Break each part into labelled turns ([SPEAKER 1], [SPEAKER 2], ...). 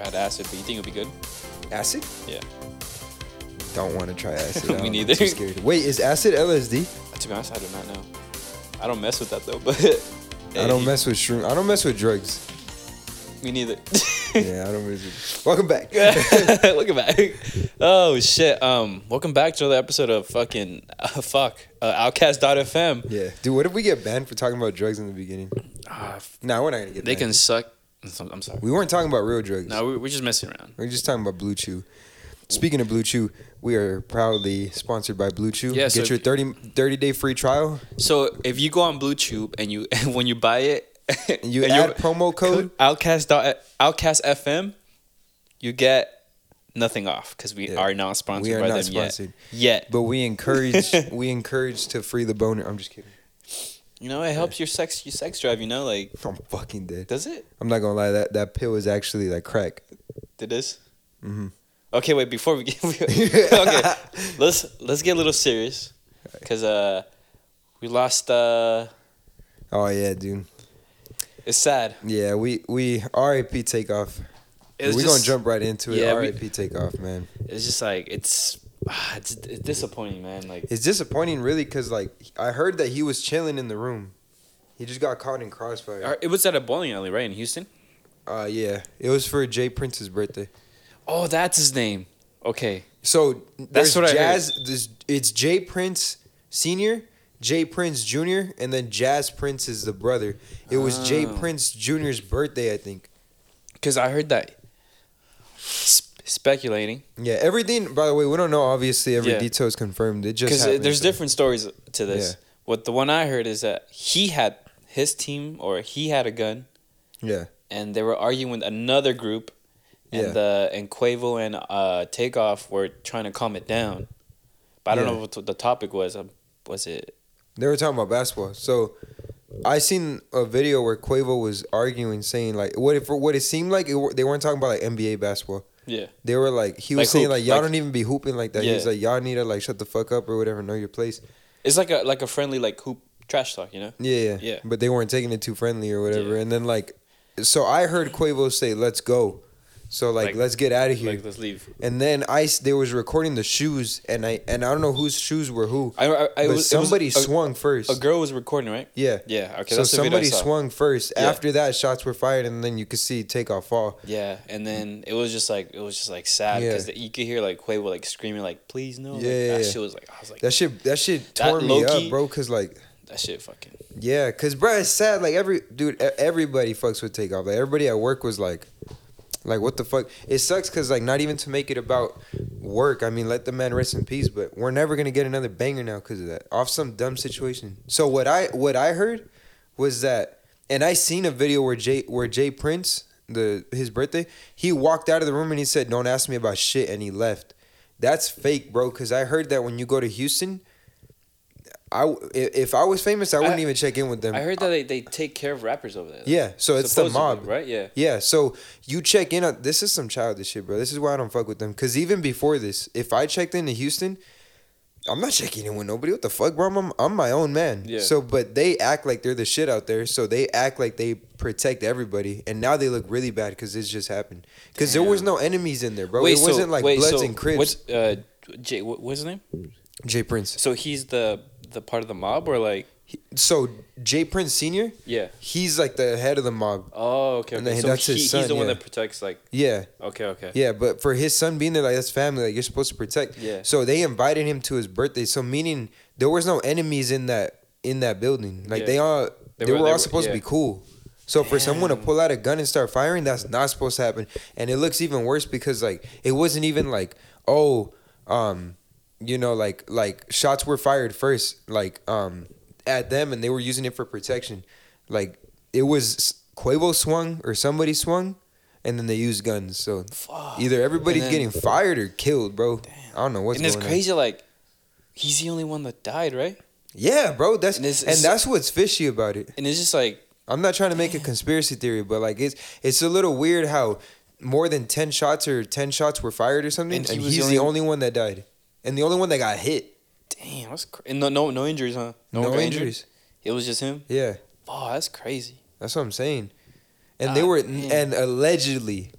[SPEAKER 1] had acid, but you think it'll be good?
[SPEAKER 2] Acid?
[SPEAKER 1] Yeah.
[SPEAKER 2] Don't want to try acid. I
[SPEAKER 1] Me
[SPEAKER 2] don't know, I'm
[SPEAKER 1] neither.
[SPEAKER 2] too scared. Wait, is acid LSD?
[SPEAKER 1] Uh, To be honest, I do not know. I don't mess with that though, but
[SPEAKER 2] I don't mess with shroom. I don't mess with drugs.
[SPEAKER 1] Me neither.
[SPEAKER 2] yeah, I don't mess with. Welcome back.
[SPEAKER 1] Welcome back. Oh shit. Um, welcome back to another episode of fucking uh, fuck uh, Outcast.fm.
[SPEAKER 2] yeah, dude. What if we get banned for talking about drugs in the beginning?
[SPEAKER 1] Ah, f-
[SPEAKER 2] Nah, we're not gonna get.
[SPEAKER 1] they
[SPEAKER 2] banned.
[SPEAKER 1] can suck. I'm sorry.
[SPEAKER 2] We weren't talking about real drugs.
[SPEAKER 1] No, we, we're just messing around.
[SPEAKER 2] We're just talking about Blue Chew. Speaking of Blue Chew, we are proudly sponsored by Blue Chew.
[SPEAKER 1] Yeah,
[SPEAKER 2] Get
[SPEAKER 1] so if-
[SPEAKER 2] your 30, 30 day free trial.
[SPEAKER 1] So if you go on BlueTube and you when you buy it,
[SPEAKER 2] And you
[SPEAKER 1] and
[SPEAKER 2] add
[SPEAKER 1] you're-
[SPEAKER 2] promo code.
[SPEAKER 1] Outcast dot Outcast FM, you get nothing off because we
[SPEAKER 2] Yeah.
[SPEAKER 1] are not sponsored
[SPEAKER 2] We are
[SPEAKER 1] by
[SPEAKER 2] not
[SPEAKER 1] them
[SPEAKER 2] sponsored.
[SPEAKER 1] yet. Yet,
[SPEAKER 2] But we encourage we encourage to free the boner. I'm just kidding.
[SPEAKER 1] you know, it helps your sex your sex drive. You know, like
[SPEAKER 2] I'm fucking dead.
[SPEAKER 1] does it?
[SPEAKER 2] I'm not gonna lie. That that pill is actually like crack.
[SPEAKER 1] Did this? Mm-hmm.
[SPEAKER 2] Mhm.
[SPEAKER 1] Okay, wait. Before we get okay, let's let's get a little serious because uh, we lost. Uh,
[SPEAKER 2] Oh yeah, dude.
[SPEAKER 1] it's sad.
[SPEAKER 2] Yeah, we we RIP takeoff.
[SPEAKER 1] It's
[SPEAKER 2] We're gonna
[SPEAKER 1] just-
[SPEAKER 2] jump right into it.
[SPEAKER 1] Yeah, we-
[SPEAKER 2] RIP takeoff, man.
[SPEAKER 1] It's just like it's ah, it's, it's disappointing, man. Like
[SPEAKER 2] It's disappointing, really, because like I heard that he was chilling in the room. He just got caught in crossfire.
[SPEAKER 1] it was at a bowling alley, right in Houston.
[SPEAKER 2] Uh, yeah, it was for Jay Prince's birthday.
[SPEAKER 1] Oh, that's his name. Okay.
[SPEAKER 2] So that's
[SPEAKER 1] what I
[SPEAKER 2] what
[SPEAKER 1] heard.
[SPEAKER 2] jazz, I This, it's Jay Prince Senior, Jay Prince Junior, and then Jazz Prince is the brother. It was Jay
[SPEAKER 1] Oh.
[SPEAKER 2] Prince Junior's birthday, I think.
[SPEAKER 1] Because I heard that. Sp- speculating.
[SPEAKER 2] Yeah, everything. By the way, we don't know. Obviously, every
[SPEAKER 1] Yeah.
[SPEAKER 2] detail is confirmed. It just
[SPEAKER 1] Because
[SPEAKER 2] happened,
[SPEAKER 1] uh, there's
[SPEAKER 2] so-
[SPEAKER 1] different stories to this.
[SPEAKER 2] Yeah.
[SPEAKER 1] What the one I heard is that he had his team or he had a gun
[SPEAKER 2] Yeah,
[SPEAKER 1] and they were arguing with another group. And
[SPEAKER 2] Yeah.
[SPEAKER 1] the and Quavo and uh, Takeoff were trying to calm it down, but I don't
[SPEAKER 2] Yeah.
[SPEAKER 1] know what the topic was. Um, was it?
[SPEAKER 2] they were talking about basketball. So I seen a video where Quavo was arguing, saying like, "What if what it seemed like it, were- they weren't talking about like NBA basketball."
[SPEAKER 1] Yeah.
[SPEAKER 2] They were like, he was
[SPEAKER 1] Like
[SPEAKER 2] saying
[SPEAKER 1] hoop,
[SPEAKER 2] like, "Y'all
[SPEAKER 1] like-
[SPEAKER 2] don't even be hooping like that." He was
[SPEAKER 1] Yeah.
[SPEAKER 2] like, "Y'all need to like shut the fuck up or whatever, know your place."
[SPEAKER 1] It's like a like a friendly like hoop trash talk, you know?
[SPEAKER 2] Yeah, yeah.
[SPEAKER 1] Yeah.
[SPEAKER 2] But they weren't taking it too friendly or whatever.
[SPEAKER 1] Yeah.
[SPEAKER 2] And then like, so I heard Quavo say, "Let's go." So like,
[SPEAKER 1] Like-
[SPEAKER 2] let's get out of here.
[SPEAKER 1] Like let's leave.
[SPEAKER 2] and then I s- they was recording the shoes, and I and I don't know whose shoes were who,
[SPEAKER 1] I, I, I
[SPEAKER 2] but
[SPEAKER 1] was, it was-
[SPEAKER 2] somebody
[SPEAKER 1] a-
[SPEAKER 2] swung first.
[SPEAKER 1] A girl was recording, right?
[SPEAKER 2] yeah.
[SPEAKER 1] Yeah. Okay.
[SPEAKER 2] so
[SPEAKER 1] that's the video I
[SPEAKER 2] somebody
[SPEAKER 1] saw.
[SPEAKER 2] swung first.
[SPEAKER 1] Yeah.
[SPEAKER 2] After that, shots were fired, and then you could see takeoff fall.
[SPEAKER 1] Yeah, and then it was just like it was just like sad
[SPEAKER 2] Yeah.
[SPEAKER 1] because you could hear like Quavo like screaming like please no. like,
[SPEAKER 2] Yeah, yeah,
[SPEAKER 1] that
[SPEAKER 2] yeah.
[SPEAKER 1] shit was like I was like
[SPEAKER 2] That shit, that shit
[SPEAKER 1] That
[SPEAKER 2] tore me
[SPEAKER 1] low-key-
[SPEAKER 2] up, bro. Cause like,
[SPEAKER 1] that shit fucking
[SPEAKER 2] yeah, cause bro, it's sad. Like every dude, e- everybody fucks with takeoff. Like everybody at work was like, like what the fuck? It sucks cause like not even to make it about work. I mean, let the man rest in peace. But we're never gonna get another banger now cause of that. Off some dumb situation. So what I what I heard was that, and I seen a video where Jay where Jay Prince the his birthday, he walked out of the room and he said, "Don't ask me about shit," and he left. That's fake, bro. Cause I heard that when you go to Houston. I, w- if if I was famous, I wouldn't even check in with them.
[SPEAKER 1] I heard that they, they take care of rappers over there. like,
[SPEAKER 2] Yeah, so it's the
[SPEAKER 1] supposedly,
[SPEAKER 2] mob.
[SPEAKER 1] right? Yeah.
[SPEAKER 2] Yeah, so you check in on this is some childish shit, bro. This is why I don't fuck with them. Cause even before this, if I checked into Houston, I'm not checking in with nobody. What the fuck, bro? I'm, I'm my own man.
[SPEAKER 1] Yeah.
[SPEAKER 2] So, but they act like they're the shit out there. So they act like they protect everybody, and now they look really bad because this just happened. Cause there was
[SPEAKER 1] Damn.
[SPEAKER 2] no enemies in there, bro. it wasn't like Bloods and Crips.
[SPEAKER 1] What's uh Jay? What, what's his name?
[SPEAKER 2] Jay Prince.
[SPEAKER 1] So he's the the part of the mob or like
[SPEAKER 2] So Jay Prince Senior,
[SPEAKER 1] yeah.
[SPEAKER 2] he's like the head of the mob.
[SPEAKER 1] Oh, okay.
[SPEAKER 2] And
[SPEAKER 1] okay.
[SPEAKER 2] then
[SPEAKER 1] So
[SPEAKER 2] that's
[SPEAKER 1] he,
[SPEAKER 2] his
[SPEAKER 1] he's
[SPEAKER 2] son,
[SPEAKER 1] the one
[SPEAKER 2] yeah.
[SPEAKER 1] that protects like
[SPEAKER 2] Yeah.
[SPEAKER 1] okay, okay.
[SPEAKER 2] Yeah, but for his son being there, like that's family, like you're supposed to protect.
[SPEAKER 1] Yeah.
[SPEAKER 2] So they invited him to his birthday. So meaning there was no enemies in that in that building. Like
[SPEAKER 1] Yeah.
[SPEAKER 2] they all
[SPEAKER 1] They
[SPEAKER 2] they,
[SPEAKER 1] were- they
[SPEAKER 2] were,
[SPEAKER 1] were-
[SPEAKER 2] all supposed to be
[SPEAKER 1] yeah.
[SPEAKER 2] cool. So for someone to pull out a gun and start firing, that's not supposed to happen. And it looks even worse because like it wasn't even like oh, um, you know like like shots were fired first like um at them and they were using it for protection. Like it was Quavo swung or somebody swung, and then they used guns. So
[SPEAKER 1] Fuck.
[SPEAKER 2] Either everybody's
[SPEAKER 1] And then-
[SPEAKER 2] getting fired or killed, bro. I don't know what's
[SPEAKER 1] and it's
[SPEAKER 2] going on.
[SPEAKER 1] crazy like he's the only one that died, right?
[SPEAKER 2] Yeah, bro. That's
[SPEAKER 1] And
[SPEAKER 2] and,
[SPEAKER 1] it's- it's-
[SPEAKER 2] that's what's fishy about it.
[SPEAKER 1] And it's just like
[SPEAKER 2] I'm not trying to make a conspiracy theory, but like it's it's a little weird how more than ten shots or ten shots were fired or something,
[SPEAKER 1] And
[SPEAKER 2] and,
[SPEAKER 1] he was the
[SPEAKER 2] he's the only one that died, and the only one that got hit.
[SPEAKER 1] damn, that's cra- and no no no injuries, huh?
[SPEAKER 2] No,
[SPEAKER 1] one got injured?
[SPEAKER 2] injuries.
[SPEAKER 1] It was just him.
[SPEAKER 2] Yeah,
[SPEAKER 1] Oh, that's crazy.
[SPEAKER 2] that's what I'm saying. And they
[SPEAKER 1] Ah,
[SPEAKER 2] were
[SPEAKER 1] man.
[SPEAKER 2] and allegedly,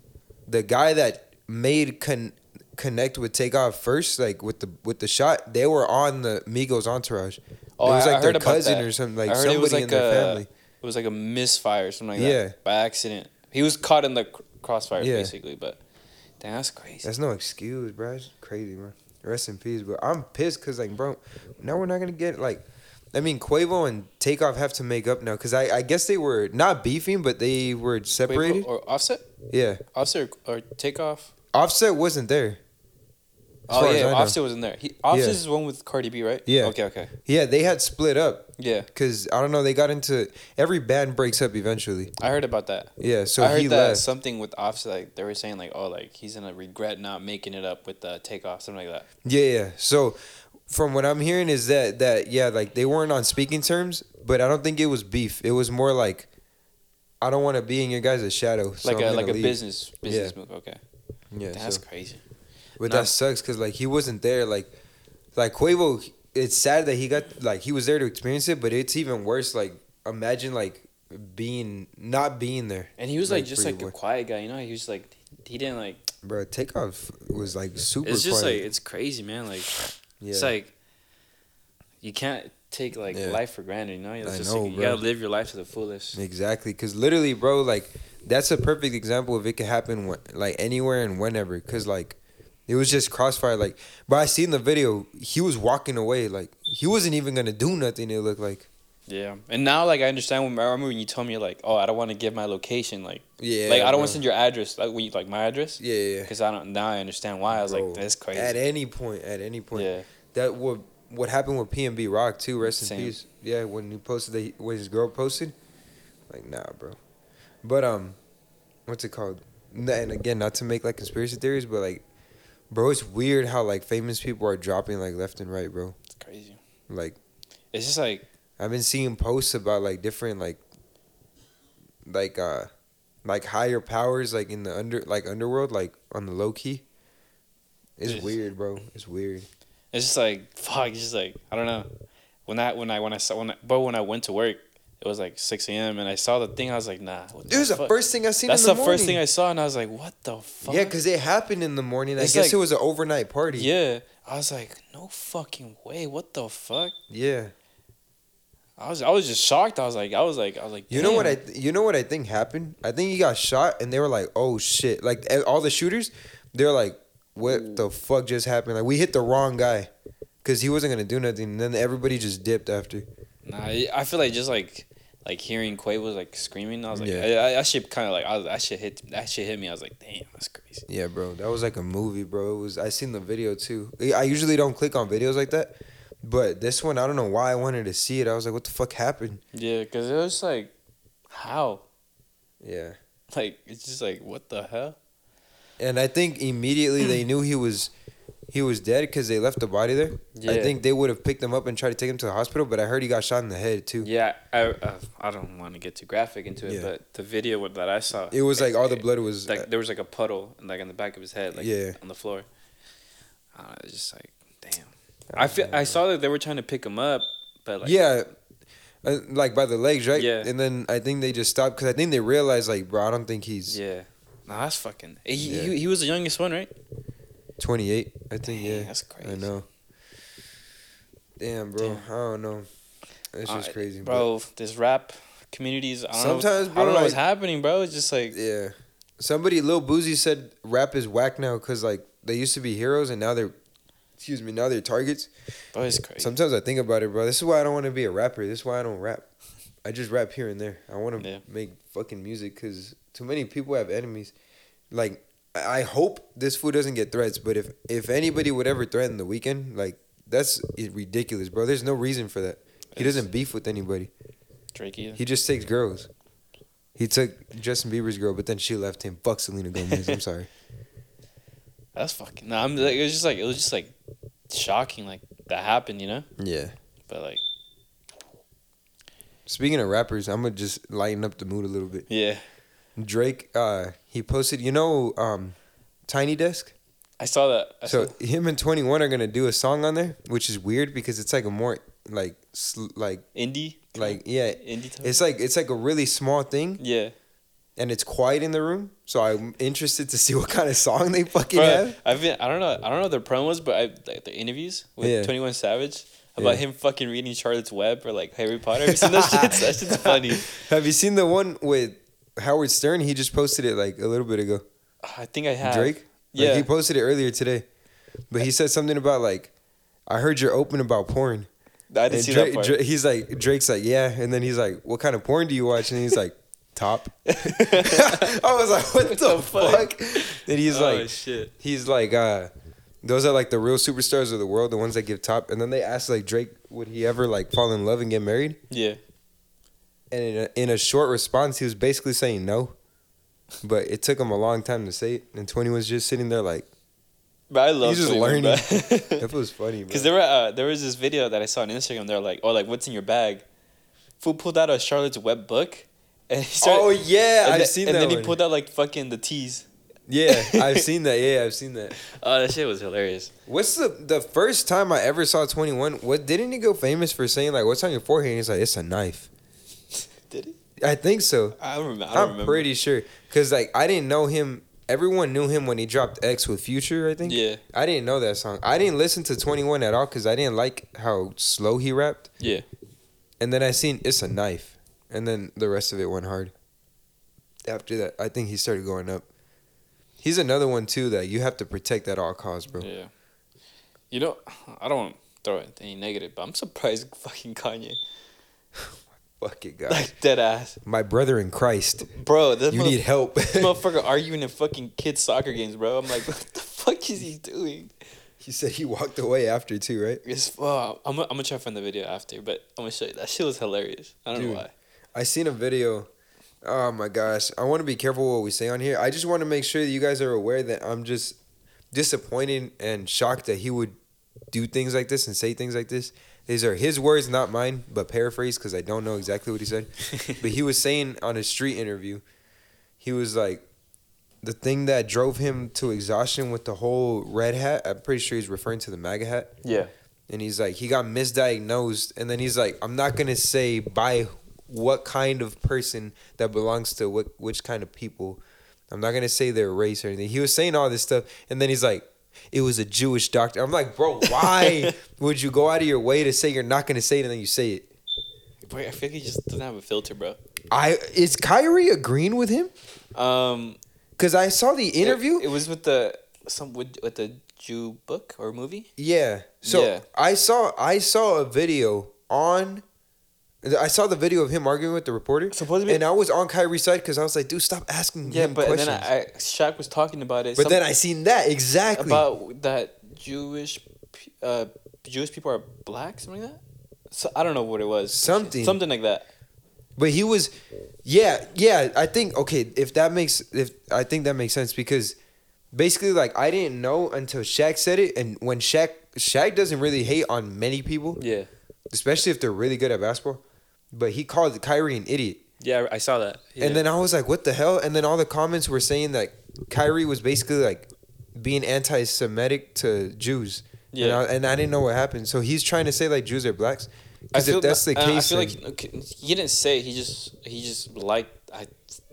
[SPEAKER 2] the guy that made con- connect with takeoff first, like with the with the shot, they were on the Migos entourage.
[SPEAKER 1] Oh,
[SPEAKER 2] it was
[SPEAKER 1] I-
[SPEAKER 2] like
[SPEAKER 1] I
[SPEAKER 2] their
[SPEAKER 1] heard about
[SPEAKER 2] cousin
[SPEAKER 1] that.
[SPEAKER 2] or something, like
[SPEAKER 1] I heard
[SPEAKER 2] somebody
[SPEAKER 1] it was
[SPEAKER 2] in
[SPEAKER 1] like
[SPEAKER 2] their
[SPEAKER 1] a
[SPEAKER 2] family.
[SPEAKER 1] it was like a misfire or something like
[SPEAKER 2] Yeah.
[SPEAKER 1] that by accident. He was caught in the cr- crossfire
[SPEAKER 2] Yeah.
[SPEAKER 1] basically, but damn, that's crazy.
[SPEAKER 2] That's no excuse, bro. It's crazy, man. Rest in peace, but I'm pissed because like, bro, now we're not gonna get like. I mean, Quavo and Takeoff have to make up now because I, I guess they were not beefing, but they were
[SPEAKER 1] Wait,
[SPEAKER 2] separated.
[SPEAKER 1] or offset,
[SPEAKER 2] yeah,
[SPEAKER 1] offset, or, or takeoff.
[SPEAKER 2] Offset wasn't there. As
[SPEAKER 1] Oh
[SPEAKER 2] far as
[SPEAKER 1] yeah,
[SPEAKER 2] I know.
[SPEAKER 1] offset wasn't there. He, offset is the one with Cardi B, right?
[SPEAKER 2] Yeah.
[SPEAKER 1] Okay, okay.
[SPEAKER 2] Yeah, they had split up
[SPEAKER 1] Yeah,
[SPEAKER 2] because I don't know. They got into every band breaks up eventually.
[SPEAKER 1] I heard about that.
[SPEAKER 2] Yeah, so
[SPEAKER 1] I heard
[SPEAKER 2] he
[SPEAKER 1] that
[SPEAKER 2] left.
[SPEAKER 1] something with offset. Like they were saying, like oh, like he's gonna regret not making it up with the takeoff, something like that.
[SPEAKER 2] Yeah, yeah. So from what I'm hearing is that that yeah, like they weren't on speaking terms, but I don't think it was beef. It was more like I don't want to be in your guys' shadow. So
[SPEAKER 1] Like
[SPEAKER 2] I'm
[SPEAKER 1] a
[SPEAKER 2] gonna
[SPEAKER 1] like a
[SPEAKER 2] leave.
[SPEAKER 1] business business move. Okay,
[SPEAKER 2] Yeah,
[SPEAKER 1] that's
[SPEAKER 2] so-
[SPEAKER 1] crazy.
[SPEAKER 2] but
[SPEAKER 1] nah.
[SPEAKER 2] that sucks because like he wasn't there. Like like Quavo, it's sad that he got like he was there to experience it, but it's even worse. Like imagine like being not being there,
[SPEAKER 1] And he was like,
[SPEAKER 2] Like,
[SPEAKER 1] just
[SPEAKER 2] pretty
[SPEAKER 1] like a
[SPEAKER 2] boy.
[SPEAKER 1] quiet guy, you know. He was like he didn't like.
[SPEAKER 2] bro. Takeoff was like super.
[SPEAKER 1] It's just
[SPEAKER 2] quiet.
[SPEAKER 1] like it's crazy, man. Like
[SPEAKER 2] yeah.
[SPEAKER 1] it's like you can't take like
[SPEAKER 2] Yeah.
[SPEAKER 1] life for granted, you know. It's
[SPEAKER 2] I
[SPEAKER 1] just
[SPEAKER 2] know,
[SPEAKER 1] like, you
[SPEAKER 2] bro.
[SPEAKER 1] gotta live your life to the fullest.
[SPEAKER 2] Exactly, because literally, bro, like that's a perfect example of it could happen when, like anywhere and whenever. Because like it was just crossfire. Like, but I seen the video. He was walking away. Like he wasn't even gonna do nothing. It looked like.
[SPEAKER 1] Yeah, and now like I understand when I remember when you told me like, oh, I don't want to give my location, like,
[SPEAKER 2] Yeah.
[SPEAKER 1] like I don't want
[SPEAKER 2] bro.
[SPEAKER 1] to send your address, like when you like my address,
[SPEAKER 2] Yeah, yeah. yeah.
[SPEAKER 1] because I don't now I understand why. I was
[SPEAKER 2] Bro,
[SPEAKER 1] like, that's crazy.
[SPEAKER 2] At any point, at any point,
[SPEAKER 1] yeah,
[SPEAKER 2] that what what happened with PNB Rock too. Rest
[SPEAKER 1] Same.
[SPEAKER 2] in peace. Yeah, when he posted that, when his girl posted, like nah, bro. But um, what's it called? N- And again, not to make like conspiracy theories, but like, bro, it's weird how like famous people are dropping like left and right, bro.
[SPEAKER 1] it's crazy.
[SPEAKER 2] Like
[SPEAKER 1] It's just like
[SPEAKER 2] I've been seeing posts about like different like, like uh, like higher powers like in the under like underworld like on the low key. It's
[SPEAKER 1] Yes.
[SPEAKER 2] weird, bro. It's weird.
[SPEAKER 1] it's just like fuck. It's just like I don't know. When I when I when I saw when I, but when I went to work, it was like six a.m. and I saw the thing. I was like, nah. what
[SPEAKER 2] It was the
[SPEAKER 1] fuck?
[SPEAKER 2] first thing I seen.
[SPEAKER 1] That's
[SPEAKER 2] in the,
[SPEAKER 1] the, first thing
[SPEAKER 2] morning.
[SPEAKER 1] I saw, and I was like, "What the fuck?"
[SPEAKER 2] Yeah, because it happened in the morning. I
[SPEAKER 1] It's
[SPEAKER 2] guess
[SPEAKER 1] like-
[SPEAKER 2] it was an overnight party.
[SPEAKER 1] yeah, I was like, "No fucking way! What the fuck?"
[SPEAKER 2] Yeah.
[SPEAKER 1] I was, I was just shocked. I was like, I was like, I was like,
[SPEAKER 2] You know what I?
[SPEAKER 1] "Damn."
[SPEAKER 2] Th- you know what I think happened? I think he got shot, and they were like, "Oh shit!" Like e- all the shooters, they're like, "What the fuck just happened?" Like we hit the wrong guy, because he wasn't gonna do nothing. And then everybody just dipped after.
[SPEAKER 1] Nah, I- I feel like just like, like hearing Quavo's like screaming. I was like,
[SPEAKER 2] Yeah.
[SPEAKER 1] I, I, that shit kind of like, I was, that shit hit, that shit hit me. I was like, damn, that's crazy.
[SPEAKER 2] Yeah, bro, that was like a movie, bro. It was. I seen the video too. I I usually don't click on videos like that, but this one, I don't know why I wanted to see it. I was like, "What the fuck happened?"
[SPEAKER 1] Yeah, because it was like, how?
[SPEAKER 2] Yeah.
[SPEAKER 1] Like, it's just like, what the hell?
[SPEAKER 2] And I think immediately they knew he was he was dead because they left the body there. I
[SPEAKER 1] Yeah.
[SPEAKER 2] think they would have picked him up and tried to take him to the hospital, but I heard he got shot in the head too.
[SPEAKER 1] Yeah, I, uh, I don't want to get too graphic into it,
[SPEAKER 2] Yeah.
[SPEAKER 1] but the video that I saw,
[SPEAKER 2] It was like all the blood was. uh,
[SPEAKER 1] like there was like a puddle like on the back of his head, like
[SPEAKER 2] Yeah.
[SPEAKER 1] on the floor. I don't know, it's just like, damn. I feel, I saw that they were trying to pick him up, but like,
[SPEAKER 2] yeah, uh, like by the legs, right?
[SPEAKER 1] Yeah.
[SPEAKER 2] And then I think they just stopped because I think they realized, like, bro, I don't think he's
[SPEAKER 1] Yeah. Nah, that's fucking. He,
[SPEAKER 2] Yeah.
[SPEAKER 1] he, he was the youngest one, right?
[SPEAKER 2] 28. I think
[SPEAKER 1] Dang,
[SPEAKER 2] yeah.
[SPEAKER 1] that's
[SPEAKER 2] I
[SPEAKER 1] crazy.
[SPEAKER 2] know. Damn, bro.
[SPEAKER 1] Damn.
[SPEAKER 2] I don't know. That's just
[SPEAKER 1] Uh,
[SPEAKER 2] crazy, bro.
[SPEAKER 1] bro. This rap communities. I don't
[SPEAKER 2] Sometimes,
[SPEAKER 1] know, I
[SPEAKER 2] bro,
[SPEAKER 1] don't know what's
[SPEAKER 2] like-
[SPEAKER 1] happening, bro. It's just like
[SPEAKER 2] Yeah. Somebody, Lil Boozy said rap is whack now because like they used to be heroes and now they're, excuse me, now they're targets.
[SPEAKER 1] bro, it's crazy.
[SPEAKER 2] Sometimes I think about it, bro. This is why I don't want to be a rapper. This is why I don't rap. I just rap here and there. I want to
[SPEAKER 1] Yeah.
[SPEAKER 2] make fucking music because too many people have enemies. Like I I hope this fool doesn't get threats, but if if anybody would ever threaten the weekend, like that's i- ridiculous, bro. There's no reason for that. He
[SPEAKER 1] It's-
[SPEAKER 2] doesn't beef with anybody.
[SPEAKER 1] Drake either.
[SPEAKER 2] He just takes girls. He took Justin Bieber's girl, but then she left him. Fuck Selena Gomez. I'm sorry.
[SPEAKER 1] That's fucking. Nah, I'm. Like, it was just like it was just like shocking. Like that happened, you know.
[SPEAKER 2] Yeah.
[SPEAKER 1] But like,
[SPEAKER 2] Speaking of rappers, I'm gonna just lighten up the mood a little bit.
[SPEAKER 1] yeah,
[SPEAKER 2] Drake, uh, he posted, you know, um, Tiny Desk.
[SPEAKER 1] I saw that. I
[SPEAKER 2] So
[SPEAKER 1] saw,
[SPEAKER 2] him and Twenty One are gonna do a song on there, which is weird because it's like a more like sl- like
[SPEAKER 1] indie.
[SPEAKER 2] like yeah,
[SPEAKER 1] Indie. Type.
[SPEAKER 2] it's like it's like a really small thing,
[SPEAKER 1] yeah.
[SPEAKER 2] and it's quiet in the room. So I'm interested to see what kind of song they fucking
[SPEAKER 1] Bro,
[SPEAKER 2] have.
[SPEAKER 1] I've been, I don't know, I don't know their promos, but I, like, the interviews with
[SPEAKER 2] Yeah.
[SPEAKER 1] 21 Savage about
[SPEAKER 2] Yeah.
[SPEAKER 1] him fucking reading Charlotte's Web or like Harry Potter. Have you seen those shits? That shit's funny.
[SPEAKER 2] Have you seen the one with Howard Stern? He just posted it like a little bit ago.
[SPEAKER 1] I think I have.
[SPEAKER 2] Drake? Like,
[SPEAKER 1] Yeah.
[SPEAKER 2] he posted it earlier today. But he said something about like, I heard you're open about porn.
[SPEAKER 1] I didn't
[SPEAKER 2] And
[SPEAKER 1] see
[SPEAKER 2] Drake,
[SPEAKER 1] that part.
[SPEAKER 2] Drake- he's like, Drake's like, yeah. And then he's like, what kind of porn do you watch? And he's like, top. I was like, what,
[SPEAKER 1] What
[SPEAKER 2] the,
[SPEAKER 1] the
[SPEAKER 2] fuck?
[SPEAKER 1] fuck?
[SPEAKER 2] And he's
[SPEAKER 1] Oh,
[SPEAKER 2] like,
[SPEAKER 1] shit.
[SPEAKER 2] he's like, uh, those are like the real superstars of the world, the ones that give top. And then they asked like Drake, would he ever like fall in love and get married?
[SPEAKER 1] Yeah.
[SPEAKER 2] And in a, in a short response, he was basically saying no. But it took him a long time to say it. And 20 was just sitting there like,
[SPEAKER 1] But I love
[SPEAKER 2] He's just
[SPEAKER 1] 21,
[SPEAKER 2] learning.
[SPEAKER 1] bro.
[SPEAKER 2] that was funny, bro.
[SPEAKER 1] Because there were uh, there was this video that I saw on Instagram. They're like, "Oh, like what's in your bag?" Fool pulled out a Charlotte's Web book, and he started.
[SPEAKER 2] oh, yeah.
[SPEAKER 1] and
[SPEAKER 2] I've
[SPEAKER 1] the-
[SPEAKER 2] seen
[SPEAKER 1] And
[SPEAKER 2] that.
[SPEAKER 1] then
[SPEAKER 2] one.
[SPEAKER 1] he pulled out like fucking the teas.
[SPEAKER 2] yeah, I've seen that. Yeah, I've seen that.
[SPEAKER 1] Oh, that shit was hilarious.
[SPEAKER 2] What's the the first time I ever saw Twenty One? What didn't he go famous for saying like, "What's on your forehead?" And he's like, "It's a knife."
[SPEAKER 1] Did he?
[SPEAKER 2] I think so.
[SPEAKER 1] I don't remember. I
[SPEAKER 2] I'm
[SPEAKER 1] don't remember.
[SPEAKER 2] pretty sure because like I didn't know him. Everyone knew him when he dropped X with Future. I think.
[SPEAKER 1] Yeah,
[SPEAKER 2] I didn't know that song. I didn't listen to Twenty One at all because I didn't like how slow he rapped.
[SPEAKER 1] yeah.
[SPEAKER 2] And then I seen "It's a Knife," and then the rest of it went hard. After that, I think he started going up. He's another one too that you have to protect at all costs, bro.
[SPEAKER 1] Yeah. You know, I don't want to throw it any negative, but I'm surprised fucking Kanye.
[SPEAKER 2] Fucking god,
[SPEAKER 1] Like, dead ass.
[SPEAKER 2] my brother in Christ.
[SPEAKER 1] Bro, this,
[SPEAKER 2] You
[SPEAKER 1] mother-
[SPEAKER 2] need help.
[SPEAKER 1] this motherfucker arguing in fucking kids' soccer games, bro. I'm like, what the fuck is he doing?
[SPEAKER 2] He said he walked away after too, right?
[SPEAKER 1] It's, oh, I'm, gonna- I'm gonna try to find the video after, but I'm gonna show you. That shit was hilarious. I don't
[SPEAKER 2] Dude.
[SPEAKER 1] know why.
[SPEAKER 2] I seen a video. Oh my gosh. I want to be careful what we say on here. I just want to make sure that you guys are aware that I'm just disappointed and shocked that he would do things like this and say things like this. These are his words, not mine, but paraphrased because I don't know exactly what he said. but he was saying on a street interview, he was like, the thing that drove him to exhaustion with the whole red hat, I'm pretty sure he's referring to the MAGA hat.
[SPEAKER 1] Yeah.
[SPEAKER 2] and he's like he got misdiagnosed and then he's like i'm not gonna say by what kind of person that belongs to what which kind of people i'm not gonna say their race or anything he was saying all this stuff and then he's like it was a jewish doctor i'm like bro why would you go out of your way to say you're not gonna say it and then you say it
[SPEAKER 1] Bro, I feel like he just doesn't have a filter, bro.
[SPEAKER 2] i is kyrie agreeing with him
[SPEAKER 1] Um,
[SPEAKER 2] because i saw the interview
[SPEAKER 1] It, it was with the some with, with the Jew book or movie.
[SPEAKER 2] Yeah. So
[SPEAKER 1] Yeah.
[SPEAKER 2] I saw I saw a video on I saw the video of him arguing with the reporter.
[SPEAKER 1] Supposedly-
[SPEAKER 2] and I was on Kyrie's side because I was like, dude, stop asking
[SPEAKER 1] Yeah,
[SPEAKER 2] him
[SPEAKER 1] but and
[SPEAKER 2] questions.
[SPEAKER 1] then I, I Shaq was talking about it.
[SPEAKER 2] but
[SPEAKER 1] some-
[SPEAKER 2] then I seen that exactly.
[SPEAKER 1] about that Jewish, p- uh, Jewish people are black, something like that. So I don't know what it was.
[SPEAKER 2] Something.
[SPEAKER 1] Something like that.
[SPEAKER 2] but he was, yeah, yeah. I think okay. If that makes if I think that makes sense because basically like I didn't know until Shaq said it, and when Shaq Shaq doesn't really hate on many people,
[SPEAKER 1] Yeah.
[SPEAKER 2] especially if they're really good at basketball. But he called Kyrie an idiot.
[SPEAKER 1] Yeah, I saw that.
[SPEAKER 2] And then I was like, what the hell? And then all the comments were saying that Kyrie was basically like being anti Semitic to Jews. Yeah. And
[SPEAKER 1] Yeah.
[SPEAKER 2] I, and I didn't know what happened. So he's trying to say like Jews are blacks. Because if that's the
[SPEAKER 1] uh,
[SPEAKER 2] case.
[SPEAKER 1] I feel
[SPEAKER 2] then-
[SPEAKER 1] like okay, he didn't say. He just he just liked. I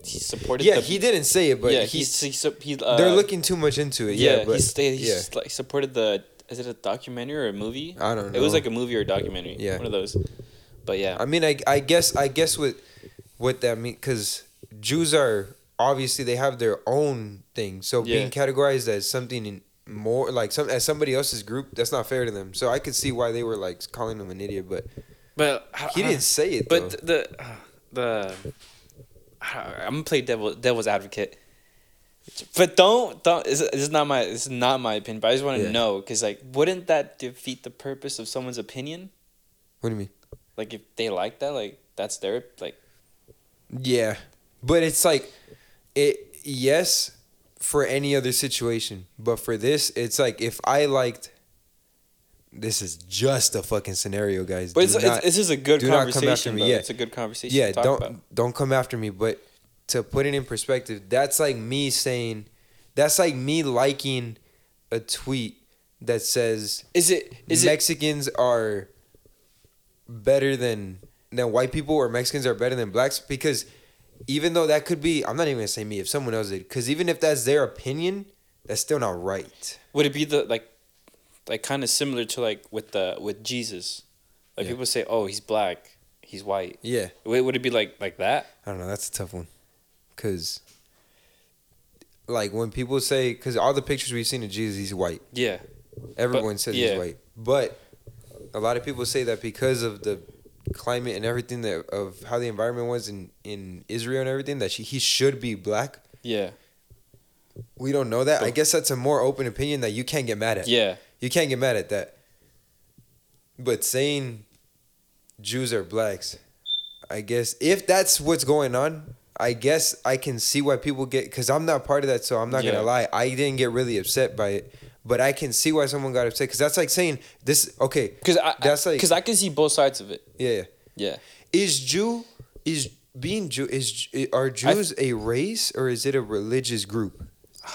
[SPEAKER 1] he supported.
[SPEAKER 2] yeah,
[SPEAKER 1] the,
[SPEAKER 2] he didn't say it, but
[SPEAKER 1] yeah,
[SPEAKER 2] he's,
[SPEAKER 1] he's, he's, he, uh,
[SPEAKER 2] they're looking too much into it. Yeah,
[SPEAKER 1] Yeah,
[SPEAKER 2] but
[SPEAKER 1] he stayed. He
[SPEAKER 2] yeah.
[SPEAKER 1] s- like supported the. Is it a documentary or a movie?
[SPEAKER 2] I don't
[SPEAKER 1] It was
[SPEAKER 2] know.
[SPEAKER 1] like a movie or a documentary.
[SPEAKER 2] Yeah.
[SPEAKER 1] one of those. But yeah,
[SPEAKER 2] I mean, I, I guess I guess what what that means because Jews are obviously they have their own thing. So
[SPEAKER 1] Yeah.
[SPEAKER 2] being categorized as something in more like some as somebody else's group that's not fair to them. So I could see why they were like calling him an idiot, but
[SPEAKER 1] but
[SPEAKER 2] he didn't say it.
[SPEAKER 1] Uh-huh. But
[SPEAKER 2] But
[SPEAKER 1] th- the uh, the I- I'm gonna play devil devil's advocate. But don't don't. This this is not my this is not my opinion. But I just want to
[SPEAKER 2] Yeah.
[SPEAKER 1] 'cause know because like, wouldn't that defeat the purpose of someone's opinion?
[SPEAKER 2] what do you mean?
[SPEAKER 1] Like if they like that, like that's their like.
[SPEAKER 2] Yeah, but it's like it. Yes, for any other situation, but for this, it's like if I liked. This is just a fucking scenario, guys.
[SPEAKER 1] But
[SPEAKER 2] Do
[SPEAKER 1] it's,
[SPEAKER 2] not-
[SPEAKER 1] it's this is a good
[SPEAKER 2] do not come after
[SPEAKER 1] conversation.
[SPEAKER 2] me,
[SPEAKER 1] bro.
[SPEAKER 2] yeah.
[SPEAKER 1] it's a good conversation.
[SPEAKER 2] yeah
[SPEAKER 1] to talk
[SPEAKER 2] don't
[SPEAKER 1] about.
[SPEAKER 2] don't come after me but to put it in perspective that's like me saying that's like me liking a tweet that says
[SPEAKER 1] Is it is it
[SPEAKER 2] mexicans are better than than white people or mexicans are better than blacks because even though that could be, I'm not even gonna say me if someone else did, because even if that's their opinion, that's still not right.
[SPEAKER 1] Would it be the like, like kind of similar to like with the with Jesus, like
[SPEAKER 2] Yeah.
[SPEAKER 1] people say, oh, he's black, he's white.
[SPEAKER 2] Yeah,
[SPEAKER 1] Would would it be like like that?
[SPEAKER 2] I don't know. That's a tough one, because like when people say, because all the pictures we've seen of Jesus, he's white.
[SPEAKER 1] Yeah,
[SPEAKER 2] Everyone
[SPEAKER 1] But-
[SPEAKER 2] says
[SPEAKER 1] yeah.
[SPEAKER 2] he's white, but a lot of people say that because of the climate and everything that of how the environment was in in Israel and everything that she, he should be black.
[SPEAKER 1] yeah,
[SPEAKER 2] We don't know that. I
[SPEAKER 1] But-
[SPEAKER 2] guess that's a more open opinion that you can't get mad at.
[SPEAKER 1] yeah,
[SPEAKER 2] You can't get mad at that. But saying Jews are blacks, I guess if that's what's going on, I guess I can see why people get because I'm not part of that, so I'm not
[SPEAKER 1] Yeah.
[SPEAKER 2] gonna lie. I didn't get really upset by it, but I can see why someone got upset because that's like saying this. Okay,
[SPEAKER 1] because I
[SPEAKER 2] That's
[SPEAKER 1] that's
[SPEAKER 2] like-
[SPEAKER 1] because I can see both sides of it.
[SPEAKER 2] yeah, yeah.
[SPEAKER 1] Yeah,
[SPEAKER 2] is Jew is being Jew is are Jews a race or is it a religious group?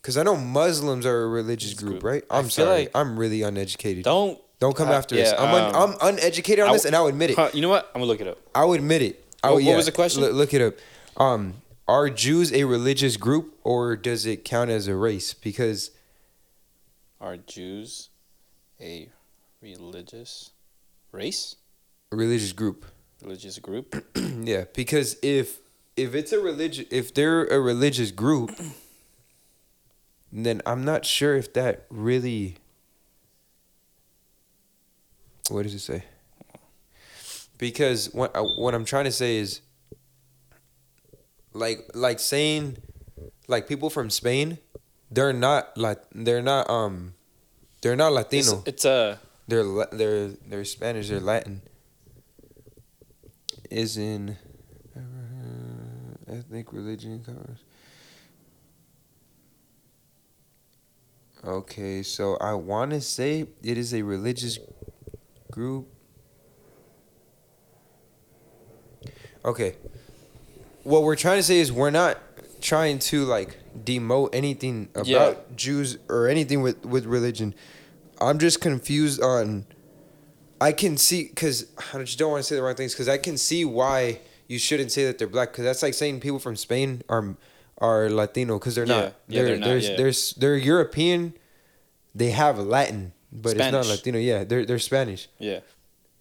[SPEAKER 2] Because I know Muslims are a religious group,
[SPEAKER 1] group.
[SPEAKER 2] right?
[SPEAKER 1] I
[SPEAKER 2] I'm
[SPEAKER 1] feel
[SPEAKER 2] sorry,
[SPEAKER 1] like-
[SPEAKER 2] I'm really uneducated.
[SPEAKER 1] don't
[SPEAKER 2] Don't come
[SPEAKER 1] Uh,
[SPEAKER 2] after
[SPEAKER 1] yeah,
[SPEAKER 2] us. I'm, un-
[SPEAKER 1] um,
[SPEAKER 2] I'm uneducated on
[SPEAKER 1] I-
[SPEAKER 2] this, and I'll admit it.
[SPEAKER 1] Huh, you know what? I'm gonna look it up.
[SPEAKER 2] I'll admit it. I
[SPEAKER 1] What-
[SPEAKER 2] would-
[SPEAKER 1] what was the question?
[SPEAKER 2] Loo- look it up. Um, are Jews a religious group, or does it count as a race? Because
[SPEAKER 1] Are Jews a religious race?
[SPEAKER 2] religious group.
[SPEAKER 1] Religious group?
[SPEAKER 2] yeah, because if if it's a religious, if they're a religious group, then I'm not sure if that really. What does it say? Because what I, what I'm trying to say is, like like saying, like people from Spain, they're not like they're not um, they're not Latino.
[SPEAKER 1] It's, it's a
[SPEAKER 2] Their La- their their Spanish, their Latin is in uh, ethnic religion covers. Okay, so I want to say it is a religious group. Okay. What we're trying to say is we're not trying to like demote anything about
[SPEAKER 1] Yeah.
[SPEAKER 2] Jews or anything with with religion. I'm just confused on. I can see because I just don't want to say the wrong things because I can see why you shouldn't say that they're black because that's like saying people from Spain are are Latino because they're
[SPEAKER 1] Yeah.
[SPEAKER 2] not.
[SPEAKER 1] Yeah,
[SPEAKER 2] they're
[SPEAKER 1] they're not,
[SPEAKER 2] They're,
[SPEAKER 1] yeah.
[SPEAKER 2] they're s- they're European. They have Latin, but it's
[SPEAKER 1] Spanish.
[SPEAKER 2] not Latino. Yeah, they're they're Spanish,
[SPEAKER 1] yeah.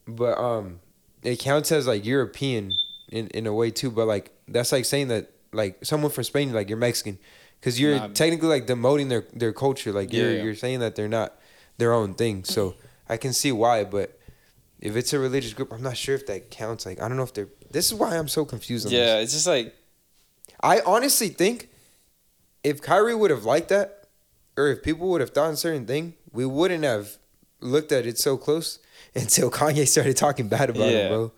[SPEAKER 2] but um, it counts as like European in in a way too. But like that's like saying that like someone from Spain like you're Mexican because you're
[SPEAKER 1] Nah.
[SPEAKER 2] technically like demoting their their culture. Like you're
[SPEAKER 1] Yeah, yeah.
[SPEAKER 2] you're saying that they're not their own thing. So I can see why, but. If it's a religious group, I'm not sure if that counts. Like, I don't know if they're. This is why I'm so confused. On this.
[SPEAKER 1] Yeah, it's just like
[SPEAKER 2] I honestly think if Kyrie would have liked that, or if people would have done certain thing, we wouldn't have looked at it so close until Kanye started talking bad about it,
[SPEAKER 1] Yeah.
[SPEAKER 2] bro.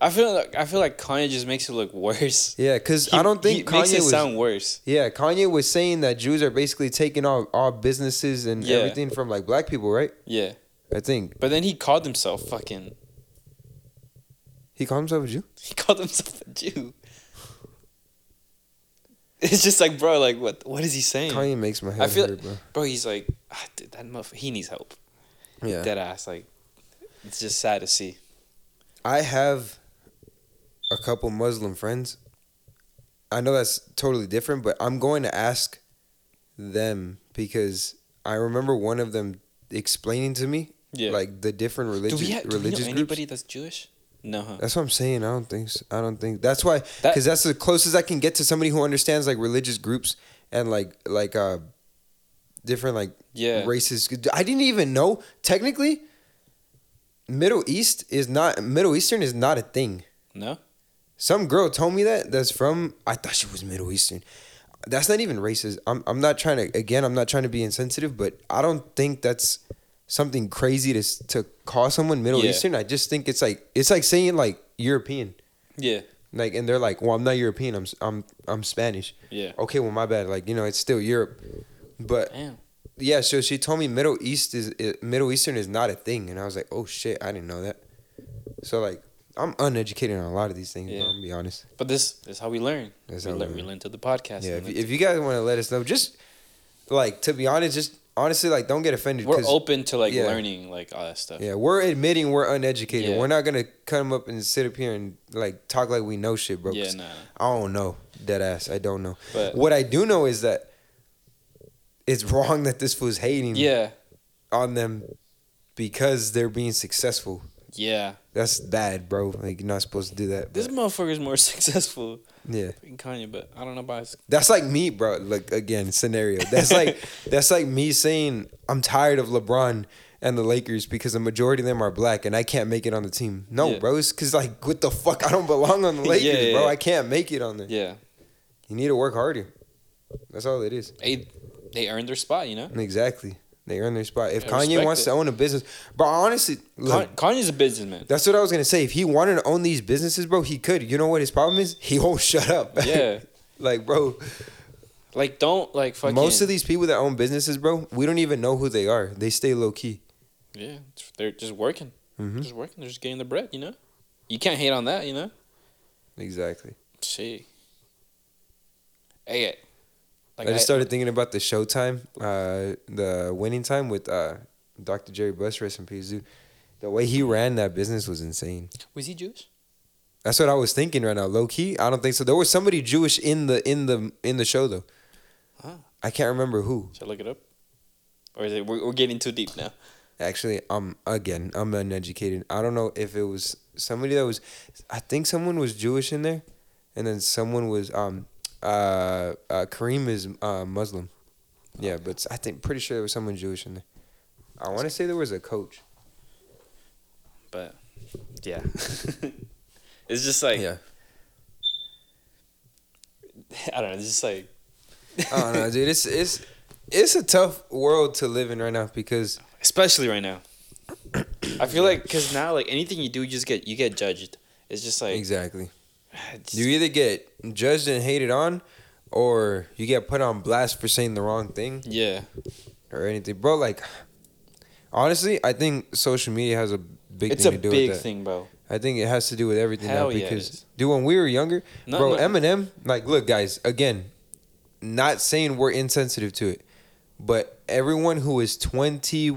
[SPEAKER 1] I feel like I feel like Kanye just makes it look worse.
[SPEAKER 2] Yeah, because
[SPEAKER 1] He-
[SPEAKER 2] I don't
[SPEAKER 1] he
[SPEAKER 2] think
[SPEAKER 1] makes
[SPEAKER 2] Kanye
[SPEAKER 1] it
[SPEAKER 2] was.
[SPEAKER 1] sound worse.
[SPEAKER 2] yeah, Kanye was saying that Jews are basically taking all all businesses and
[SPEAKER 1] Yeah.
[SPEAKER 2] everything from like black people, right?
[SPEAKER 1] Yeah,
[SPEAKER 2] I think
[SPEAKER 1] but then he called himself fucking.
[SPEAKER 2] he called himself a Jew.
[SPEAKER 1] He called himself a Jew. It's just like, bro, like what? What is he saying?
[SPEAKER 2] Kanye makes my head
[SPEAKER 1] I feel,
[SPEAKER 2] hurt, bro.
[SPEAKER 1] bro. He's like, ah, dude, that motherfucker. He needs help.
[SPEAKER 2] Yeah,
[SPEAKER 1] Dead ass. Like, it's just sad to see.
[SPEAKER 2] I have a couple Muslim friends. I know that's totally different, but I'm going to ask them because I remember one of them explaining to me
[SPEAKER 1] Yeah.
[SPEAKER 2] like the different
[SPEAKER 1] do
[SPEAKER 2] religious
[SPEAKER 1] we, ha- do we know
[SPEAKER 2] religious groups. Uh,
[SPEAKER 1] anybody that's Jewish? No, huh?
[SPEAKER 2] That's what I'm saying. I don't think. So. I don't think. That's why.
[SPEAKER 1] That-
[SPEAKER 2] Because that's the closest I can get to somebody who understands like religious groups and like like uh different like
[SPEAKER 1] Yeah.
[SPEAKER 2] races. I didn't even know technically. Middle East is not Middle Eastern is not a thing.
[SPEAKER 1] No.
[SPEAKER 2] Some girl told me that. That's from. I thought she was Middle Eastern. That's not even racist. I'm. I'm not trying to. Again, I'm not trying to be insensitive, but I don't think that's something crazy to s- to call someone Middle
[SPEAKER 1] Yeah.
[SPEAKER 2] Eastern. I just think it's like it's like saying like European.
[SPEAKER 1] Yeah.
[SPEAKER 2] Like and they're like, well, I'm not European. I'm s- I'm I'm Spanish.
[SPEAKER 1] Yeah.
[SPEAKER 2] Okay, well, my bad. Like you know, it's still Europe, but
[SPEAKER 1] Damn.
[SPEAKER 2] yeah. So she told me Middle East is i- Middle Eastern is not a thing, and I was like, oh shit, I didn't know that. So like, I'm uneducated on a lot of these things.
[SPEAKER 1] Yeah.
[SPEAKER 2] Bro, I'm gonna be honest.
[SPEAKER 1] But this is how we learn.
[SPEAKER 2] That's
[SPEAKER 1] we,
[SPEAKER 2] how we
[SPEAKER 1] learn. we
[SPEAKER 2] learn.
[SPEAKER 1] learn to the podcast.
[SPEAKER 2] Yeah,
[SPEAKER 1] and
[SPEAKER 2] if,
[SPEAKER 1] learn
[SPEAKER 2] if you guys want to let us know, just like to be honest, just honestly, like, don't get offended.
[SPEAKER 1] We're
[SPEAKER 2] 'cause-
[SPEAKER 1] open to like
[SPEAKER 2] yeah.
[SPEAKER 1] learning like all that stuff.
[SPEAKER 2] Yeah, we're admitting we're uneducated.
[SPEAKER 1] Yeah.
[SPEAKER 2] We're not gonna come up and sit up here and like talk like we know shit, bro. 'cause
[SPEAKER 1] Yeah, nah.
[SPEAKER 2] I don't know. Dead ass. I don't know.
[SPEAKER 1] But-
[SPEAKER 2] what I do know is that it's wrong that this was hating
[SPEAKER 1] Yeah,
[SPEAKER 2] on them because they're being successful.
[SPEAKER 1] yeah.
[SPEAKER 2] That's bad, bro. Like you're not supposed to do that.
[SPEAKER 1] This
[SPEAKER 2] But,
[SPEAKER 1] motherfucker's more successful
[SPEAKER 2] yeah.
[SPEAKER 1] than Kanye, but I don't know about his.
[SPEAKER 2] That's like me, bro. Like again, scenario. That's like that's like me saying I'm tired of LeBron and the Lakers because the majority of them are black and I can't make it on the team. No,
[SPEAKER 1] Yeah.
[SPEAKER 2] bro, it's because like what the fuck? I don't belong on the
[SPEAKER 1] Yeah,
[SPEAKER 2] Lakers,
[SPEAKER 1] yeah,
[SPEAKER 2] bro.
[SPEAKER 1] yeah.
[SPEAKER 2] I can't make it on there.
[SPEAKER 1] Yeah,
[SPEAKER 2] You need to work harder. That's all it is.
[SPEAKER 1] they they earned their spot, you know.
[SPEAKER 2] Exactly. They earn their spot. If
[SPEAKER 1] Yeah,
[SPEAKER 2] Kanye
[SPEAKER 1] respect
[SPEAKER 2] wants
[SPEAKER 1] it.
[SPEAKER 2] to own a business, but honestly, look,
[SPEAKER 1] Con- Kanye's a businessman.
[SPEAKER 2] that's what I was gonna say. If he wanted to own these businesses, bro, he could. You know what his problem is? He won't shut up.
[SPEAKER 1] Yeah,
[SPEAKER 2] like, bro,
[SPEAKER 1] like don't like fucking.
[SPEAKER 2] Most of these people that own businesses, bro, we don't even know who they are. They stay low key.
[SPEAKER 1] Yeah, they're just working,
[SPEAKER 2] Mhm.
[SPEAKER 1] just working. They're just getting the bread, you know. You can't hate on that, you know.
[SPEAKER 2] Exactly.
[SPEAKER 1] Shit. Hey, like
[SPEAKER 2] I just started thinking about the Showtime, uh, the winning time with uh, Dr. Jerry Buss, rest in peace, dude. The way he ran that business was insane.
[SPEAKER 1] was he Jewish?
[SPEAKER 2] That's what I was thinking right now. Low key, I don't think so. There was somebody Jewish in the in the in the show though.
[SPEAKER 1] Huh.
[SPEAKER 2] I can't remember who.
[SPEAKER 1] Should I look it up? Or is it we're, we're getting too deep now?
[SPEAKER 2] Actually, I'm again, I'm uneducated. I don't know if it was somebody that was I think someone was Jewish in there and then someone was um uh, uh Kareem is uh Muslim. Yeah, but I think pretty sure there was someone Jewish in there. I want to say there was a coach.
[SPEAKER 1] But yeah, it's just like I don't know. It's just like
[SPEAKER 2] I don't know, dude. It's it's it's a tough world to live in right now because
[SPEAKER 1] especially right now. I feel like because now like anything you do, you just get you get judged. It's just like
[SPEAKER 2] exactly.
[SPEAKER 1] it's-
[SPEAKER 2] You either get judged and hated on or you get put on blast for saying the wrong thing.
[SPEAKER 1] yeah,
[SPEAKER 2] or anything, bro. Like, honestly, I think social media has a big
[SPEAKER 1] it's a
[SPEAKER 2] thing to do
[SPEAKER 1] big
[SPEAKER 2] with that.
[SPEAKER 1] thing, bro.
[SPEAKER 2] I think it has to do with everything
[SPEAKER 1] Hell
[SPEAKER 2] now
[SPEAKER 1] yeah, it
[SPEAKER 2] because,
[SPEAKER 1] is.
[SPEAKER 2] dude, when we were younger,
[SPEAKER 1] No,
[SPEAKER 2] bro,
[SPEAKER 1] no.
[SPEAKER 2] Eminem. Like, look, guys, again, not saying we're insensitive to it, but everyone who is 20,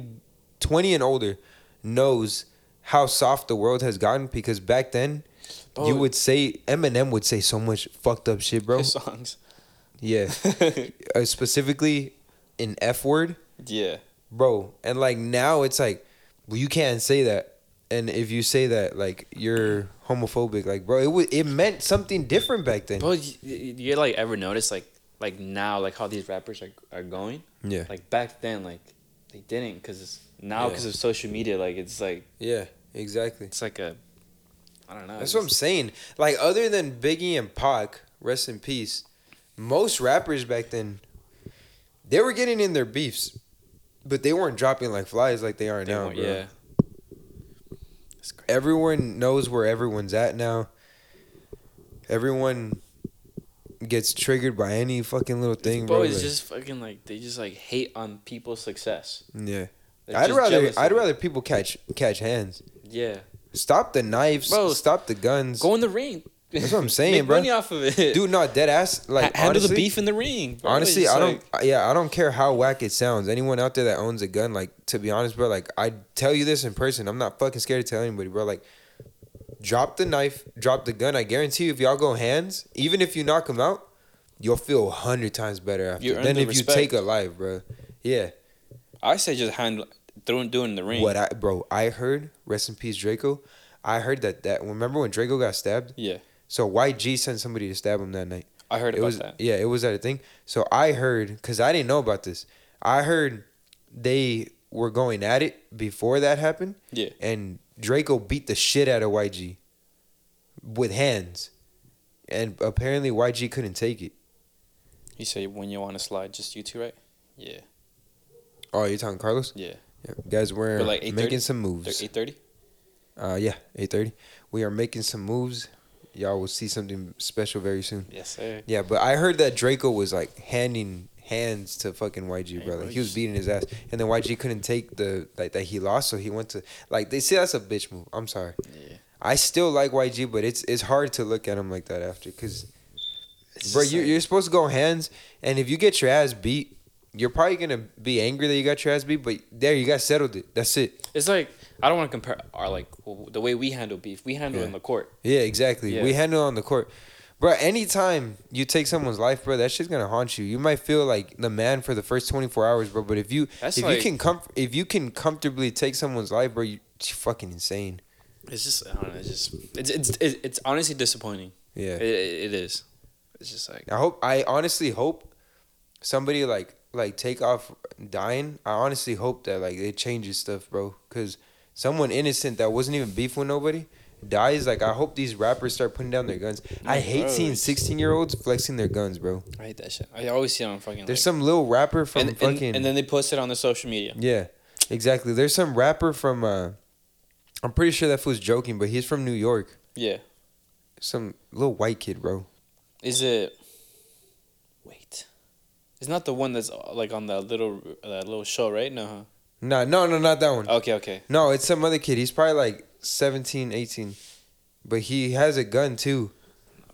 [SPEAKER 2] 20 and older knows how soft the world has gotten because back then.
[SPEAKER 1] Bro,
[SPEAKER 2] You would say Eminem would say so much fucked up shit, bro.
[SPEAKER 1] his songs.
[SPEAKER 2] Yeah, uh, specifically an F word
[SPEAKER 1] yeah,
[SPEAKER 2] bro and like now it's like well, you can't say that and if you say that like you're homophobic like bro it w- it meant something different back then
[SPEAKER 1] bro. You, you you, like ever notice like like now like how these rappers are are going?
[SPEAKER 2] yeah
[SPEAKER 1] Like back then, like they didn't because now
[SPEAKER 2] Yeah.
[SPEAKER 1] because of social media, like it's like
[SPEAKER 2] yeah exactly
[SPEAKER 1] it's like a I don't know.
[SPEAKER 2] that's what i'm saying like other than biggie and pac rest in peace most rappers back then they were getting in their beefs but they weren't dropping like flies like they are
[SPEAKER 1] They
[SPEAKER 2] now
[SPEAKER 1] want-
[SPEAKER 2] bro
[SPEAKER 1] yeah. That's crazy.
[SPEAKER 2] everyone knows where everyone's at now. Everyone gets triggered by any fucking little thing,
[SPEAKER 1] Bro,
[SPEAKER 2] bro.
[SPEAKER 1] it's
[SPEAKER 2] like-
[SPEAKER 1] just fucking like they just like hate on people's success.
[SPEAKER 2] yeah.
[SPEAKER 1] They're
[SPEAKER 2] I'd
[SPEAKER 1] just
[SPEAKER 2] rather
[SPEAKER 1] jealous of
[SPEAKER 2] I'd
[SPEAKER 1] it.
[SPEAKER 2] rather people catch catch hands.
[SPEAKER 1] yeah
[SPEAKER 2] Stop the knives.
[SPEAKER 1] Bro,
[SPEAKER 2] stop the guns.
[SPEAKER 1] go in the ring.
[SPEAKER 2] That's what I'm saying,
[SPEAKER 1] Make
[SPEAKER 2] bro.
[SPEAKER 1] Money off of it,
[SPEAKER 2] Dude, no dead ass. Like
[SPEAKER 1] Ha- handle
[SPEAKER 2] honestly,
[SPEAKER 1] the beef in the ring. bro.
[SPEAKER 2] honestly,
[SPEAKER 1] It's
[SPEAKER 2] I don't.
[SPEAKER 1] like-
[SPEAKER 2] yeah, I don't care how whack it sounds. Anyone out there that owns a gun, like to be honest, bro, like I tell you this in person. I'm not fucking scared to tell anybody, bro. Like, drop the knife, drop the gun. I guarantee you, if y'all go hands, even if you knock them out, you'll feel a hundred times better after
[SPEAKER 1] You earn
[SPEAKER 2] than
[SPEAKER 1] the
[SPEAKER 2] if
[SPEAKER 1] respect.
[SPEAKER 2] you take a life, bro. Yeah,
[SPEAKER 1] I say just handle throwing doing the ring.
[SPEAKER 2] what I, bro, I heard. Rest in peace, Draco. I heard that that remember when Draco got stabbed.
[SPEAKER 1] Yeah,
[SPEAKER 2] So YG sent somebody to stab him that night.
[SPEAKER 1] I heard
[SPEAKER 2] it
[SPEAKER 1] about
[SPEAKER 2] was
[SPEAKER 1] that.
[SPEAKER 2] yeah it was at a thing so i heard because i didn't know about this i heard they were going at it before that happened
[SPEAKER 1] Yeah.
[SPEAKER 2] and draco beat the shit out of yg with hands and apparently yg couldn't take it
[SPEAKER 1] You say when you want to slide, just you two, right? Yeah,
[SPEAKER 2] oh you're talking carlos
[SPEAKER 1] yeah.
[SPEAKER 2] yeah. guys we're
[SPEAKER 1] But like 8:30?
[SPEAKER 2] making some
[SPEAKER 1] They're
[SPEAKER 2] moves
[SPEAKER 1] eight thirty.
[SPEAKER 2] uh yeah 8.30 we are making some moves y'all will see something special very soon
[SPEAKER 1] Yes, sir.
[SPEAKER 2] Yeah, but I heard that Draco was like handing hands to fucking YG,
[SPEAKER 1] Hey,
[SPEAKER 2] bro.
[SPEAKER 1] bro,
[SPEAKER 2] Like, he
[SPEAKER 1] you
[SPEAKER 2] was
[SPEAKER 1] s-
[SPEAKER 2] beating his ass, and then YG couldn't take the like that he lost, so he went to like they see that's a bitch move. I'm sorry.
[SPEAKER 1] Yeah.
[SPEAKER 2] I still like YG, but it's it's hard to look at him like that after because
[SPEAKER 1] It's
[SPEAKER 2] bro,
[SPEAKER 1] just
[SPEAKER 2] you
[SPEAKER 1] like-
[SPEAKER 2] you're supposed to go hands, and if you get your ass beat, you're probably gonna be angry that you got your ass beat, but there you guys settled it. That's it.
[SPEAKER 1] It's like I don't want to compare our like w- the way we handle beef. We handle it
[SPEAKER 2] Yeah.
[SPEAKER 1] in the court.
[SPEAKER 2] Yeah, exactly.
[SPEAKER 1] Yeah.
[SPEAKER 2] We handle it on the court. Bro, anytime you take someone's life, bro, that shit's gonna haunt you. You might feel like the man for the first twenty four hours, bro. But if you
[SPEAKER 1] That's
[SPEAKER 2] if
[SPEAKER 1] like-
[SPEAKER 2] you can com- if you can comfortably take someone's life, bro, you, you're fucking insane.
[SPEAKER 1] It's just I don't know. It's just it's it's it's, it's honestly disappointing.
[SPEAKER 2] Yeah.
[SPEAKER 1] It, it, it is. It's just like
[SPEAKER 2] I hope I honestly hope somebody like like take off dying. I honestly hope that like it changes stuff, bro. Cause someone innocent that wasn't even beef with nobody dies. Like I hope these rappers start putting down their guns. I
[SPEAKER 1] Yeah,
[SPEAKER 2] hate
[SPEAKER 1] bro,
[SPEAKER 2] seeing
[SPEAKER 1] it's-
[SPEAKER 2] sixteen year olds flexing their guns, bro.
[SPEAKER 1] I hate that shit. I always see it on fucking.
[SPEAKER 2] There's
[SPEAKER 1] like,
[SPEAKER 2] some little rapper from
[SPEAKER 1] and,
[SPEAKER 2] fucking
[SPEAKER 1] and, and then they post it on their social media.
[SPEAKER 2] yeah, exactly. There's some rapper from uh, I'm pretty sure that fool's joking, but he's from New York.
[SPEAKER 1] Yeah.
[SPEAKER 2] Some little white kid, bro.
[SPEAKER 1] Is it? Wait. It's not the one that's uh, like on that little that little show, right? No.
[SPEAKER 2] Nah, no, no, not that one.
[SPEAKER 1] Huh? Okay. Okay.
[SPEAKER 2] No, it's some other kid. He's probably like 17, 18. But he has a gun too.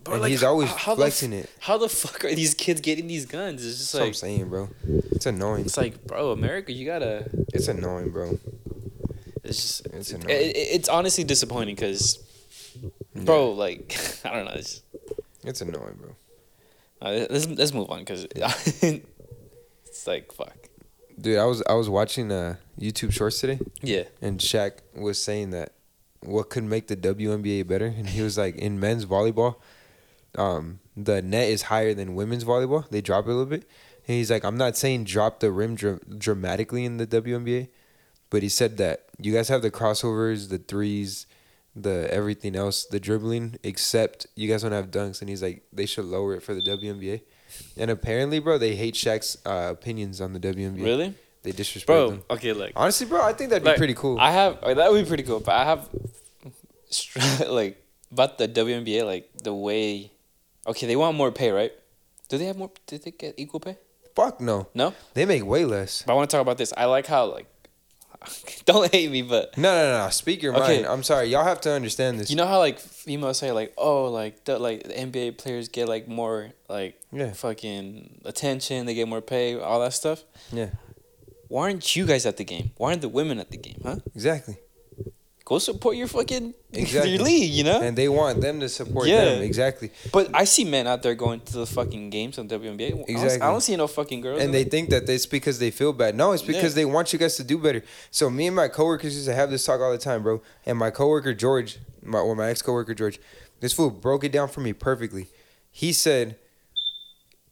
[SPEAKER 1] But
[SPEAKER 2] and he's always flexing
[SPEAKER 1] the,
[SPEAKER 2] it.
[SPEAKER 1] f- How the fuck are these kids getting these guns? It's just
[SPEAKER 2] That's what I'm
[SPEAKER 1] like
[SPEAKER 2] saying, bro. It's annoying.
[SPEAKER 1] it's like, bro, America, you gotta.
[SPEAKER 2] It's annoying, bro.
[SPEAKER 1] It's just
[SPEAKER 2] It's
[SPEAKER 1] it's it,
[SPEAKER 2] annoying.
[SPEAKER 1] it- it's honestly disappointing because, bro, like I don't know. It's,
[SPEAKER 2] It's annoying, bro.
[SPEAKER 1] uh, let's let's move on because it's like fuck.
[SPEAKER 2] Dude, I was I was watching uh YouTube shorts today
[SPEAKER 1] Yeah.
[SPEAKER 2] and Shaq was saying that what could make the WNBA better and he was like in men's volleyball um the net is higher than women's volleyball. They drop it a little bit. And he's like I'm not saying drop the rim dra- dramatically in the WNBA, but he said that you guys have the crossovers, the threes, the everything else, the dribbling, except you guys don't have dunks. And he's like, they should lower it for the WNBA. And apparently, bro, they hate Shaq's uh, opinions on the WNBA.
[SPEAKER 1] Really,
[SPEAKER 2] They disrespect
[SPEAKER 1] bro?
[SPEAKER 2] them.
[SPEAKER 1] Okay, look.
[SPEAKER 2] Honestly, bro, I think that'd be
[SPEAKER 1] Like,
[SPEAKER 2] pretty cool.
[SPEAKER 1] I have like, that would be pretty cool, but I have str- like about the WNBA like the way. Okay, they want more pay, right? Do they have more? Did they get equal pay?
[SPEAKER 2] Fuck no.
[SPEAKER 1] No,
[SPEAKER 2] They make way less.
[SPEAKER 1] but I want to talk about this. I like how like don't hate me, but
[SPEAKER 2] No, no, no. Speak your
[SPEAKER 1] Okay.
[SPEAKER 2] mind. I'm sorry. Y'all have to understand this.
[SPEAKER 1] you know how like females say like oh like the like the NBA players get like more like
[SPEAKER 2] Yeah.
[SPEAKER 1] fucking attention, they get more pay, all that stuff.
[SPEAKER 2] Yeah.
[SPEAKER 1] Why aren't you guys at the game? Why aren't the women at the game, huh?
[SPEAKER 2] exactly.
[SPEAKER 1] Go support your fucking
[SPEAKER 2] Exactly.
[SPEAKER 1] your league, you know?
[SPEAKER 2] And they want them to support
[SPEAKER 1] Yeah.
[SPEAKER 2] them. Exactly.
[SPEAKER 1] But I see men out there going to the fucking games on WNBA. I don't- I
[SPEAKER 2] Exactly.
[SPEAKER 1] don't, see no fucking girls.
[SPEAKER 2] and they think that it's because they feel bad. No, it's because
[SPEAKER 1] Yeah.
[SPEAKER 2] they want you guys to do better. So me and my coworkers used to have this talk all the time, bro. And my coworker George, my or my ex coworker George, this fool broke it down for me perfectly. He said,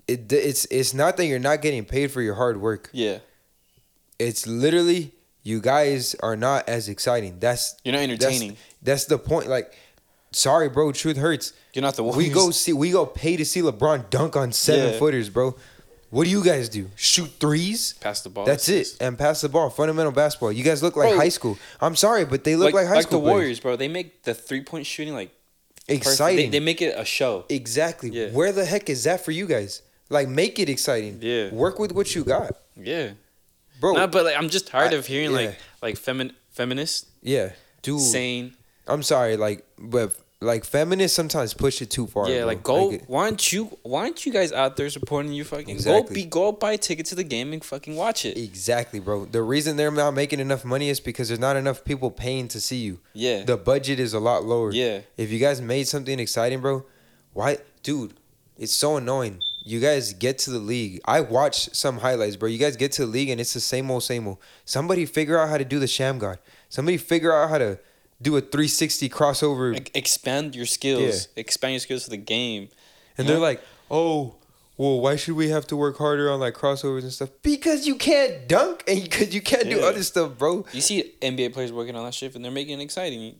[SPEAKER 2] it, "It's it's not that you're not getting paid for your hard work.
[SPEAKER 1] yeah,
[SPEAKER 2] It's literally you guys are not as exciting. That's
[SPEAKER 1] you're not
[SPEAKER 2] that's
[SPEAKER 1] entertaining.
[SPEAKER 2] that's the point. Like, sorry, bro. Truth hurts.
[SPEAKER 1] You're not the one.
[SPEAKER 2] We go
[SPEAKER 1] who's-
[SPEAKER 2] see we go pay to see LeBron dunk on seven
[SPEAKER 1] Yeah.
[SPEAKER 2] footers, bro. What do you guys do? Shoot threes?
[SPEAKER 1] pass the ball.
[SPEAKER 2] That's it. And pass the ball. Fundamental basketball. You guys look like
[SPEAKER 1] Bro.
[SPEAKER 2] high school. I'm sorry, but they look like, high school.
[SPEAKER 1] the
[SPEAKER 2] players.
[SPEAKER 1] Warriors, bro. They make the three point shooting like perfect.
[SPEAKER 2] Exciting.
[SPEAKER 1] They, they make it a show.
[SPEAKER 2] exactly.
[SPEAKER 1] Yeah.
[SPEAKER 2] Where the heck is that for you guys? Like make it exciting.
[SPEAKER 1] Yeah.
[SPEAKER 2] Work with what you got.
[SPEAKER 1] Yeah.
[SPEAKER 2] Bro.
[SPEAKER 1] Nah, but like I'm just tired
[SPEAKER 2] I-
[SPEAKER 1] of hearing
[SPEAKER 2] yeah.
[SPEAKER 1] like like femin feminists
[SPEAKER 2] yeah. Dude.
[SPEAKER 1] saying
[SPEAKER 2] I'm sorry, like but like feminists sometimes push it too far.
[SPEAKER 1] yeah
[SPEAKER 2] bro.
[SPEAKER 1] like go
[SPEAKER 2] it-
[SPEAKER 1] why aren't you why aren't you guys out there supporting your fucking go
[SPEAKER 2] Exactly.
[SPEAKER 1] be go buy a ticket to the game and fucking watch it
[SPEAKER 2] Exactly, bro. The reason they're not making enough money is because there's not enough people paying to see you.
[SPEAKER 1] yeah
[SPEAKER 2] The budget is a lot lower.
[SPEAKER 1] yeah
[SPEAKER 2] If you guys made something exciting, bro, why, dude? It's so annoying. You guys get to the league. I watch some highlights, bro. You guys get to the league and it's the same old, same old. Somebody figure out how to do the sham god. Somebody figure out how to do a 360 crossover.
[SPEAKER 1] Like, expand your skills expand your skills for the game
[SPEAKER 2] and they're
[SPEAKER 1] yeah.
[SPEAKER 2] like, oh, well, why should we have to work harder on like crossovers and stuff? Because you can't dunk and because you can't do
[SPEAKER 1] Yeah.
[SPEAKER 2] other stuff, bro.
[SPEAKER 1] you see NBA players working on that shit and they're making it exciting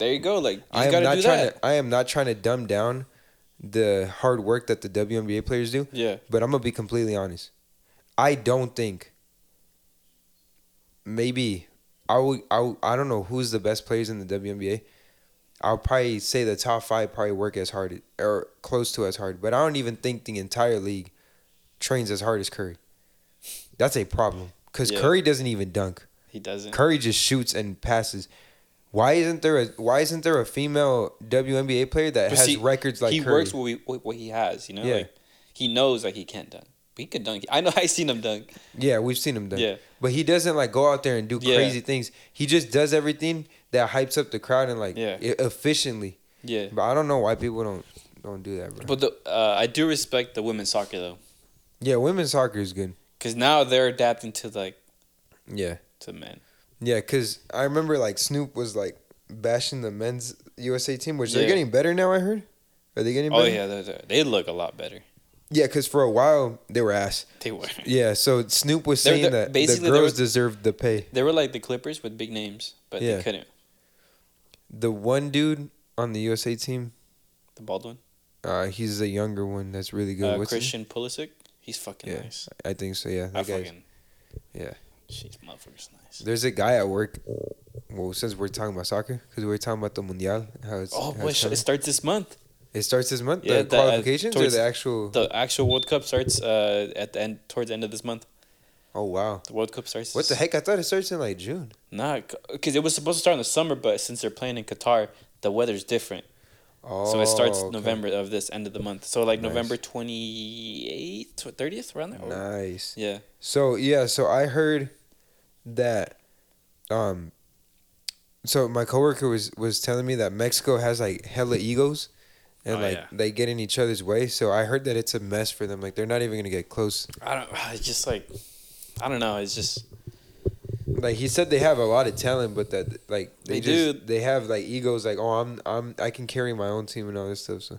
[SPEAKER 1] there you go like you
[SPEAKER 2] I am
[SPEAKER 1] gotta
[SPEAKER 2] not
[SPEAKER 1] do
[SPEAKER 2] trying
[SPEAKER 1] that
[SPEAKER 2] to. I am not trying to dumb down the hard work that the WNBA players do.
[SPEAKER 1] yeah
[SPEAKER 2] But I'm gonna be completely honest. I don't think. Maybe, I would. I would, I don't know who's the best players in the WNBA. I'll probably say the top five probably work as hard or close to as hard, but I don't even think the entire league trains as hard as Curry. That's a problem because
[SPEAKER 1] Yeah.
[SPEAKER 2] Curry doesn't even dunk.
[SPEAKER 1] he doesn't
[SPEAKER 2] Curry just shoots and passes. Why isn't there a Why isn't there a female WNBA player that
[SPEAKER 1] But
[SPEAKER 2] has
[SPEAKER 1] see,
[SPEAKER 2] records like
[SPEAKER 1] he
[SPEAKER 2] Curry?
[SPEAKER 1] works with what, he- what he has you know
[SPEAKER 2] Yeah.
[SPEAKER 1] like he knows that he can't dunk he could dunk. I know I seen him dunk.
[SPEAKER 2] Yeah, we've seen him done.
[SPEAKER 1] Yeah.
[SPEAKER 2] But he doesn't like go out there and do
[SPEAKER 1] Yeah.
[SPEAKER 2] crazy things. He just does everything that hypes up the crowd and like
[SPEAKER 1] Yeah.
[SPEAKER 2] e- efficiently.
[SPEAKER 1] Yeah.
[SPEAKER 2] But I don't know why people don't don't do that, bro.
[SPEAKER 1] But the, uh, I do respect the women's soccer though,
[SPEAKER 2] yeah, women's soccer is good.
[SPEAKER 1] because now they're adapting to like
[SPEAKER 2] Yeah.
[SPEAKER 1] to men.
[SPEAKER 2] Yeah, cuz I remember like Snoop was like bashing the men's USA team, which they're
[SPEAKER 1] Yeah.
[SPEAKER 2] getting better now, I heard. Are they getting better?
[SPEAKER 1] Oh yeah, they're, they're, they look a lot better.
[SPEAKER 2] Yeah, cuz for a while they were ass.
[SPEAKER 1] They were.
[SPEAKER 2] Yeah, so Snoop was
[SPEAKER 1] They're-
[SPEAKER 2] saying
[SPEAKER 1] they're-
[SPEAKER 2] that the
[SPEAKER 1] basically they
[SPEAKER 2] girls
[SPEAKER 1] were-
[SPEAKER 2] deserved the pay.
[SPEAKER 1] They were like the Clippers with big names, but
[SPEAKER 2] Yeah.
[SPEAKER 1] they couldn't.
[SPEAKER 2] The one dude on the USA team,
[SPEAKER 1] The Baldwin,
[SPEAKER 2] uh, he's a younger one that's really good.
[SPEAKER 1] uh,
[SPEAKER 2] What's his-
[SPEAKER 1] Christian Pulisic, he's fucking
[SPEAKER 2] Yeah.
[SPEAKER 1] nice.
[SPEAKER 2] I think so. Yeah,
[SPEAKER 1] I
[SPEAKER 2] that guy's-
[SPEAKER 1] fucking
[SPEAKER 2] yeah.
[SPEAKER 1] She's motherfuckers nice.
[SPEAKER 2] There's a guy at work. Well, since we're talking about soccer, because we were talking about the mundial, how it's
[SPEAKER 1] Oh
[SPEAKER 2] how
[SPEAKER 1] boy,
[SPEAKER 2] it's
[SPEAKER 1] sh- it
[SPEAKER 2] coming.
[SPEAKER 1] starts this month.
[SPEAKER 2] it starts this month.
[SPEAKER 1] Yeah,
[SPEAKER 2] the
[SPEAKER 1] the, uh,
[SPEAKER 2] qualifications or
[SPEAKER 1] towards-
[SPEAKER 2] the actual?
[SPEAKER 1] The actual World Cup starts uh, at the end towards the end of this month.
[SPEAKER 2] oh wow,
[SPEAKER 1] The World Cup starts.
[SPEAKER 2] what the heck? I thought it starts in like June.
[SPEAKER 1] Nah, because it was supposed to start in the summer, but since they're playing in Qatar, the weather's different.
[SPEAKER 2] Oh,
[SPEAKER 1] So it starts
[SPEAKER 2] okay.
[SPEAKER 1] November of this end of the month. So like
[SPEAKER 2] Nice.
[SPEAKER 1] November twenty eighth, thirtieth, around there. or-
[SPEAKER 2] Nice.
[SPEAKER 1] Yeah,
[SPEAKER 2] So yeah, so I heard that. Um. So my coworker was was telling me that Mexico has like hella egos, and
[SPEAKER 1] Oh,
[SPEAKER 2] like
[SPEAKER 1] yeah.
[SPEAKER 2] they get in each other's way. So I heard that it's a mess for them. Like they're not even gonna get close.
[SPEAKER 1] I don't. It's just like, I don't know. It's just
[SPEAKER 2] like he said they have a lot of talent but that like
[SPEAKER 1] They
[SPEAKER 2] they, just they have like egos like oh i'm i'm i can carry my own team and all this stuff so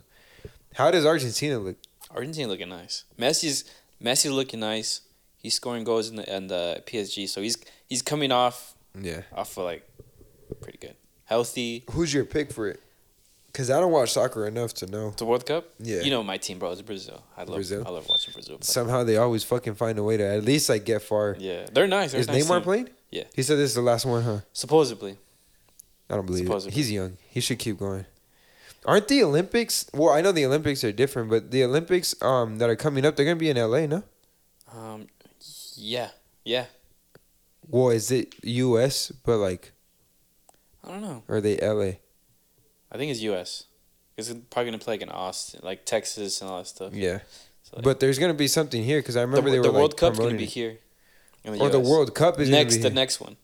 [SPEAKER 2] how does argentina look
[SPEAKER 1] Argentina looking nice. Messi's Messi's looking nice. He's scoring goals in the in the PSG, so he's he's coming off
[SPEAKER 2] yeah
[SPEAKER 1] off of like pretty good, healthy.
[SPEAKER 2] who's your pick for it because i don't watch soccer enough to know
[SPEAKER 1] The World Cup.
[SPEAKER 2] Yeah.
[SPEAKER 1] You know my team, bro. It's Brazil. I love
[SPEAKER 2] Brazil?
[SPEAKER 1] I love watching Brazil. play.
[SPEAKER 2] somehow they always fucking find a way to at least like get far
[SPEAKER 1] yeah, they're nice. They're
[SPEAKER 2] is
[SPEAKER 1] a nice
[SPEAKER 2] neymar
[SPEAKER 1] team.
[SPEAKER 2] playing
[SPEAKER 1] Yeah.
[SPEAKER 2] he said this is the last one huh
[SPEAKER 1] Supposedly.
[SPEAKER 2] i don't believe
[SPEAKER 1] Supposedly.
[SPEAKER 2] it he's young he should keep going aren't the olympics well i know the olympics are different but the olympics um that are coming up they're gonna be in la no
[SPEAKER 1] Um. Yeah. Yeah.
[SPEAKER 2] well is it us but like
[SPEAKER 1] I don't know.
[SPEAKER 2] are they la
[SPEAKER 1] I think it's U.S. It's probably gonna play like in Austin, like Texas and all that stuff.
[SPEAKER 2] yeah
[SPEAKER 1] So, like,
[SPEAKER 2] But there's gonna be something here because I remember
[SPEAKER 1] the,
[SPEAKER 2] they were
[SPEAKER 1] the
[SPEAKER 2] like,
[SPEAKER 1] World Cup's gonna
[SPEAKER 2] promoting
[SPEAKER 1] be
[SPEAKER 2] it.
[SPEAKER 1] here. in
[SPEAKER 2] or the
[SPEAKER 1] US.
[SPEAKER 2] World Cup is
[SPEAKER 1] next
[SPEAKER 2] Gonna
[SPEAKER 1] the
[SPEAKER 2] be here.
[SPEAKER 1] next one.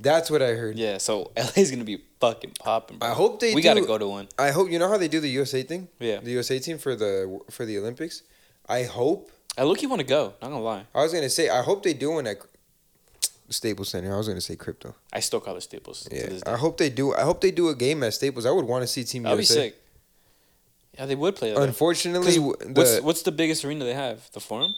[SPEAKER 2] That's what I heard.
[SPEAKER 1] Yeah, so LA's gonna be fucking popping. bro.
[SPEAKER 2] I hope they
[SPEAKER 1] We gotta
[SPEAKER 2] do-
[SPEAKER 1] go to one.
[SPEAKER 2] I hope you know how they do the USA thing,
[SPEAKER 1] Yeah,
[SPEAKER 2] the USA team for the for the Olympics. I hope
[SPEAKER 1] I look. You want to go? Not gonna lie.
[SPEAKER 2] I was gonna say I hope they do one at Staples Center. I was gonna say crypto.
[SPEAKER 1] I still call it Staples. To
[SPEAKER 2] Yeah,
[SPEAKER 1] this day.
[SPEAKER 2] I hope they do. I hope they do a game at Staples. I would want to see Team
[SPEAKER 1] That'd be
[SPEAKER 2] USA.
[SPEAKER 1] sick. Yeah, they would play. That.
[SPEAKER 2] Unfortunately, w-
[SPEAKER 1] what's
[SPEAKER 2] the
[SPEAKER 1] what's the biggest arena they have? The Forum.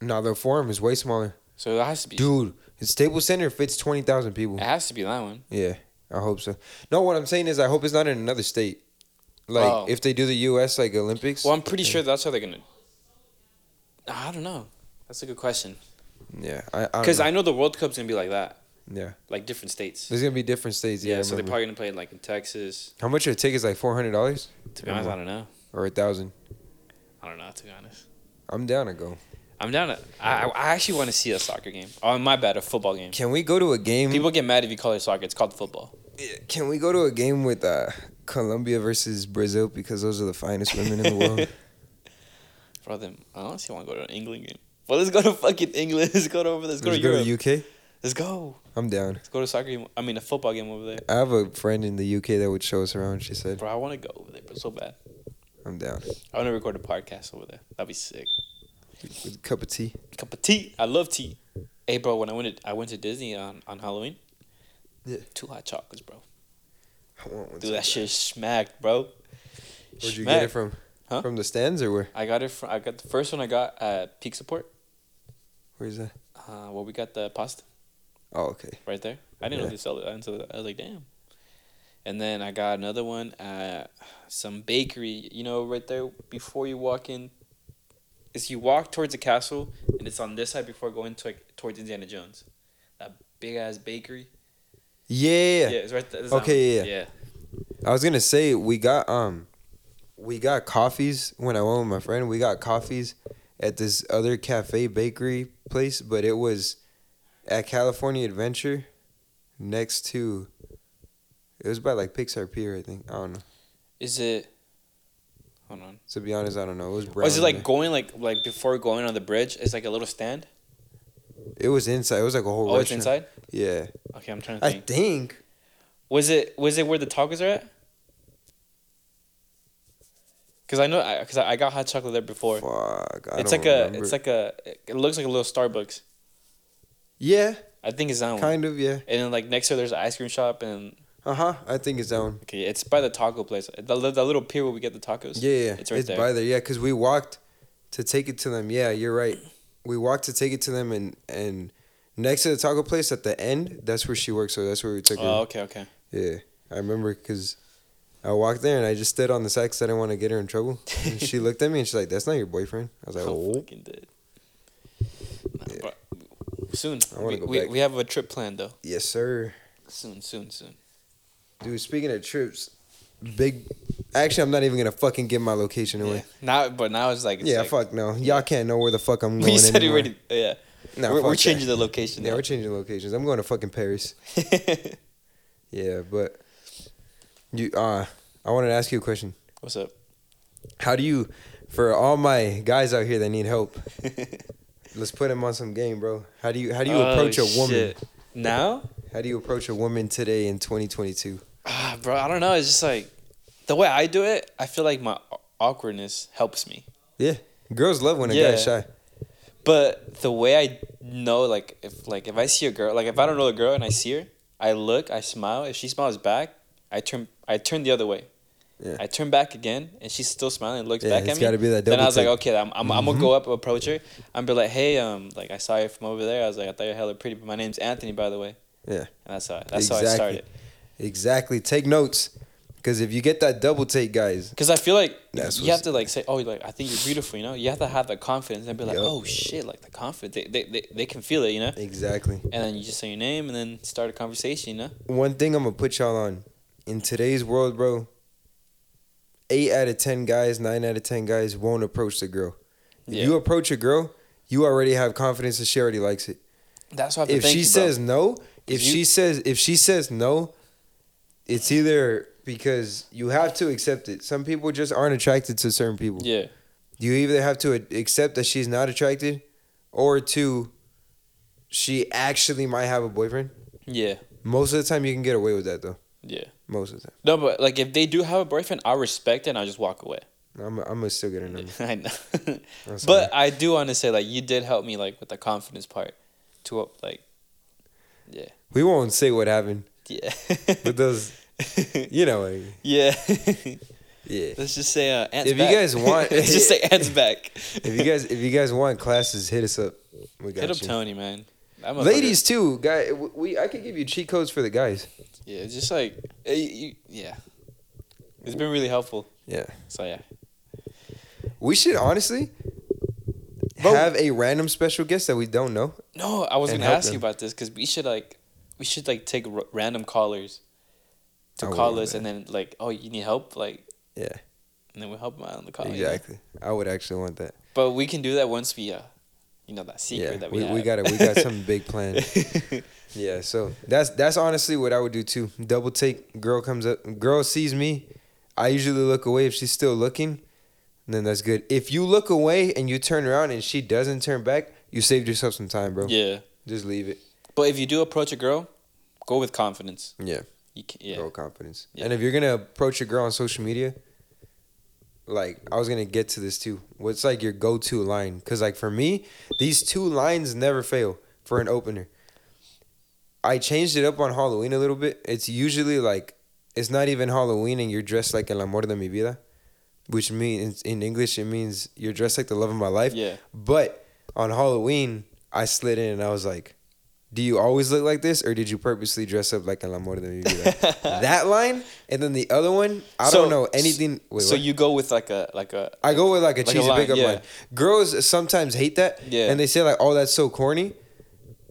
[SPEAKER 2] no, the forum is way smaller,
[SPEAKER 1] So it has to be.
[SPEAKER 2] dude. The Staples Center fits twenty thousand people.
[SPEAKER 1] It has to be that one.
[SPEAKER 2] Yeah, I hope so. No, what I'm saying is I hope it's not in another state. Like
[SPEAKER 1] Oh.
[SPEAKER 2] if they do the U.S. like Olympics.
[SPEAKER 1] Well, I'm pretty sure that's how they're gonna. I don't know. That's a good question.
[SPEAKER 2] Yeah, I
[SPEAKER 1] Because
[SPEAKER 2] because
[SPEAKER 1] I know the World Cup's gonna be like that,
[SPEAKER 2] yeah,
[SPEAKER 1] like different states.
[SPEAKER 2] there's gonna be different states. Yeah,
[SPEAKER 1] Yeah,
[SPEAKER 2] I
[SPEAKER 1] so they're
[SPEAKER 2] remember.
[SPEAKER 1] probably gonna play it like in Texas.
[SPEAKER 2] how much are tickets? Like four hundred dollars
[SPEAKER 1] To be honest, I don't know.
[SPEAKER 2] or a thousand?
[SPEAKER 1] I don't know. To be honest,
[SPEAKER 2] I'm down to go.
[SPEAKER 1] I'm down. To, I I actually want to see a soccer game. Oh, my bad, a football game.
[SPEAKER 2] Can we go to a game?
[SPEAKER 1] People get mad if you call it soccer. It's called football.
[SPEAKER 2] Yeah, Can we go to a game with uh, Colombia versus Brazil because those are the finest women in the world?
[SPEAKER 1] Bro, then I honestly want to go to an England game. Well, let's go to fucking England. Let's go to over. Let's go
[SPEAKER 2] Let's
[SPEAKER 1] to Europe.
[SPEAKER 2] go to UK.
[SPEAKER 1] let's go.
[SPEAKER 2] I'm down.
[SPEAKER 1] Let's go to soccer game. I mean, a football game over there.
[SPEAKER 2] I have a friend in the UK that would show us around. She said,
[SPEAKER 1] Bro, I want to go over there, bro, so bad.
[SPEAKER 2] "I'm down
[SPEAKER 1] I want to record a podcast over there. That'd be sick.
[SPEAKER 2] with a cup of tea."
[SPEAKER 1] Cup of tea. I love tea. Hey, bro, when I went to I went to Disney on on Halloween.
[SPEAKER 2] Yeah.
[SPEAKER 1] Two hot chocolates, bro.
[SPEAKER 2] I want one.
[SPEAKER 1] Dude,
[SPEAKER 2] so
[SPEAKER 1] that
[SPEAKER 2] bad.
[SPEAKER 1] shit smacked, bro.
[SPEAKER 2] Where'd you
[SPEAKER 1] Smacked.
[SPEAKER 2] get it from?
[SPEAKER 1] Huh?
[SPEAKER 2] From the stands or where?
[SPEAKER 1] I got it from. I got the first one. I got at Peak Support.
[SPEAKER 2] Where's that?
[SPEAKER 1] Uh, where we got the pasta.
[SPEAKER 2] Oh, okay.
[SPEAKER 1] right there. I didn't know
[SPEAKER 2] Yeah.
[SPEAKER 1] they sell it until I was like, damn. And then I got another one at some bakery, you know, right there before you walk in. Is you walk towards the castle, and it's on this side before going to like, towards Indiana Jones. That big ass bakery.
[SPEAKER 2] Yeah.
[SPEAKER 1] Yeah, it's right there. it's that
[SPEAKER 2] Okay,
[SPEAKER 1] one.
[SPEAKER 2] yeah,
[SPEAKER 1] yeah.
[SPEAKER 2] I was gonna say we got um, we got coffees when I went with my friend. We got coffees at this other cafe bakery place, but it was at California Adventure next to. It was by like Pixar Pier, I think. I don't know.
[SPEAKER 1] Is it? Hold on.
[SPEAKER 2] To be honest, I don't know. It was brown.
[SPEAKER 1] Was Oh, it like going like like before going on the bridge? It's like a little stand.
[SPEAKER 2] It was inside. It was like a whole.
[SPEAKER 1] Oh, it's
[SPEAKER 2] restaurant.
[SPEAKER 1] inside.
[SPEAKER 2] Yeah,
[SPEAKER 1] Okay, I'm trying to
[SPEAKER 2] I
[SPEAKER 1] think.
[SPEAKER 2] think.
[SPEAKER 1] Was it was it where the tacos are at? Cause I know, I, cause I I got hot chocolate there before.
[SPEAKER 2] Fuck. I
[SPEAKER 1] it's
[SPEAKER 2] don't
[SPEAKER 1] like a,
[SPEAKER 2] remember.
[SPEAKER 1] it's like a, it looks like a little Starbucks.
[SPEAKER 2] Yeah,
[SPEAKER 1] I think it's that one.
[SPEAKER 2] kind of. Yeah.
[SPEAKER 1] And then like next to it, there's an ice cream shop, and
[SPEAKER 2] Uh huh. I think it's that one.
[SPEAKER 1] okay, it's by the taco place, the, the, the little pier where we get the tacos.
[SPEAKER 2] Yeah, yeah.
[SPEAKER 1] it's right there.
[SPEAKER 2] by there. Yeah, because we walked to take it to them. Yeah, you're right. We walked to take it to them, and and next to the taco place at the end, that's where she works. So that's where we took
[SPEAKER 1] oh,
[SPEAKER 2] her.
[SPEAKER 1] okay, okay.
[SPEAKER 2] Yeah, I remember because I walked there and I just stood on the side 'cause I didn't want to get her in trouble. And she looked at me and she's like, "That's not your boyfriend." I was like,
[SPEAKER 1] I'm
[SPEAKER 2] "Oh."
[SPEAKER 1] fucking dead. Nah, bro. Soon.
[SPEAKER 2] I wanna
[SPEAKER 1] we,
[SPEAKER 2] go
[SPEAKER 1] we,
[SPEAKER 2] back.
[SPEAKER 1] we have a trip planned though.
[SPEAKER 2] Yes, sir.
[SPEAKER 1] Soon, soon, soon.
[SPEAKER 2] Dude, speaking of trips, big. Actually, I'm not even gonna fucking give my location
[SPEAKER 1] Yeah.
[SPEAKER 2] away.
[SPEAKER 1] Now, but now it's like it's
[SPEAKER 2] Yeah,
[SPEAKER 1] like,
[SPEAKER 2] fuck no. Y'all can't know where the fuck I'm going.
[SPEAKER 1] We said it
[SPEAKER 2] anymore.
[SPEAKER 1] already. Yeah,
[SPEAKER 2] Nah,
[SPEAKER 1] we're,
[SPEAKER 2] fuck
[SPEAKER 1] we're
[SPEAKER 2] that.
[SPEAKER 1] changing the location.
[SPEAKER 2] Yeah,
[SPEAKER 1] now.
[SPEAKER 2] we're changing locations. I'm going to fucking Paris. Yeah, but you uh I wanted to ask you a question.
[SPEAKER 1] What's up?
[SPEAKER 2] How do you for all my guys out here that need help, let's put them on some game, bro. How do you how do you
[SPEAKER 1] Oh,
[SPEAKER 2] approach a woman?
[SPEAKER 1] shit. now?
[SPEAKER 2] How do you approach a woman today in 2022?
[SPEAKER 1] Ah, bro, I don't know. It's just like the way I do it. I feel like my aw- awkwardness helps me.
[SPEAKER 2] Girls love when a
[SPEAKER 1] Yeah.
[SPEAKER 2] guy's shy.
[SPEAKER 1] But the way I know, like if like if I see a girl, like if I don't know a girl and I see her, I look, I smile. If she smiles back, I turn, I turn the other way.
[SPEAKER 2] Yeah.
[SPEAKER 1] I turn back again, and she's still smiling and looks
[SPEAKER 2] Yeah,
[SPEAKER 1] back
[SPEAKER 2] it's
[SPEAKER 1] at me.
[SPEAKER 2] gotta be that
[SPEAKER 1] then I
[SPEAKER 2] double
[SPEAKER 1] was like,
[SPEAKER 2] take. Mm-hmm.
[SPEAKER 1] okay, I'm, I'm, I'm gonna go up approach her. I'm be like, hey, um, like I saw you from over there. I was like, I thought you're hella pretty, but my name's Anthony, by the way.
[SPEAKER 2] Yeah.
[SPEAKER 1] and that's how that's how I
[SPEAKER 2] Exactly.
[SPEAKER 1] started.
[SPEAKER 2] Exactly. Take notes. Cause if you get that double take, guys,
[SPEAKER 1] Because I feel like
[SPEAKER 2] That's
[SPEAKER 1] you
[SPEAKER 2] what's-
[SPEAKER 1] have to like say, oh, like I think you're beautiful, you know. You have to have the confidence and be like,
[SPEAKER 2] Yup.
[SPEAKER 1] oh shit, like the confidence. They, they, they, they can feel it, you know.
[SPEAKER 2] exactly.
[SPEAKER 1] And then you just say your name and then start a conversation, you know.
[SPEAKER 2] One thing I'm gonna put y'all on. In today's world, bro, eight out of ten guys, nine out of ten guys won't approach the girl. If
[SPEAKER 1] Yeah.
[SPEAKER 2] you approach a girl, you already have confidence that she already likes it.
[SPEAKER 1] That's why I have to
[SPEAKER 2] If
[SPEAKER 1] thank
[SPEAKER 2] she
[SPEAKER 1] you, bro.
[SPEAKER 2] says no, if
[SPEAKER 1] You-
[SPEAKER 2] she says if she says no, it's either because you have to accept it. Some people just aren't attracted to certain people.
[SPEAKER 1] yeah,
[SPEAKER 2] You either have to a- accept that she's not attracted, or two, she actually might have a boyfriend.
[SPEAKER 1] yeah,
[SPEAKER 2] Most of the time, you can get away with that though.
[SPEAKER 1] yeah.
[SPEAKER 2] Most of the time,
[SPEAKER 1] No, but like if they do have a boyfriend, I respect it and I just walk away.
[SPEAKER 2] I'm I'm gonna still get her number.
[SPEAKER 1] I know.
[SPEAKER 2] I'm sorry.
[SPEAKER 1] but I do want to say like you did help me like with the confidence part, to uh, like, yeah,
[SPEAKER 2] we won't say what happened,
[SPEAKER 1] yeah,
[SPEAKER 2] but those, you know, what I mean.
[SPEAKER 1] yeah.
[SPEAKER 2] yeah.
[SPEAKER 1] Let's just say uh, Ant's
[SPEAKER 2] If you
[SPEAKER 1] back.
[SPEAKER 2] guys want-
[SPEAKER 1] let's just say Ant's back.
[SPEAKER 2] if you guys if you guys want classes, hit us up. We got
[SPEAKER 1] Hit up
[SPEAKER 2] you.
[SPEAKER 1] Tony, man. That motherfucker-
[SPEAKER 2] Ladies too, guy. w- We I could give you cheat codes for the guys.
[SPEAKER 1] yeah, it's just like, eh, you- yeah, it's been really helpful.
[SPEAKER 2] Yeah,
[SPEAKER 1] So yeah,
[SPEAKER 2] we should honestly
[SPEAKER 1] Bro.
[SPEAKER 2] have a random special guest that we don't know.
[SPEAKER 1] no, I was
[SPEAKER 2] And
[SPEAKER 1] gonna
[SPEAKER 2] help
[SPEAKER 1] ask you
[SPEAKER 2] them.
[SPEAKER 1] about this because we should like, we should like take r- random callers to
[SPEAKER 2] I would
[SPEAKER 1] call
[SPEAKER 2] love
[SPEAKER 1] us, and then like, oh, you need help, like,
[SPEAKER 2] Yeah,
[SPEAKER 1] and then we will help them out on the call. you know?
[SPEAKER 2] exactly. I would actually want that.
[SPEAKER 1] But we can do that once we, uh, you know, that secret
[SPEAKER 2] yeah,
[SPEAKER 1] that we
[SPEAKER 2] we, we
[SPEAKER 1] have.
[SPEAKER 2] got it. We got some big plan. Yeah, so that's that's honestly what I would do too. Double take. Girl comes up. Girl sees me. I usually look away if she's still looking. Then that's good. If you look away and you turn around and she doesn't turn back, you saved yourself some time, bro.
[SPEAKER 1] yeah,
[SPEAKER 2] Just leave it.
[SPEAKER 1] but if you do approach a girl, go with confidence.
[SPEAKER 2] Yeah.
[SPEAKER 1] You can, yeah,
[SPEAKER 2] girl confidence.
[SPEAKER 1] Yeah.
[SPEAKER 2] And if you're gonna approach a girl on social media, like I was gonna get to this too. What's like your go-to line? Because like for me, these two lines never fail for an opener. I changed it up on Halloween a little bit. It's usually like it's not even Halloween and you're dressed like el amor de mi vida, which means in English it means you're dressed like the love of my life.
[SPEAKER 1] yeah,
[SPEAKER 2] But on Halloween, I slid in and I was like, "Do you always look like this, or did you purposely dress up like El Amor de mi vida?" that line, and then the other one, I
[SPEAKER 1] So-
[SPEAKER 2] don't know anything. Wait,
[SPEAKER 1] so
[SPEAKER 2] what?
[SPEAKER 1] you go with like a like a
[SPEAKER 2] I go with like a
[SPEAKER 1] like a
[SPEAKER 2] cheesy
[SPEAKER 1] line,
[SPEAKER 2] pickup
[SPEAKER 1] yeah.
[SPEAKER 2] line. Girls sometimes hate that,
[SPEAKER 1] Yeah.
[SPEAKER 2] and they say like, "Oh, that's so corny."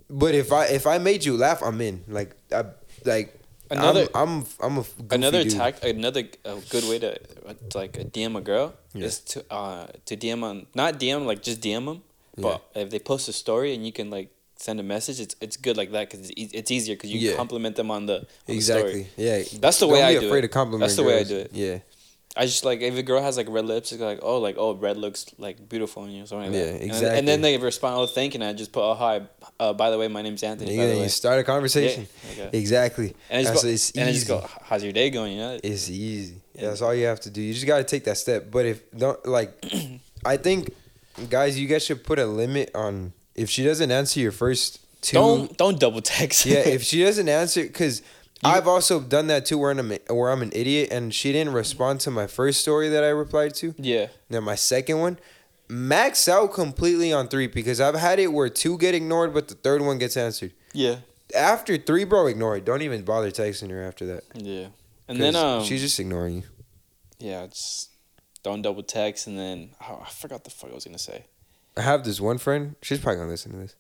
[SPEAKER 2] But if I if I made you laugh, I'm in. Like I like
[SPEAKER 1] Another-
[SPEAKER 2] I'm I'm, I'm a goofy
[SPEAKER 1] another
[SPEAKER 2] dude.
[SPEAKER 1] tact another uh, good way to, uh, to like uh, DM a girl
[SPEAKER 2] Yeah.
[SPEAKER 1] is to uh to DM on not DM like just DM them, but if they post a story and you can like send a message, it's it's good like that because it's, e- it's easier because you
[SPEAKER 2] Yeah.
[SPEAKER 1] compliment them on the on the story.
[SPEAKER 2] Exactly. Yeah.
[SPEAKER 1] That's the way
[SPEAKER 2] Don't
[SPEAKER 1] I
[SPEAKER 2] be
[SPEAKER 1] do
[SPEAKER 2] afraid
[SPEAKER 1] it.
[SPEAKER 2] to compliment.
[SPEAKER 1] That's the way I
[SPEAKER 2] girls.
[SPEAKER 1] do it.
[SPEAKER 2] Yeah.
[SPEAKER 1] I just like if a girl has like red lipstick, like oh, like oh, red looks like beautiful on you, or something. Like
[SPEAKER 2] Yeah,
[SPEAKER 1] that. And then- And,
[SPEAKER 2] exactly.
[SPEAKER 1] then they respond, oh, thank you. And I just put, oh, hi. Uh, by the way, my name's Anthony. by
[SPEAKER 2] Nigga,
[SPEAKER 1] the
[SPEAKER 2] you
[SPEAKER 1] way.
[SPEAKER 2] start a conversation.
[SPEAKER 1] Yeah, okay.
[SPEAKER 2] Exactly.
[SPEAKER 1] And I just,
[SPEAKER 2] That's-
[SPEAKER 1] go,
[SPEAKER 2] it's
[SPEAKER 1] and I just
[SPEAKER 2] easy.
[SPEAKER 1] go, "H- how's your day going? You know.
[SPEAKER 2] It's easy.
[SPEAKER 1] Yeah.
[SPEAKER 2] That's all you have to do. You just got to take that step. But if don't like, I think guys, you guys should put a limit on if she doesn't answer your first two.
[SPEAKER 1] don't don't double text.
[SPEAKER 2] yeah, if she doesn't answer, because I've also done that too, where I'm a- where I'm an idiot and she didn't respond to my first story that I replied to.
[SPEAKER 1] yeah.
[SPEAKER 2] Then my second one, max out completely on three because I've had it where two get ignored, but the third one gets answered.
[SPEAKER 1] Yeah.
[SPEAKER 2] After three, bro, ignore it. Don't even bother texting her after that.
[SPEAKER 1] Yeah. And then
[SPEAKER 2] 'Cause
[SPEAKER 1] um
[SPEAKER 2] she's just ignoring you.
[SPEAKER 1] yeah, just don't double text and then oh, I forgot the fuck I was gonna say.
[SPEAKER 2] I have this one friend. She's probably gonna listen to this.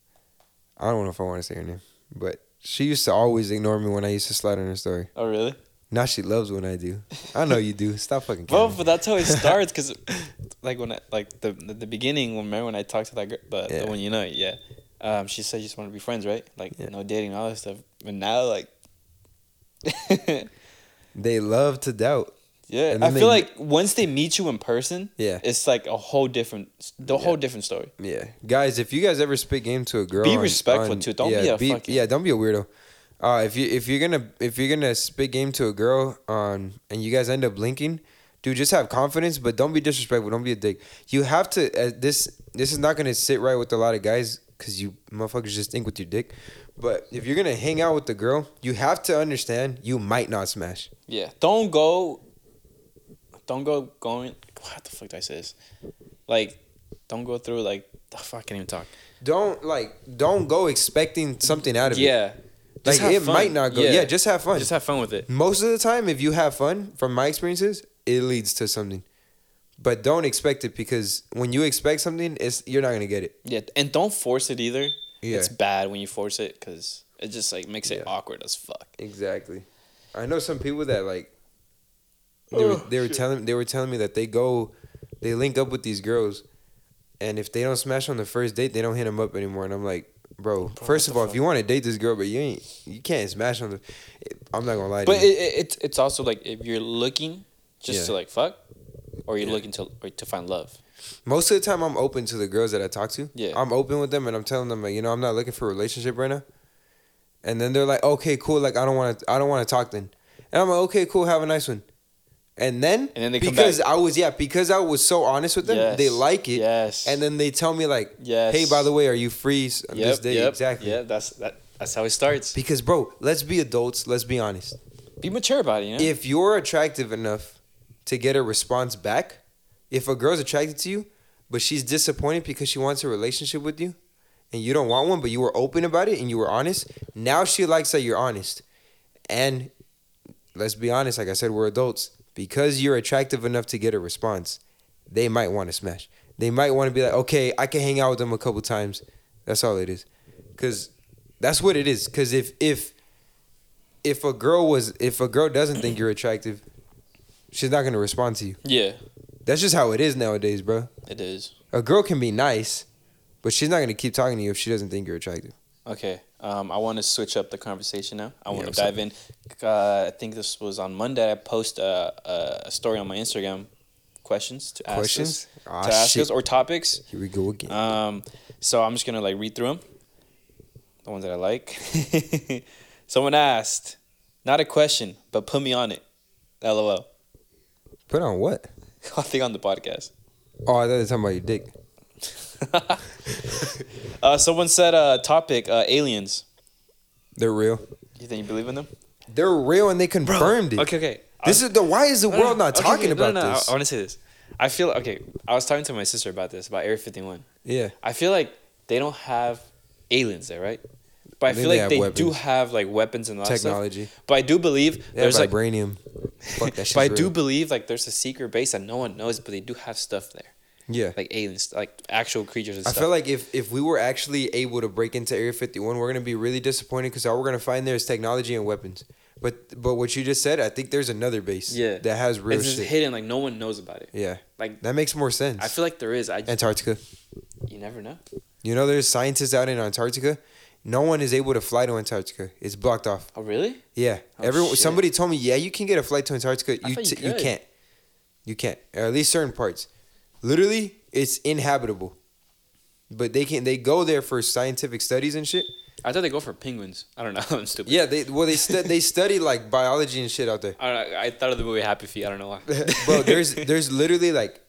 [SPEAKER 2] I don't know if I want to say her name, but she used to always ignore me when I used to slide on her story.
[SPEAKER 1] Oh really?
[SPEAKER 2] Now she loves when I do. I know you do. Stop fucking.
[SPEAKER 1] Well,
[SPEAKER 2] caring.
[SPEAKER 1] but that's how it starts because like when I, like the, the the beginning when remember when I talked to that girl the,
[SPEAKER 2] Yeah.
[SPEAKER 1] the one you know yeah, um she said she just want to be friends right like
[SPEAKER 2] Yeah.
[SPEAKER 1] no dating all that stuff but now like.
[SPEAKER 2] they love to doubt.
[SPEAKER 1] yeah,
[SPEAKER 2] And
[SPEAKER 1] I
[SPEAKER 2] then
[SPEAKER 1] feel
[SPEAKER 2] they-
[SPEAKER 1] like once they meet you in person,
[SPEAKER 2] Yeah.
[SPEAKER 1] it's like a whole different, the whole different story.
[SPEAKER 2] Yeah, guys, if you guys ever spit game to a girl,
[SPEAKER 1] Be respectful, too. Don't
[SPEAKER 2] yeah,
[SPEAKER 1] be a fucking-
[SPEAKER 2] yeah. Don't be a weirdo. Uh, if you if you're gonna if you're gonna spit game to a girl on and you guys end up linking, dude, just have confidence, but don't be disrespectful. Don't be a dick. You have to. Uh, this this is not gonna sit right with a lot of guys because you motherfuckers just think with your dick. But if you're gonna hang out with the girl, you have to understand you might not smash.
[SPEAKER 1] Yeah, don't go. Don't go going. What the fuck did I say this? Like, don't go through like. The fuck, I can't even talk.
[SPEAKER 2] Don't like don't go expecting something out of it.
[SPEAKER 1] Yeah,
[SPEAKER 2] like
[SPEAKER 1] Just have
[SPEAKER 2] it
[SPEAKER 1] fun.
[SPEAKER 2] might not go. Yeah. just have fun.
[SPEAKER 1] just have fun with it.
[SPEAKER 2] most of the time if you have fun from my experiences it leads to something but don't expect it because when you expect something it's you're not gonna get it
[SPEAKER 1] Yeah, and don't force it either.
[SPEAKER 2] Yeah.
[SPEAKER 1] It's bad when you force it because it just like makes it
[SPEAKER 2] Yeah.
[SPEAKER 1] awkward as fuck.
[SPEAKER 2] exactly i know some people that like they were,
[SPEAKER 1] Oh,
[SPEAKER 2] they were
[SPEAKER 1] shit.
[SPEAKER 2] telling they were telling me that they go they link up with these girls and if they don't smash on the first date they don't hit them up anymore and i'm like bro, first
[SPEAKER 1] what
[SPEAKER 2] of
[SPEAKER 1] the
[SPEAKER 2] all if
[SPEAKER 1] fuck?
[SPEAKER 2] you want to date this girl but you ain't you can't smash on the i'm not gonna lie to
[SPEAKER 1] But it,
[SPEAKER 2] you
[SPEAKER 1] it, it's it's also like if you're looking just
[SPEAKER 2] Yeah.
[SPEAKER 1] to like fuck, or you're
[SPEAKER 2] Yeah.
[SPEAKER 1] looking to or to find love.
[SPEAKER 2] most of the time I'm open to the girls that I talk to.
[SPEAKER 1] Yeah.
[SPEAKER 2] I'm open with them and I'm telling them like, you know, I'm not looking for a relationship right now. And then they're like, okay, cool, like I don't wanna I don't wanna talk then. And I'm like, okay, cool, have a nice one. And then,
[SPEAKER 1] And then they come
[SPEAKER 2] because I was yeah, because I was so honest with them, they
[SPEAKER 1] Yes.
[SPEAKER 2] like it.
[SPEAKER 1] Yes.
[SPEAKER 2] And then they tell me like,
[SPEAKER 1] Yes.
[SPEAKER 2] hey, by the way, are you free s- on this day?
[SPEAKER 1] Yep.
[SPEAKER 2] exactly.
[SPEAKER 1] Yeah. That's that. That's how it starts.
[SPEAKER 2] Because bro, let's be adults, let's be honest.
[SPEAKER 1] Be mature about it. You know.
[SPEAKER 2] If you're attractive enough to get a response back, if a girl's attracted to you, but she's disappointed because she wants a relationship with you and you don't want one, but you were open about it and you were honest, now she likes that you're honest. And let's be honest, like I said, we're adults. Because you're attractive enough to get a response, they might want to smash. They might want to be like, okay, I can hang out with them a couple times. That's all it is. Cause that's what it is. Cause if if if a girl was if a girl doesn't think you're attractive, she's not gonna respond to you.
[SPEAKER 1] yeah,
[SPEAKER 2] That's just how it is nowadays, bro.
[SPEAKER 1] it is.
[SPEAKER 2] A girl can be nice, but she's not gonna keep talking to you if she doesn't think you're attractive.
[SPEAKER 1] Okay. Um, I want to switch up the conversation now. I
[SPEAKER 2] Yeah,
[SPEAKER 1] want to
[SPEAKER 2] what's up?
[SPEAKER 1] dive in. Uh, I think this was on Monday. I post a, a, a story on my Instagram questions to ask
[SPEAKER 2] Questions?
[SPEAKER 1] us,
[SPEAKER 2] Ah,
[SPEAKER 1] to ask
[SPEAKER 2] shit.
[SPEAKER 1] us or topics.
[SPEAKER 2] Here we go again.
[SPEAKER 1] Um, so I'm just gonna like read through them, the ones that I like. Someone asked, not a question, but put me on it. LOL.
[SPEAKER 2] Put on what?
[SPEAKER 1] I think on the podcast.
[SPEAKER 2] Oh, I thought they were talking about your dick.
[SPEAKER 1] uh, someone said uh, topic uh, aliens.
[SPEAKER 2] They're real.
[SPEAKER 1] You think you believe in them?
[SPEAKER 2] They're real, and they confirmed it.
[SPEAKER 1] Okay, okay.
[SPEAKER 2] This is the why is the
[SPEAKER 1] No, no,
[SPEAKER 2] world not
[SPEAKER 1] okay,
[SPEAKER 2] talking
[SPEAKER 1] okay, no,
[SPEAKER 2] about
[SPEAKER 1] no, no,
[SPEAKER 2] this?
[SPEAKER 1] I, want to say this. I feel okay. I was talking to my sister about this about Area Fifty One.
[SPEAKER 2] yeah,
[SPEAKER 1] I feel like they don't have aliens there, right? But I,
[SPEAKER 2] think
[SPEAKER 1] feel like
[SPEAKER 2] they have
[SPEAKER 1] they do
[SPEAKER 2] weapons.
[SPEAKER 1] have like weapons and all that stuff.
[SPEAKER 2] Technology.
[SPEAKER 1] But I do believe
[SPEAKER 2] yeah,
[SPEAKER 1] there's like.
[SPEAKER 2] vibranium. Fuck that shit.
[SPEAKER 1] but I do believe like there's a secret base that no one knows, but they do have stuff there,
[SPEAKER 2] Yeah.
[SPEAKER 1] like aliens, like actual creatures and
[SPEAKER 2] I
[SPEAKER 1] stuff.
[SPEAKER 2] feel like if if we were actually able to break into Area 51, we're gonna be really disappointed because all we're gonna find there is technology and weapons. But but what you just said, I think there's another base.
[SPEAKER 1] Yeah.
[SPEAKER 2] That has real
[SPEAKER 1] it's just
[SPEAKER 2] shit.
[SPEAKER 1] hidden, like no one knows about it.
[SPEAKER 2] Yeah.
[SPEAKER 1] Like
[SPEAKER 2] That makes more sense.
[SPEAKER 1] I feel like there is. I just,
[SPEAKER 2] Antarctica.
[SPEAKER 1] you never know.
[SPEAKER 2] You know, there's scientists out in Antarctica. No one is able to fly to Antarctica. It's blocked off.
[SPEAKER 1] Oh really?
[SPEAKER 2] Yeah.
[SPEAKER 1] Oh,
[SPEAKER 2] Everyone.
[SPEAKER 1] shit.
[SPEAKER 2] Somebody told me, yeah, you can get a flight to Antarctica.
[SPEAKER 1] I
[SPEAKER 2] You
[SPEAKER 1] thought you
[SPEAKER 2] t- you
[SPEAKER 1] could.
[SPEAKER 2] can't. You can't. Or at least certain parts. Literally, it's inhabitable. But they can they go there for scientific studies and shit.
[SPEAKER 1] I thought they go for penguins. I don't know. I'm stupid.
[SPEAKER 2] Yeah, they well they stu- they study like biology and shit out there.
[SPEAKER 1] I, don't know. I thought of the movie Happy Feet. I don't know why.
[SPEAKER 2] Bro, there's there's literally like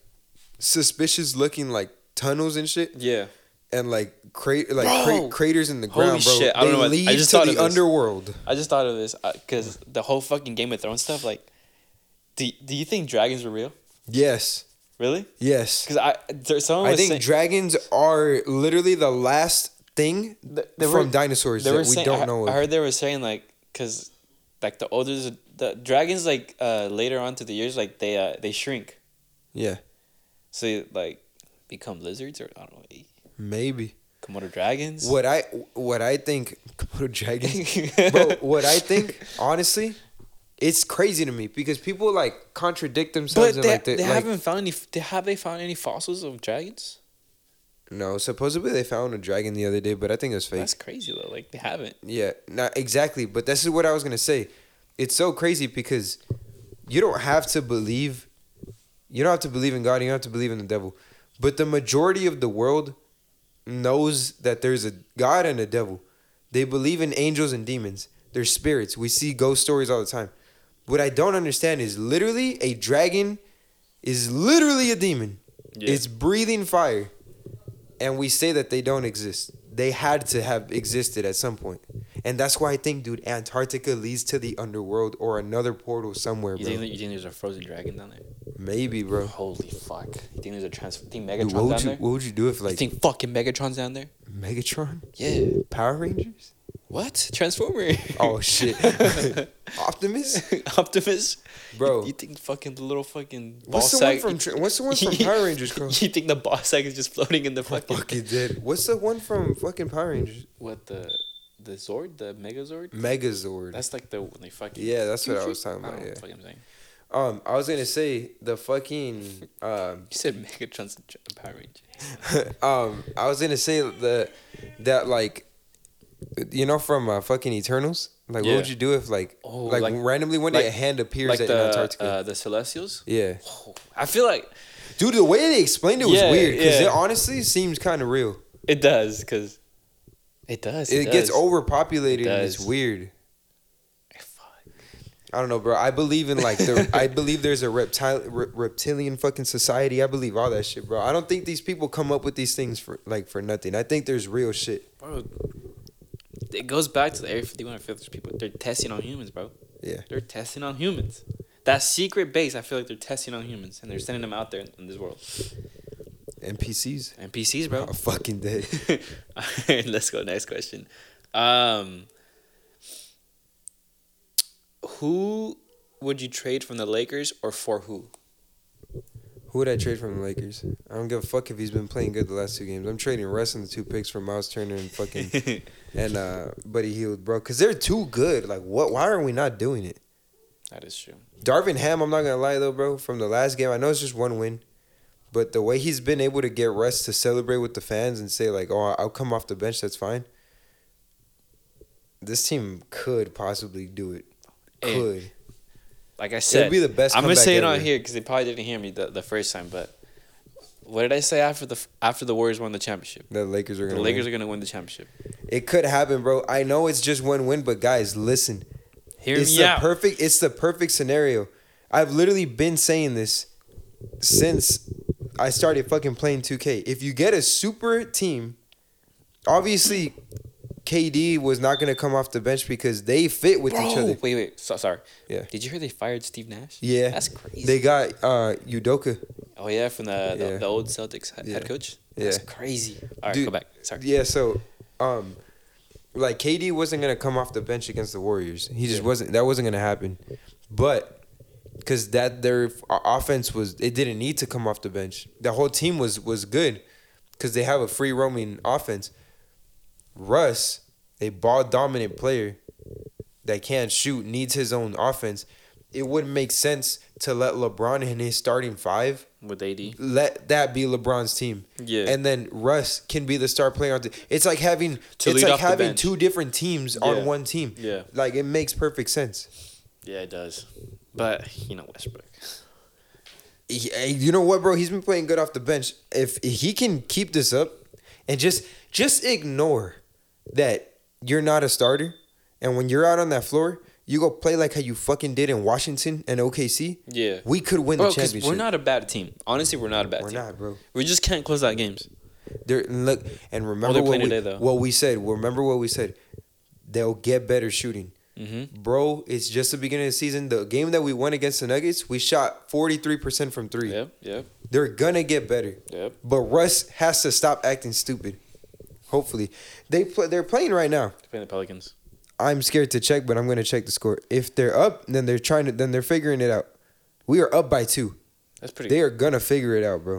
[SPEAKER 2] suspicious looking like tunnels and shit
[SPEAKER 1] yeah.
[SPEAKER 2] and like cra- like
[SPEAKER 1] Bro.
[SPEAKER 2] cra- craters in the
[SPEAKER 1] Holy
[SPEAKER 2] ground, bro.
[SPEAKER 1] shit, I don't
[SPEAKER 2] They
[SPEAKER 1] know what- I
[SPEAKER 2] lead
[SPEAKER 1] just
[SPEAKER 2] to
[SPEAKER 1] thought
[SPEAKER 2] the
[SPEAKER 1] of this.
[SPEAKER 2] underworld.
[SPEAKER 1] I just thought of this because the whole fucking Game of Thrones stuff. Like, do do you think dragons were real?
[SPEAKER 2] Yes.
[SPEAKER 1] Really?
[SPEAKER 2] Yes.
[SPEAKER 1] Because I there, someone was
[SPEAKER 2] I think
[SPEAKER 1] saying,
[SPEAKER 2] dragons are literally the last thing
[SPEAKER 1] Th- they
[SPEAKER 2] from
[SPEAKER 1] were-
[SPEAKER 2] dinosaurs
[SPEAKER 1] they
[SPEAKER 2] that
[SPEAKER 1] were
[SPEAKER 2] we
[SPEAKER 1] saying,
[SPEAKER 2] don't
[SPEAKER 1] I,
[SPEAKER 2] know.
[SPEAKER 1] I
[SPEAKER 2] Of.
[SPEAKER 1] heard they were saying like because like the older the- the dragons like uh later on through the years like they uh they shrink
[SPEAKER 2] Yeah,
[SPEAKER 1] so they, like become lizards or I don't know eh,
[SPEAKER 2] maybe.
[SPEAKER 1] Komodo dragons.
[SPEAKER 2] What I what I think, Komodo dragons. Bro, what I think, honestly, it's crazy to me because people like contradict
[SPEAKER 1] But
[SPEAKER 2] themselves.
[SPEAKER 1] they,
[SPEAKER 2] and, like,
[SPEAKER 1] they
[SPEAKER 2] they, like,
[SPEAKER 1] haven't found any. They, have they found any fossils of dragons?
[SPEAKER 2] No, supposedly they found a dragon the other day, but I think it's fake.
[SPEAKER 1] That's crazy though. Like they haven't.
[SPEAKER 2] Yeah, not exactly. But this is what I was gonna say. It's so crazy because you don't have to believe. You don't have to believe in God. You don't have to believe in the devil. But the majority of the world knows that there's a God and a devil. They believe in angels and demons. They're spirits. We see ghost stories all the time. What I don't understand is literally a dragon is literally a demon.
[SPEAKER 1] Yeah.
[SPEAKER 2] It's breathing fire. And we say that they don't exist. They had to have existed at some point. And that's why I think, dude, Antarctica leads to the underworld or another portal somewhere,
[SPEAKER 1] You
[SPEAKER 2] bro.
[SPEAKER 1] think, you think there's a frozen dragon down there?
[SPEAKER 2] Maybe, bro.
[SPEAKER 1] Holy fuck! You think there's a trans? You think
[SPEAKER 2] Dude,
[SPEAKER 1] Megatron's
[SPEAKER 2] what would
[SPEAKER 1] down
[SPEAKER 2] you
[SPEAKER 1] there?
[SPEAKER 2] what would you do if
[SPEAKER 1] you
[SPEAKER 2] like
[SPEAKER 1] think fucking Megatron's down there?
[SPEAKER 2] Megatron?
[SPEAKER 1] Yeah.
[SPEAKER 2] Power Rangers?
[SPEAKER 1] What? Transformer?
[SPEAKER 2] Oh shit. Optimus?
[SPEAKER 1] Optimus? You-
[SPEAKER 2] Bro.
[SPEAKER 1] You, think fucking the little fucking
[SPEAKER 2] What's
[SPEAKER 1] boss
[SPEAKER 2] the one
[SPEAKER 1] sack?
[SPEAKER 2] from
[SPEAKER 1] you,
[SPEAKER 2] Tra- What's the one from Power Rangers called?
[SPEAKER 1] you think the boss sack is just floating in the fucking?
[SPEAKER 2] Fucking dead. What's the one from fucking Power Rangers?
[SPEAKER 1] What the the Zord? The Megazord?
[SPEAKER 2] Megazord.
[SPEAKER 1] That's like the when they fucking.
[SPEAKER 2] Mm. yeah, that's what I was talking
[SPEAKER 1] I don't
[SPEAKER 2] about.
[SPEAKER 1] know
[SPEAKER 2] Yeah.
[SPEAKER 1] what the fuck I'm saying.
[SPEAKER 2] Um, I was gonna say the fucking um,
[SPEAKER 1] You said Megatron's a dra- Power Ranger.
[SPEAKER 2] um, I was gonna say the that like, you know, from uh, fucking Eternals. Like, what
[SPEAKER 1] Yeah.
[SPEAKER 2] would you do if like,
[SPEAKER 1] Oh,
[SPEAKER 2] like,
[SPEAKER 1] like-
[SPEAKER 2] randomly one day
[SPEAKER 1] like-
[SPEAKER 2] a hand appears
[SPEAKER 1] Like
[SPEAKER 2] at
[SPEAKER 1] the
[SPEAKER 2] Antarctica?
[SPEAKER 1] uh, the Celestials.
[SPEAKER 2] yeah,
[SPEAKER 1] Oh, I feel like
[SPEAKER 2] dude, the way they explained it was
[SPEAKER 1] Yeah,
[SPEAKER 2] weird because
[SPEAKER 1] yeah.
[SPEAKER 2] it honestly seems kind of real.
[SPEAKER 1] it does because it does.
[SPEAKER 2] It
[SPEAKER 1] It,
[SPEAKER 2] gets
[SPEAKER 1] does.
[SPEAKER 2] overpopulated
[SPEAKER 1] It
[SPEAKER 2] and it's
[SPEAKER 1] does.
[SPEAKER 2] weird.
[SPEAKER 1] Fuck.
[SPEAKER 2] I don't know, bro. I believe in like the. I believe there's a reptile, re- reptilian fucking society. I believe all that shit, bro. I don't think these people come up with these things for like for nothing. I think there's real shit.
[SPEAKER 1] Bro, it goes back to the Area 51 and filters people. They're testing on humans, bro.
[SPEAKER 2] Yeah.
[SPEAKER 1] They're testing on humans. That secret base, I feel like they're testing on humans and they're sending them out there in, in this world.
[SPEAKER 2] NPCs.
[SPEAKER 1] NPCs, bro.
[SPEAKER 2] A fucking day.
[SPEAKER 1] Alright, Let's go next question. Um, who would you trade from the Lakers or for who?
[SPEAKER 2] Who would I trade from the Lakers? I don't give a fuck if he's been playing good the last two games. I'm trading Russ and the two picks from Miles Turner and fucking
[SPEAKER 1] I
[SPEAKER 2] and uh Buddy Hield, bro. Cause they're too good. Like what why are we not doing it?
[SPEAKER 1] That is true.
[SPEAKER 2] Darvin Ham, I'm not gonna lie though, bro, from the last game, I know it's just one win. But the way he's been able to get Russ to celebrate with the fans and say, like, oh, I'll come off the bench, that's fine. This team could possibly do it.
[SPEAKER 1] Hey,
[SPEAKER 2] Could.
[SPEAKER 1] Like I
[SPEAKER 2] It'd
[SPEAKER 1] said,
[SPEAKER 2] be the best.
[SPEAKER 1] I'm gonna say it
[SPEAKER 2] ever.
[SPEAKER 1] on here because they probably didn't hear me the, the first time. But what did I say after the after the Warriors won the championship?
[SPEAKER 2] The Lakers are
[SPEAKER 1] The
[SPEAKER 2] gonna win.
[SPEAKER 1] Lakers are gonna win the championship.
[SPEAKER 2] It could happen, bro. I know it's just one win, but guys, listen.
[SPEAKER 1] Hear
[SPEAKER 2] it's
[SPEAKER 1] me
[SPEAKER 2] the
[SPEAKER 1] out.
[SPEAKER 2] perfect it's the perfect scenario. I've literally been saying this since I started fucking playing 2K. If you get a super team, obviously KD was not going to come off the bench because they fit with each
[SPEAKER 1] Bro,
[SPEAKER 2] other.
[SPEAKER 1] Wait, wait. So, sorry.
[SPEAKER 2] Yeah.
[SPEAKER 1] Did you hear they fired Steve Nash?
[SPEAKER 2] Yeah.
[SPEAKER 1] That's crazy.
[SPEAKER 2] They got uh Udoka.
[SPEAKER 1] oh yeah, from the the,
[SPEAKER 2] Yeah.
[SPEAKER 1] the old Celtics he-
[SPEAKER 2] Yeah.
[SPEAKER 1] head coach.
[SPEAKER 2] Yeah.
[SPEAKER 1] That's crazy. All right,
[SPEAKER 2] Dude,
[SPEAKER 1] go back. Sorry.
[SPEAKER 2] Yeah, so um like KD wasn't gonna come off the bench against the Warriors. He just
[SPEAKER 1] Yeah.
[SPEAKER 2] wasn't that wasn't gonna happen. But because that their f- offense was it didn't need to come off the bench. The whole team was was good because they have a free roaming offense. Russ, a ball dominant player that can't shoot, needs his own offense. It wouldn't make sense to let LeBron and his starting five
[SPEAKER 1] With AD.
[SPEAKER 2] let that be LeBron's team.
[SPEAKER 1] Yeah.
[SPEAKER 2] And then Russ can be the star player on the It's like having
[SPEAKER 1] To
[SPEAKER 2] it's
[SPEAKER 1] lead
[SPEAKER 2] like
[SPEAKER 1] off the
[SPEAKER 2] having
[SPEAKER 1] bench.
[SPEAKER 2] two different teams
[SPEAKER 1] Yeah.
[SPEAKER 2] on one team.
[SPEAKER 1] Yeah.
[SPEAKER 2] Like it makes perfect sense.
[SPEAKER 1] Yeah, it does. But you know Westbrook.
[SPEAKER 2] he- hey, you know what, bro? He's been playing good off the bench. If he can keep this up and just just ignore that you're not a starter, and when you're out on that floor, you go play like how you fucking did in Washington and OKC.
[SPEAKER 1] Yeah.
[SPEAKER 2] We could win
[SPEAKER 1] Bro,
[SPEAKER 2] the
[SPEAKER 1] 'cause
[SPEAKER 2] championship.
[SPEAKER 1] we're not a bad team. Honestly, we're not a bad
[SPEAKER 2] We're
[SPEAKER 1] team.
[SPEAKER 2] not, bro.
[SPEAKER 1] We just can't close out games.
[SPEAKER 2] They're, and look and remember
[SPEAKER 1] they're
[SPEAKER 2] what,
[SPEAKER 1] playing
[SPEAKER 2] we,
[SPEAKER 1] today, though.
[SPEAKER 2] what we said. Remember what we said. They'll get better shooting.
[SPEAKER 1] Mhm.
[SPEAKER 2] Bro, it's just the beginning of the season. The game that we won against the Nuggets, we shot 43% from three.
[SPEAKER 1] Yep, yep,
[SPEAKER 2] They're gonna get better.
[SPEAKER 1] yep.
[SPEAKER 2] But Russ has to stop acting stupid. Hopefully, they play. They're playing right now.
[SPEAKER 1] Playing the Pelicans.
[SPEAKER 2] I'm scared to check, but I'm gonna check the score. If they're up, then they're trying to. Then they're figuring it out. We are up by two.
[SPEAKER 1] That's pretty.
[SPEAKER 2] They are gonna figure it out, bro.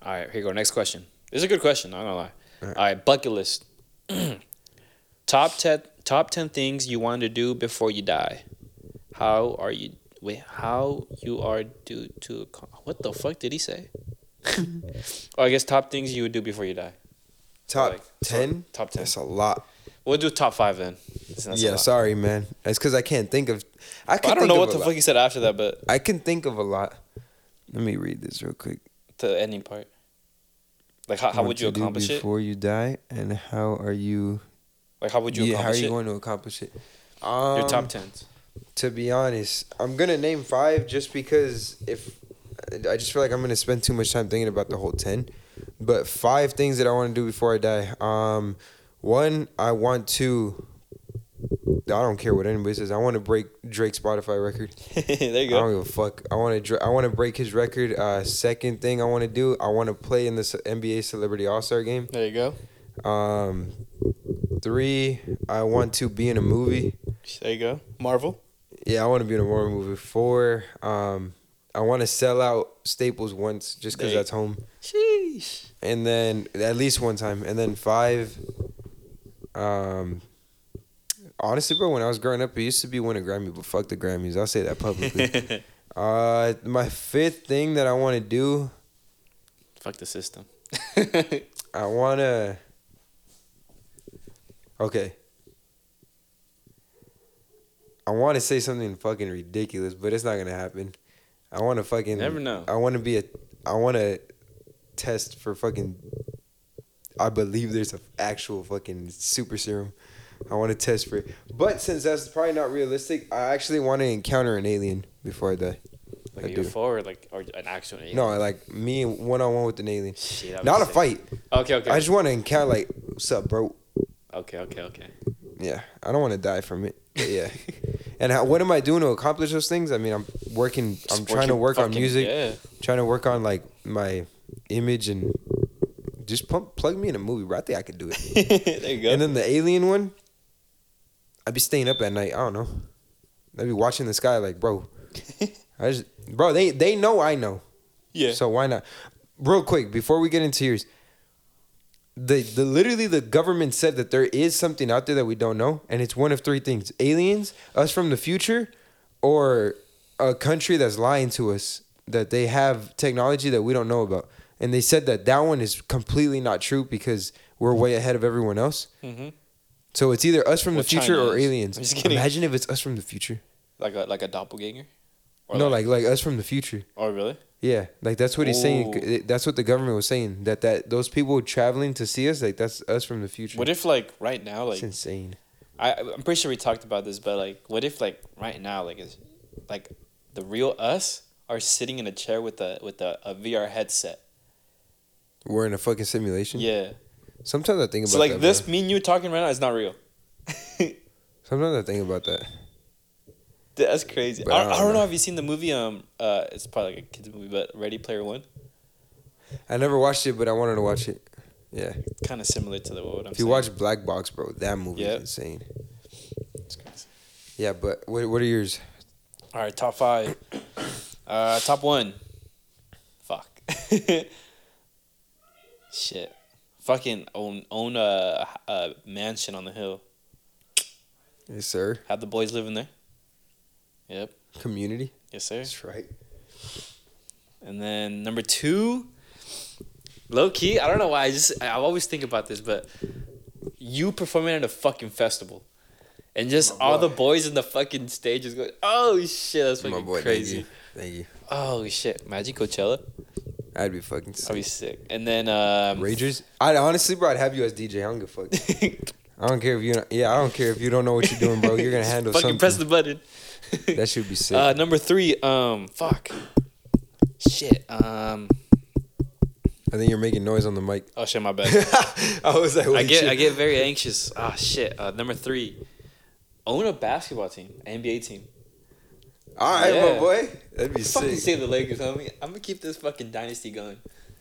[SPEAKER 1] All right, here you go. Next question. This is a good question. I'm not gonna lie. All
[SPEAKER 2] Alright.
[SPEAKER 1] right, bucket list. top ten, top ten things you want to do before you die. How are you? Wait, how you are due to? acco- What the fuck did he say? oh, I guess top things you would do before you die.
[SPEAKER 2] Top
[SPEAKER 1] Like,
[SPEAKER 2] ten.
[SPEAKER 1] Top ten.
[SPEAKER 2] That's a lot.
[SPEAKER 1] We'll do top five then. since that's a
[SPEAKER 2] yeah,
[SPEAKER 1] lot.
[SPEAKER 2] sorry, man. It's because I can't think of. I, can
[SPEAKER 1] I don't
[SPEAKER 2] think
[SPEAKER 1] know
[SPEAKER 2] of
[SPEAKER 1] what
[SPEAKER 2] a
[SPEAKER 1] the
[SPEAKER 2] lot.
[SPEAKER 1] fuck he said after that, but
[SPEAKER 2] I can think of a lot. Let me read this real quick.
[SPEAKER 1] the ending part. Like, how, how
[SPEAKER 2] What
[SPEAKER 1] would you
[SPEAKER 2] to do
[SPEAKER 1] accomplish it?
[SPEAKER 2] before you die? And how are you?
[SPEAKER 1] Like, how would you
[SPEAKER 2] yeah, how are
[SPEAKER 1] accomplish
[SPEAKER 2] you
[SPEAKER 1] it?
[SPEAKER 2] going to accomplish it? Um,
[SPEAKER 1] Your top tens.
[SPEAKER 2] To be honest, I'm gonna name five just because if I just feel like I'm gonna spend too much time thinking about the whole ten. But five things that I want to do before I die. Um, one, I want to. I don't care what anybody says. I want to break Drake's Spotify record.
[SPEAKER 1] there you
[SPEAKER 2] I
[SPEAKER 1] go.
[SPEAKER 2] don't give a fuck. I want to. Dra- I want to break his record. Uh, second thing I want to do. I want to play in this NBA Celebrity All Star game.
[SPEAKER 1] There you go.
[SPEAKER 2] Um, three. I want to be in a movie.
[SPEAKER 1] There you go. Marvel.
[SPEAKER 2] Yeah, I want to be in a horror movie. Four, um, I want to sell out Staples once, just because
[SPEAKER 1] There you-
[SPEAKER 2] that's home,
[SPEAKER 1] Sheesh.
[SPEAKER 2] and then at least one time, and then five. Um, honestly, bro, when I was growing up, it used to be win a Grammy, but fuck the Grammys. I'll say that publicly. uh, my fifth thing that I want to do,
[SPEAKER 1] Fuck the system.
[SPEAKER 2] I want to. Okay. I want to say something fucking ridiculous, but it's not gonna happen. I want to fucking
[SPEAKER 1] Never know.
[SPEAKER 2] I want to be a. I want to test for fucking. I believe there's an actual fucking super serum. I want to test for it, but since that's probably not realistic, I actually want to encounter an alien before I die.
[SPEAKER 1] Like
[SPEAKER 2] I
[SPEAKER 1] a
[SPEAKER 2] do.
[SPEAKER 1] UFO or like or an actual alien.
[SPEAKER 2] No, like me one on one with an alien,
[SPEAKER 1] Shit, that'd be
[SPEAKER 2] not a
[SPEAKER 1] sick.
[SPEAKER 2] fight.
[SPEAKER 1] Okay, okay.
[SPEAKER 2] I just want to encounter like, what's up, bro?
[SPEAKER 1] okay, okay, okay.
[SPEAKER 2] Yeah, I don't want to die from it. But yeah. and how, what am I doing to accomplish those things? I mean, I'm working. I'm
[SPEAKER 1] Just
[SPEAKER 2] trying to
[SPEAKER 1] working
[SPEAKER 2] work on
[SPEAKER 1] fucking-
[SPEAKER 2] music.
[SPEAKER 1] Yeah.
[SPEAKER 2] Trying to work on like my image and just pump, plug me in a movie. Bro. I think I could do it.
[SPEAKER 1] there you go.
[SPEAKER 2] And then the alien one, I'd be staying up at night. I don't know. I'd be watching the sky like, bro. I just, bro, they they know I know.
[SPEAKER 1] yeah.
[SPEAKER 2] So why not? Real quick, before we get into yours, the the literally the government said that there is something out there that we don't know, and it's one of three things: aliens, us from the future, or a country that's lying to us that they have technology that we don't know about. And they said that that one is completely not true because we're way ahead of everyone else.
[SPEAKER 1] hmm
[SPEAKER 2] So it's either us from
[SPEAKER 1] Well,
[SPEAKER 2] the future
[SPEAKER 1] China
[SPEAKER 2] or
[SPEAKER 1] is.
[SPEAKER 2] aliens.
[SPEAKER 1] I'm just kidding.
[SPEAKER 2] Imagine if it's us from the future.
[SPEAKER 1] Like a like a doppelganger. Or
[SPEAKER 2] no, like like us from the future.
[SPEAKER 1] Oh really?
[SPEAKER 2] Yeah, like that's what he's
[SPEAKER 1] Ooh.
[SPEAKER 2] saying. eh, That's what the government was saying that that those people traveling to see us, like that's us from the future.
[SPEAKER 1] What if like right now
[SPEAKER 2] it's
[SPEAKER 1] like
[SPEAKER 2] insane?
[SPEAKER 1] I I'm pretty sure we talked about this, but like what if like right now like is like the real us are sitting in a chair with a with a, a VR headset.
[SPEAKER 2] We're in a fucking simulation.
[SPEAKER 1] Yeah.
[SPEAKER 2] Sometimes I think about
[SPEAKER 1] So like
[SPEAKER 2] that,
[SPEAKER 1] this
[SPEAKER 2] bro.
[SPEAKER 1] me and you talking right now is not real.
[SPEAKER 2] Sometimes I think about that.
[SPEAKER 1] That's crazy.
[SPEAKER 2] But
[SPEAKER 1] I, I don't, know. Have you seen the movie? Um, uh, it's probably like a kids movie, but Ready Player One,
[SPEAKER 2] I never watched it, but I wanted to watch it. Yeah.
[SPEAKER 1] kind of similar to the what I'm
[SPEAKER 2] If you
[SPEAKER 1] saying.
[SPEAKER 2] watch Black Box, bro, that movie
[SPEAKER 1] Yep.
[SPEAKER 2] is insane.
[SPEAKER 1] It's crazy.
[SPEAKER 2] Yeah, but what what are yours?
[SPEAKER 1] All right, top five. Uh, top one. Fuck. Shit. Fucking own own a, a mansion on the hill.
[SPEAKER 2] Yes, sir.
[SPEAKER 1] Have the boys living there. Yep.
[SPEAKER 2] Community.
[SPEAKER 1] Yes, sir.
[SPEAKER 2] That's right.
[SPEAKER 1] And then number two, low key. I don't know why. I just I I always think about this, but you performing at a fucking festival, and just
[SPEAKER 2] My
[SPEAKER 1] all
[SPEAKER 2] boy.
[SPEAKER 1] the boys in the fucking stage is going, "Oh shit, that's
[SPEAKER 2] My
[SPEAKER 1] fucking
[SPEAKER 2] boy, thank
[SPEAKER 1] crazy."
[SPEAKER 2] you. Thank you.
[SPEAKER 1] Oh shit, Magic Coachella.
[SPEAKER 2] I'd be fucking
[SPEAKER 1] I'll
[SPEAKER 2] sick.
[SPEAKER 1] be sick. And then um,
[SPEAKER 2] Ragers. I'd honestly, bro, I'd have you as DJ. I don't give a fuck. I don't care if you. Yeah, I don't care if you don't know what you're doing, bro. You're gonna
[SPEAKER 1] Just
[SPEAKER 2] handle
[SPEAKER 1] Fucking
[SPEAKER 2] something.
[SPEAKER 1] press the button.
[SPEAKER 2] that should be sick.
[SPEAKER 1] Uh, number three. Um, fuck. Shit. Um.
[SPEAKER 2] I think you're making noise on the mic.
[SPEAKER 1] Oh shit, my bad.
[SPEAKER 2] I was like,
[SPEAKER 1] I
[SPEAKER 2] holy
[SPEAKER 1] get
[SPEAKER 2] shit.
[SPEAKER 1] I get very anxious. Ah shit. Uh, number three. Own a basketball team, NBA team.
[SPEAKER 2] All right, my
[SPEAKER 1] Yeah.
[SPEAKER 2] boy. That'd be
[SPEAKER 1] Fucking
[SPEAKER 2] sick.
[SPEAKER 1] say the Lakers, homie. I'm gonna keep this fucking dynasty going.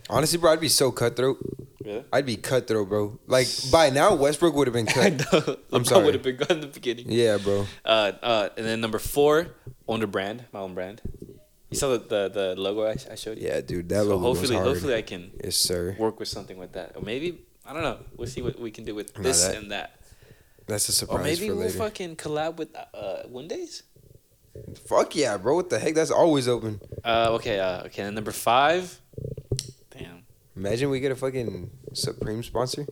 [SPEAKER 2] Honestly, bro, I'd be so cutthroat.
[SPEAKER 1] Really?
[SPEAKER 2] I'd be cutthroat, bro. Like by now, Westbrook would have been
[SPEAKER 1] I
[SPEAKER 2] cut.
[SPEAKER 1] know.
[SPEAKER 2] I'm
[SPEAKER 1] LeBron
[SPEAKER 2] sorry.
[SPEAKER 1] Would have been gone in the beginning.
[SPEAKER 2] yeah, bro.
[SPEAKER 1] Uh, uh, and then number four, own a brand, my own brand. You saw the the, the logo I, I showed you.
[SPEAKER 2] Yeah, dude.
[SPEAKER 1] so
[SPEAKER 2] That logo
[SPEAKER 1] hopefully,
[SPEAKER 2] goes hard.
[SPEAKER 1] hopefully I can
[SPEAKER 2] yes, sir.
[SPEAKER 1] work with something with that, or maybe I don't know. We'll see what we can do with
[SPEAKER 2] Nah,
[SPEAKER 1] this
[SPEAKER 2] that-
[SPEAKER 1] and that,
[SPEAKER 2] That's a surprise
[SPEAKER 1] or maybe
[SPEAKER 2] for
[SPEAKER 1] we'll
[SPEAKER 2] later. Fuck-,
[SPEAKER 1] fucking collab with uh, uh, One Days.
[SPEAKER 2] yeah, bro. What the heck? That's always open.
[SPEAKER 1] Uh, okay, uh, okay. And number five, damn.
[SPEAKER 2] Imagine we get a fucking Supreme sponsor.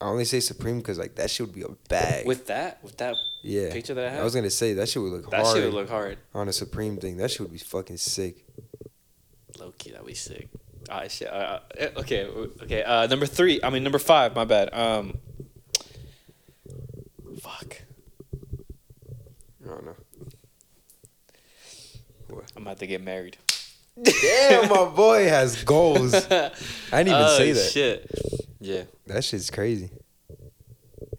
[SPEAKER 2] I only say Supreme because like that shit would be a bag.
[SPEAKER 1] With that, with that
[SPEAKER 2] yeah.
[SPEAKER 1] picture that I
[SPEAKER 2] I
[SPEAKER 1] have,
[SPEAKER 2] was gonna say that shit would look
[SPEAKER 1] that
[SPEAKER 2] hard
[SPEAKER 1] shit would look hard.
[SPEAKER 2] on a Supreme thing. That shit would be fucking sick.
[SPEAKER 1] Low key, that'd be sick. Ah, shit. Uh, eh, okay, okay. Uh, number three. I mean, number five. My bad. Um, fuck.
[SPEAKER 2] I don't know.
[SPEAKER 1] I'm about to get married.
[SPEAKER 2] Damn, my boy has goals.
[SPEAKER 1] I
[SPEAKER 2] I didn't even say that.
[SPEAKER 1] Oh, Shit. Yeah.
[SPEAKER 2] That shit's crazy.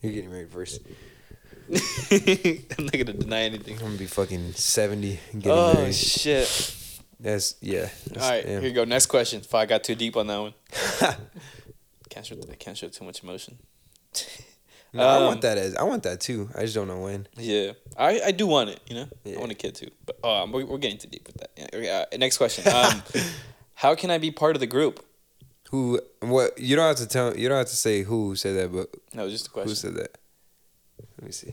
[SPEAKER 2] You're getting married first.
[SPEAKER 1] I'm not gonna deny anything.
[SPEAKER 2] I'm gonna be fucking seventy and getting
[SPEAKER 1] Oh
[SPEAKER 2] married.
[SPEAKER 1] shit!
[SPEAKER 2] That's yeah.
[SPEAKER 1] All right, here you go. Next question. If I got too deep on that one, can't show, I can't show too much emotion.
[SPEAKER 2] no, I
[SPEAKER 1] Um,
[SPEAKER 2] want that as I want that too. I just don't know when.
[SPEAKER 1] Yeah, I, I do want it. You know,
[SPEAKER 2] Yeah.
[SPEAKER 1] I want a kid too. But oh, um, we- we're getting too deep with that. Yeah, okay, all right, next question. Um, how can I be part of the group?
[SPEAKER 2] Who? What? You don't have to tell. You don't have to say who said that, but
[SPEAKER 1] No, just a
[SPEAKER 2] who
[SPEAKER 1] question.
[SPEAKER 2] said that? Let me see.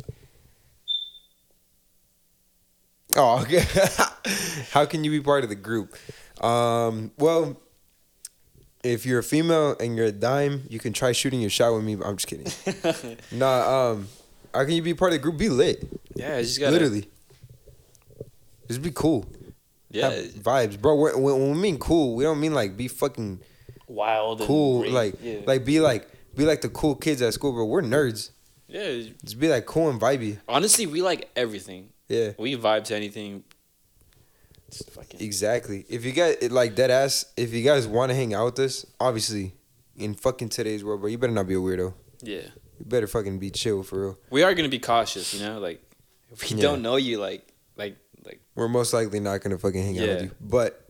[SPEAKER 2] Oh, okay. How can you be part of the group? Um, well, if you're a female and you're a dime, you can try shooting your shot with me. But I'm just kidding. Nah, um, how can you be part of the group? Be lit,
[SPEAKER 1] yeah, I just got
[SPEAKER 2] literally. Just be cool.
[SPEAKER 1] Yeah,
[SPEAKER 2] Have vibes, bro. When, when when we mean cool, we don't mean like be fucking
[SPEAKER 1] wild. and
[SPEAKER 2] cool.
[SPEAKER 1] great.
[SPEAKER 2] Like
[SPEAKER 1] yeah.
[SPEAKER 2] like be like be like the cool kids at school, bro. We're nerds.
[SPEAKER 1] yeah.
[SPEAKER 2] Just be like cool and vibey.
[SPEAKER 1] Honestly, we like everything.
[SPEAKER 2] Yeah,
[SPEAKER 1] We vibe to anything. It's fucking
[SPEAKER 2] exactly. If you guys it- like dead ass, if you guys want to hang out with us, obviously, in fucking today's world, bro, you better not be a weirdo.
[SPEAKER 1] yeah.
[SPEAKER 2] You better fucking be chill for real.
[SPEAKER 1] We are gonna be cautious. You know, like if we
[SPEAKER 2] Yeah.
[SPEAKER 1] don't know you, like like like
[SPEAKER 2] We're most likely not gonna fucking hang out with
[SPEAKER 1] Yeah.
[SPEAKER 2] you, but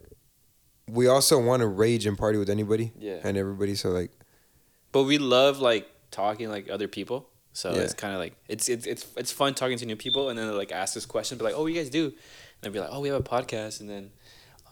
[SPEAKER 2] we also want to rage and party with anybody
[SPEAKER 1] Yeah.
[SPEAKER 2] and everybody. So like.
[SPEAKER 1] but we love like talking like other people. So
[SPEAKER 2] Yeah.
[SPEAKER 1] it's kind of like it's it's it's it's fun talking to new people, and then they like ask us questions, but like, oh, what you guys do, and they'll be like, oh, we have a podcast, and then,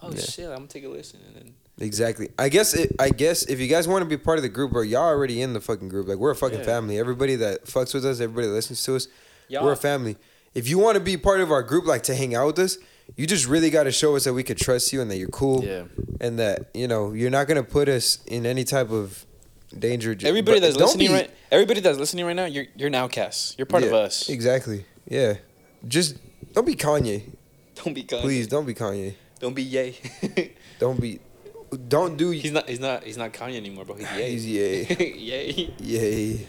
[SPEAKER 1] oh
[SPEAKER 2] Yeah.
[SPEAKER 1] shit, I'm gonna take a listen, and then
[SPEAKER 2] Exactly. I guess. It, I guess if you guys want to be part of the group, bro, y'all already in the fucking group. Like we're a fucking
[SPEAKER 1] Yeah.
[SPEAKER 2] family. Everybody that fucks with us, everybody that listens to us,
[SPEAKER 1] y'all,
[SPEAKER 2] we're a family. If you want to be part of our group, like to hang out with us, you just really got to show us that we could trust you and that you're cool
[SPEAKER 1] yeah,
[SPEAKER 2] and that you know you're not gonna put us in any type of danger. Ju-
[SPEAKER 1] everybody
[SPEAKER 2] but
[SPEAKER 1] that's
[SPEAKER 2] don't
[SPEAKER 1] listening
[SPEAKER 2] be-
[SPEAKER 1] right, everybody that's listening right now, you're you're now cast, you're part of
[SPEAKER 2] Yeah,
[SPEAKER 1] us.
[SPEAKER 2] Exactly. Yeah. Just don't be Kanye.
[SPEAKER 1] Don't be Kanye.
[SPEAKER 2] Please don't be Kanye.
[SPEAKER 1] don't be Yay.
[SPEAKER 2] Don't be. Don't do.
[SPEAKER 1] he's not he's not he's not Kanye anymore, bro. He's Yay.
[SPEAKER 2] He's Ye.
[SPEAKER 1] Yay.
[SPEAKER 2] Yay.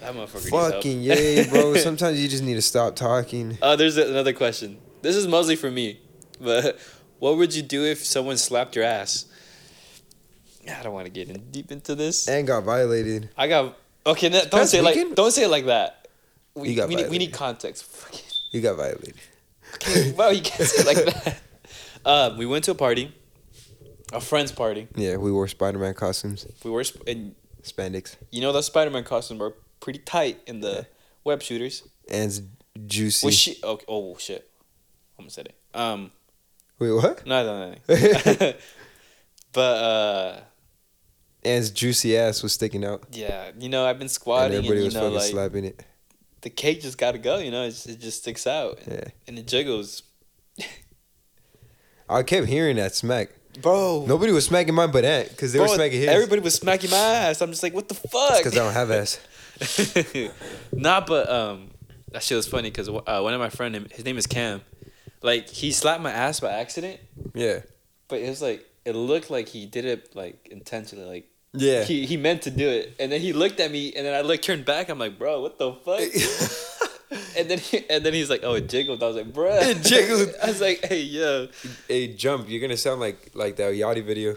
[SPEAKER 1] That motherfucker. needs help.
[SPEAKER 2] Fucking yay, bro. Sometimes you just need to stop talking.
[SPEAKER 1] Uh, there's another question. This is mostly for me, but what would you do if someone slapped your ass? I don't want to get in deep into this.
[SPEAKER 2] And got violated.
[SPEAKER 1] I got okay. No, don't
[SPEAKER 2] Past
[SPEAKER 1] say it like
[SPEAKER 2] weekend?
[SPEAKER 1] don't say it like that. We
[SPEAKER 2] You got
[SPEAKER 1] we need, we
[SPEAKER 2] violated.
[SPEAKER 1] need context. Fucking-
[SPEAKER 2] He got violated.
[SPEAKER 1] okay, Wow, you can't say it like that. Uh, we went to a party, a friend's party.
[SPEAKER 2] Yeah, we wore Spider Man costumes,
[SPEAKER 1] We were sp- and
[SPEAKER 2] spandex,
[SPEAKER 1] you know those Spider-Man costumes are pretty tight in the web shooters.
[SPEAKER 2] and it's juicy.
[SPEAKER 1] Was she? Okay, oh shit! I'm gonna say it. Um,
[SPEAKER 2] Wait, what?
[SPEAKER 1] No, no, no. no. but uh,
[SPEAKER 2] And his juicy ass was sticking out.
[SPEAKER 1] yeah, you know, I've been
[SPEAKER 2] And
[SPEAKER 1] squatting, and,
[SPEAKER 2] everybody
[SPEAKER 1] you
[SPEAKER 2] was
[SPEAKER 1] know,
[SPEAKER 2] fucking
[SPEAKER 1] like
[SPEAKER 2] slapping it.
[SPEAKER 1] the cake just got to go. You know, it's, it just sticks out and,
[SPEAKER 2] Yeah.
[SPEAKER 1] and it jiggles,
[SPEAKER 2] I kept hearing that smack.
[SPEAKER 1] bro.
[SPEAKER 2] Nobody was smacking mine but Ant, because they were
[SPEAKER 1] bro,
[SPEAKER 2] smacking his.
[SPEAKER 1] Everybody was smacking my ass. I'm just like, what the fuck?
[SPEAKER 2] Because I don't have ass.
[SPEAKER 1] nah, but um, that shit was funny because uh, one of my friend, his name is Cam. Like he slapped my ass by accident,
[SPEAKER 2] Yeah.
[SPEAKER 1] but it was like it looked like he did it like intentionally. Like
[SPEAKER 2] Yeah.
[SPEAKER 1] he he meant to do it, and then he looked at me, and then I looked turned back. I'm like, bro, what the fuck? and then he, and then he's like, oh, it jiggled. I was like, bro,
[SPEAKER 2] It jiggled.
[SPEAKER 1] I was like, hey yo,
[SPEAKER 2] hey, jump! You're gonna sound like like that Yachty video.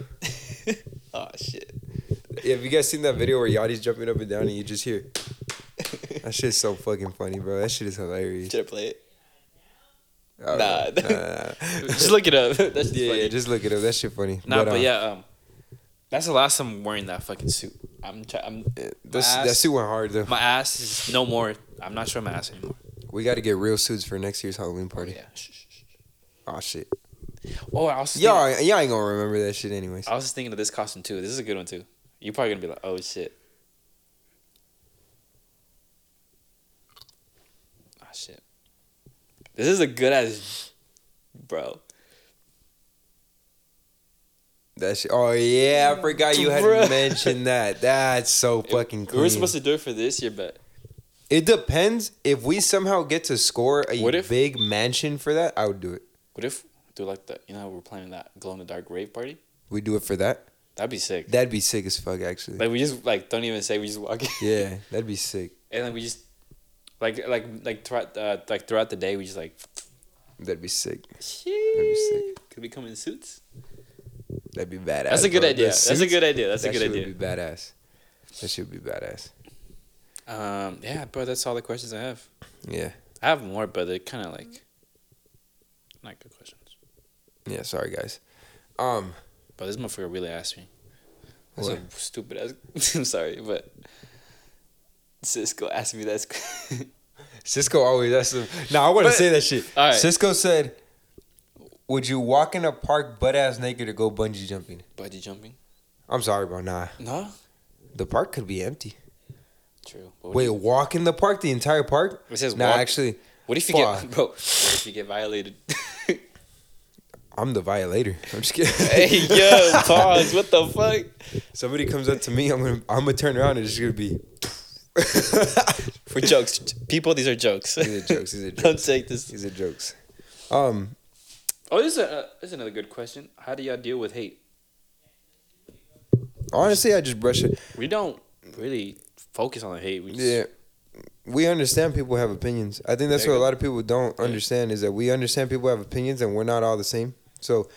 [SPEAKER 1] oh shit.
[SPEAKER 2] Have you guys seen that video where Yachty's jumping up and down and you just hear? That shit's so fucking funny, bro. That shit is hilarious.
[SPEAKER 1] Should I play it?
[SPEAKER 2] Oh,
[SPEAKER 1] Nah.
[SPEAKER 2] nah.
[SPEAKER 1] Just look it up. That's
[SPEAKER 2] yeah,
[SPEAKER 1] funny.
[SPEAKER 2] yeah, just look it up. That shit funny.
[SPEAKER 1] Nah, but,
[SPEAKER 2] uh,
[SPEAKER 1] yeah, um, that's the last time I'm wearing that fucking suit. I'm, try- I'm
[SPEAKER 2] This,
[SPEAKER 1] my, ass,
[SPEAKER 2] that suit went hard though.
[SPEAKER 1] my ass is no more. I'm not showing my ass anymore.
[SPEAKER 2] we got to get real suits for next year's Halloween
[SPEAKER 1] Oh,
[SPEAKER 2] party.
[SPEAKER 1] yeah. Shh, shh, shh.
[SPEAKER 2] Oh shit.
[SPEAKER 1] Oh, I was just thinking,
[SPEAKER 2] Y'all, y'all ain't gonna remember that shit anyways.
[SPEAKER 1] I was just thinking of this costume too. This is a good one too. You're probably gonna be like, oh shit. Ah shit. This is a good ass, bro.
[SPEAKER 2] That shit. Oh yeah, I forgot you had
[SPEAKER 1] Bruh.
[SPEAKER 2] mentioned that. That's so fucking
[SPEAKER 1] We
[SPEAKER 2] clean.
[SPEAKER 1] were supposed to do it for this year, but
[SPEAKER 2] It depends if we somehow get to score a
[SPEAKER 1] What if-
[SPEAKER 2] big mansion for that. I would do it.
[SPEAKER 1] what if do like the you know how we're planning that glow in the dark rave party?
[SPEAKER 2] We do it for that.
[SPEAKER 1] That'd be sick.
[SPEAKER 2] That'd be sick as fuck, actually.
[SPEAKER 1] Like we just like don't even say we just walk in.
[SPEAKER 2] yeah, that'd be sick.
[SPEAKER 1] and then we just like like like throughout uh, like throughout the day we just like
[SPEAKER 2] That'd be sick.
[SPEAKER 1] shit. Could we come in suits?
[SPEAKER 2] That'd be badass.
[SPEAKER 1] That's a good
[SPEAKER 2] bro.
[SPEAKER 1] idea.
[SPEAKER 2] The
[SPEAKER 1] That's a
[SPEAKER 2] suits,
[SPEAKER 1] good idea. That's a
[SPEAKER 2] that
[SPEAKER 1] good
[SPEAKER 2] shit
[SPEAKER 1] idea.
[SPEAKER 2] Would be badass. That should be badass.
[SPEAKER 1] Um, yeah, bro, that's all the questions I have.
[SPEAKER 2] Yeah.
[SPEAKER 1] I have more, but they're kind of like not good questions.
[SPEAKER 2] Yeah. Sorry, guys. Um.
[SPEAKER 1] But this motherfucker really asked me. That's
[SPEAKER 2] What?
[SPEAKER 1] a stupid ass. I'm sorry, but Cisco asked me that.
[SPEAKER 2] Cisco always that's the No, I want to
[SPEAKER 1] But-
[SPEAKER 2] say that shit.
[SPEAKER 1] All right.
[SPEAKER 2] Cisco said, "Would you walk in a park butt ass naked to go bungee jumping?"
[SPEAKER 1] Bungee jumping?
[SPEAKER 2] I'm sorry, bro. Nah,
[SPEAKER 1] No.
[SPEAKER 2] the park could be empty.
[SPEAKER 1] True. But what
[SPEAKER 2] Wait,
[SPEAKER 1] if-
[SPEAKER 2] walk in the park, the entire park?
[SPEAKER 1] It says
[SPEAKER 2] nah.
[SPEAKER 1] walk-
[SPEAKER 2] Actually,
[SPEAKER 1] what if you
[SPEAKER 2] fuck.
[SPEAKER 1] get bro? What if you get violated?
[SPEAKER 2] I'm the violator. I'm just kidding.
[SPEAKER 1] hey yo, pause. What the fuck?
[SPEAKER 2] Somebody comes up to me, I'm gonna I'm gonna turn around and it's gonna be.
[SPEAKER 1] For jokes, people. These are jokes.
[SPEAKER 2] These are jokes, these are
[SPEAKER 1] Don't take this.
[SPEAKER 2] These are jokes. Um,
[SPEAKER 1] Oh, this is, a, uh, this is another good question. How do y'all deal with hate?
[SPEAKER 2] honestly, I just brush it.
[SPEAKER 1] We don't really focus on the hate. We just,
[SPEAKER 2] Yeah. We understand people have opinions. I think that's
[SPEAKER 1] There you
[SPEAKER 2] what a
[SPEAKER 1] go.
[SPEAKER 2] lot of people don't understand is that we understand people have opinions and we're not all the same. So,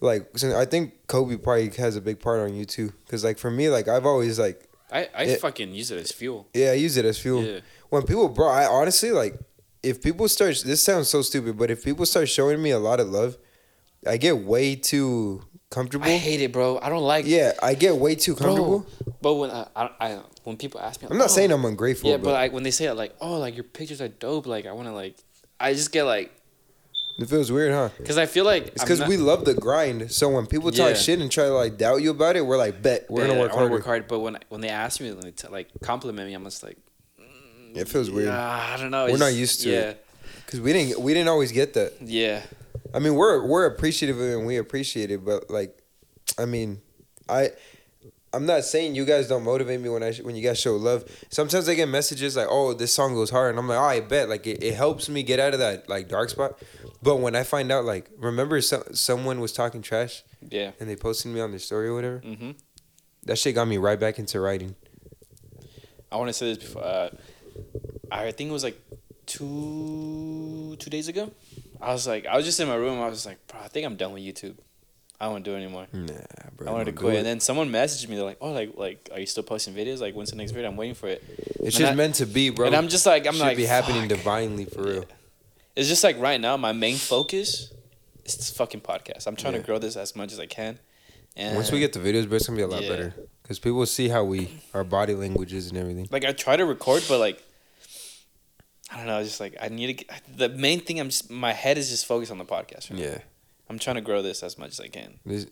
[SPEAKER 2] like, so I think Kobe probably has a big part on you too. Cause like for me, like I've always like
[SPEAKER 1] I, I
[SPEAKER 2] Yeah.
[SPEAKER 1] fucking use it as fuel.
[SPEAKER 2] yeah, I use it as fuel.
[SPEAKER 1] Yeah.
[SPEAKER 2] When people, bro, I honestly like if people start. This sounds so stupid, but if people start showing me a lot of love, I get way too comfortable.
[SPEAKER 1] I hate it, bro. I don't like.
[SPEAKER 2] yeah, I get way too comfortable.
[SPEAKER 1] bro. But when I, I, I when people ask me,
[SPEAKER 2] I'm not
[SPEAKER 1] "Oh."
[SPEAKER 2] saying I'm ungrateful.
[SPEAKER 1] Yeah,
[SPEAKER 2] but,
[SPEAKER 1] but like when they say like, oh, like your pictures are dope. Like I want to like, I just get like,
[SPEAKER 2] it feels weird, huh?
[SPEAKER 1] cause I feel like
[SPEAKER 2] It's
[SPEAKER 1] I'm
[SPEAKER 2] because
[SPEAKER 1] not-
[SPEAKER 2] we love the grind. So when people talk
[SPEAKER 1] Yeah.
[SPEAKER 2] shit and try to like doubt you about it, we're like, bet we're
[SPEAKER 1] Yeah,
[SPEAKER 2] gonna work
[SPEAKER 1] I wanna
[SPEAKER 2] harder.
[SPEAKER 1] work hard. But when when they ask me when they t- like compliment me, I'm just like,
[SPEAKER 2] It feels weird
[SPEAKER 1] "Ah, I don't know.
[SPEAKER 2] We're not used to it. because we didn't we didn't always get that.
[SPEAKER 1] Yeah, yeah.
[SPEAKER 2] I mean, we're we're appreciative of it and we appreciate it, but like, I mean, I. I'm not saying you guys don't motivate me when I sh- when you guys show love. Sometimes I get messages like, "Oh, this song goes hard," and I'm like, "Oh, I bet." Like it, it helps me get out of that like dark spot. But when I find out, like, remember so- someone was talking trash
[SPEAKER 1] yeah.
[SPEAKER 2] and they posted me on their story or whatever.
[SPEAKER 1] Mm-hmm.
[SPEAKER 2] That shit got me right back into writing.
[SPEAKER 1] I want to say this before. Uh, I think it was like two two days ago. I was like, I was just in my room. I was like, bro, I think I'm done with YouTube. I don't want to do it anymore.
[SPEAKER 2] Nah, bro.
[SPEAKER 1] I wanted to
[SPEAKER 2] don't do
[SPEAKER 1] quit,
[SPEAKER 2] it.
[SPEAKER 1] and then someone messaged me. They're like, "Oh, like, like, are you still posting videos? Like, when's the next video? I'm waiting for it."
[SPEAKER 2] It's
[SPEAKER 1] And
[SPEAKER 2] just
[SPEAKER 1] I-
[SPEAKER 2] meant to be, bro.
[SPEAKER 1] and I'm just like, I'm
[SPEAKER 2] should
[SPEAKER 1] like,
[SPEAKER 2] be happening
[SPEAKER 1] "Fuck."
[SPEAKER 2] divinely for real.
[SPEAKER 1] It's just like right now, my main focus is this fucking podcast. I'm trying
[SPEAKER 2] Yeah.
[SPEAKER 1] to grow this as much as I can. And
[SPEAKER 2] Once we get the videos, bro, it's gonna be a lot
[SPEAKER 1] Yeah.
[SPEAKER 2] better because people see how we our body language is and everything.
[SPEAKER 1] like, I try to record, but like, I don't know. Just like, I need to. Get, the main thing, I'm just my head is just focused on the podcast. right now.
[SPEAKER 2] Yeah,
[SPEAKER 1] I'm trying to grow this as much as I can.
[SPEAKER 2] This-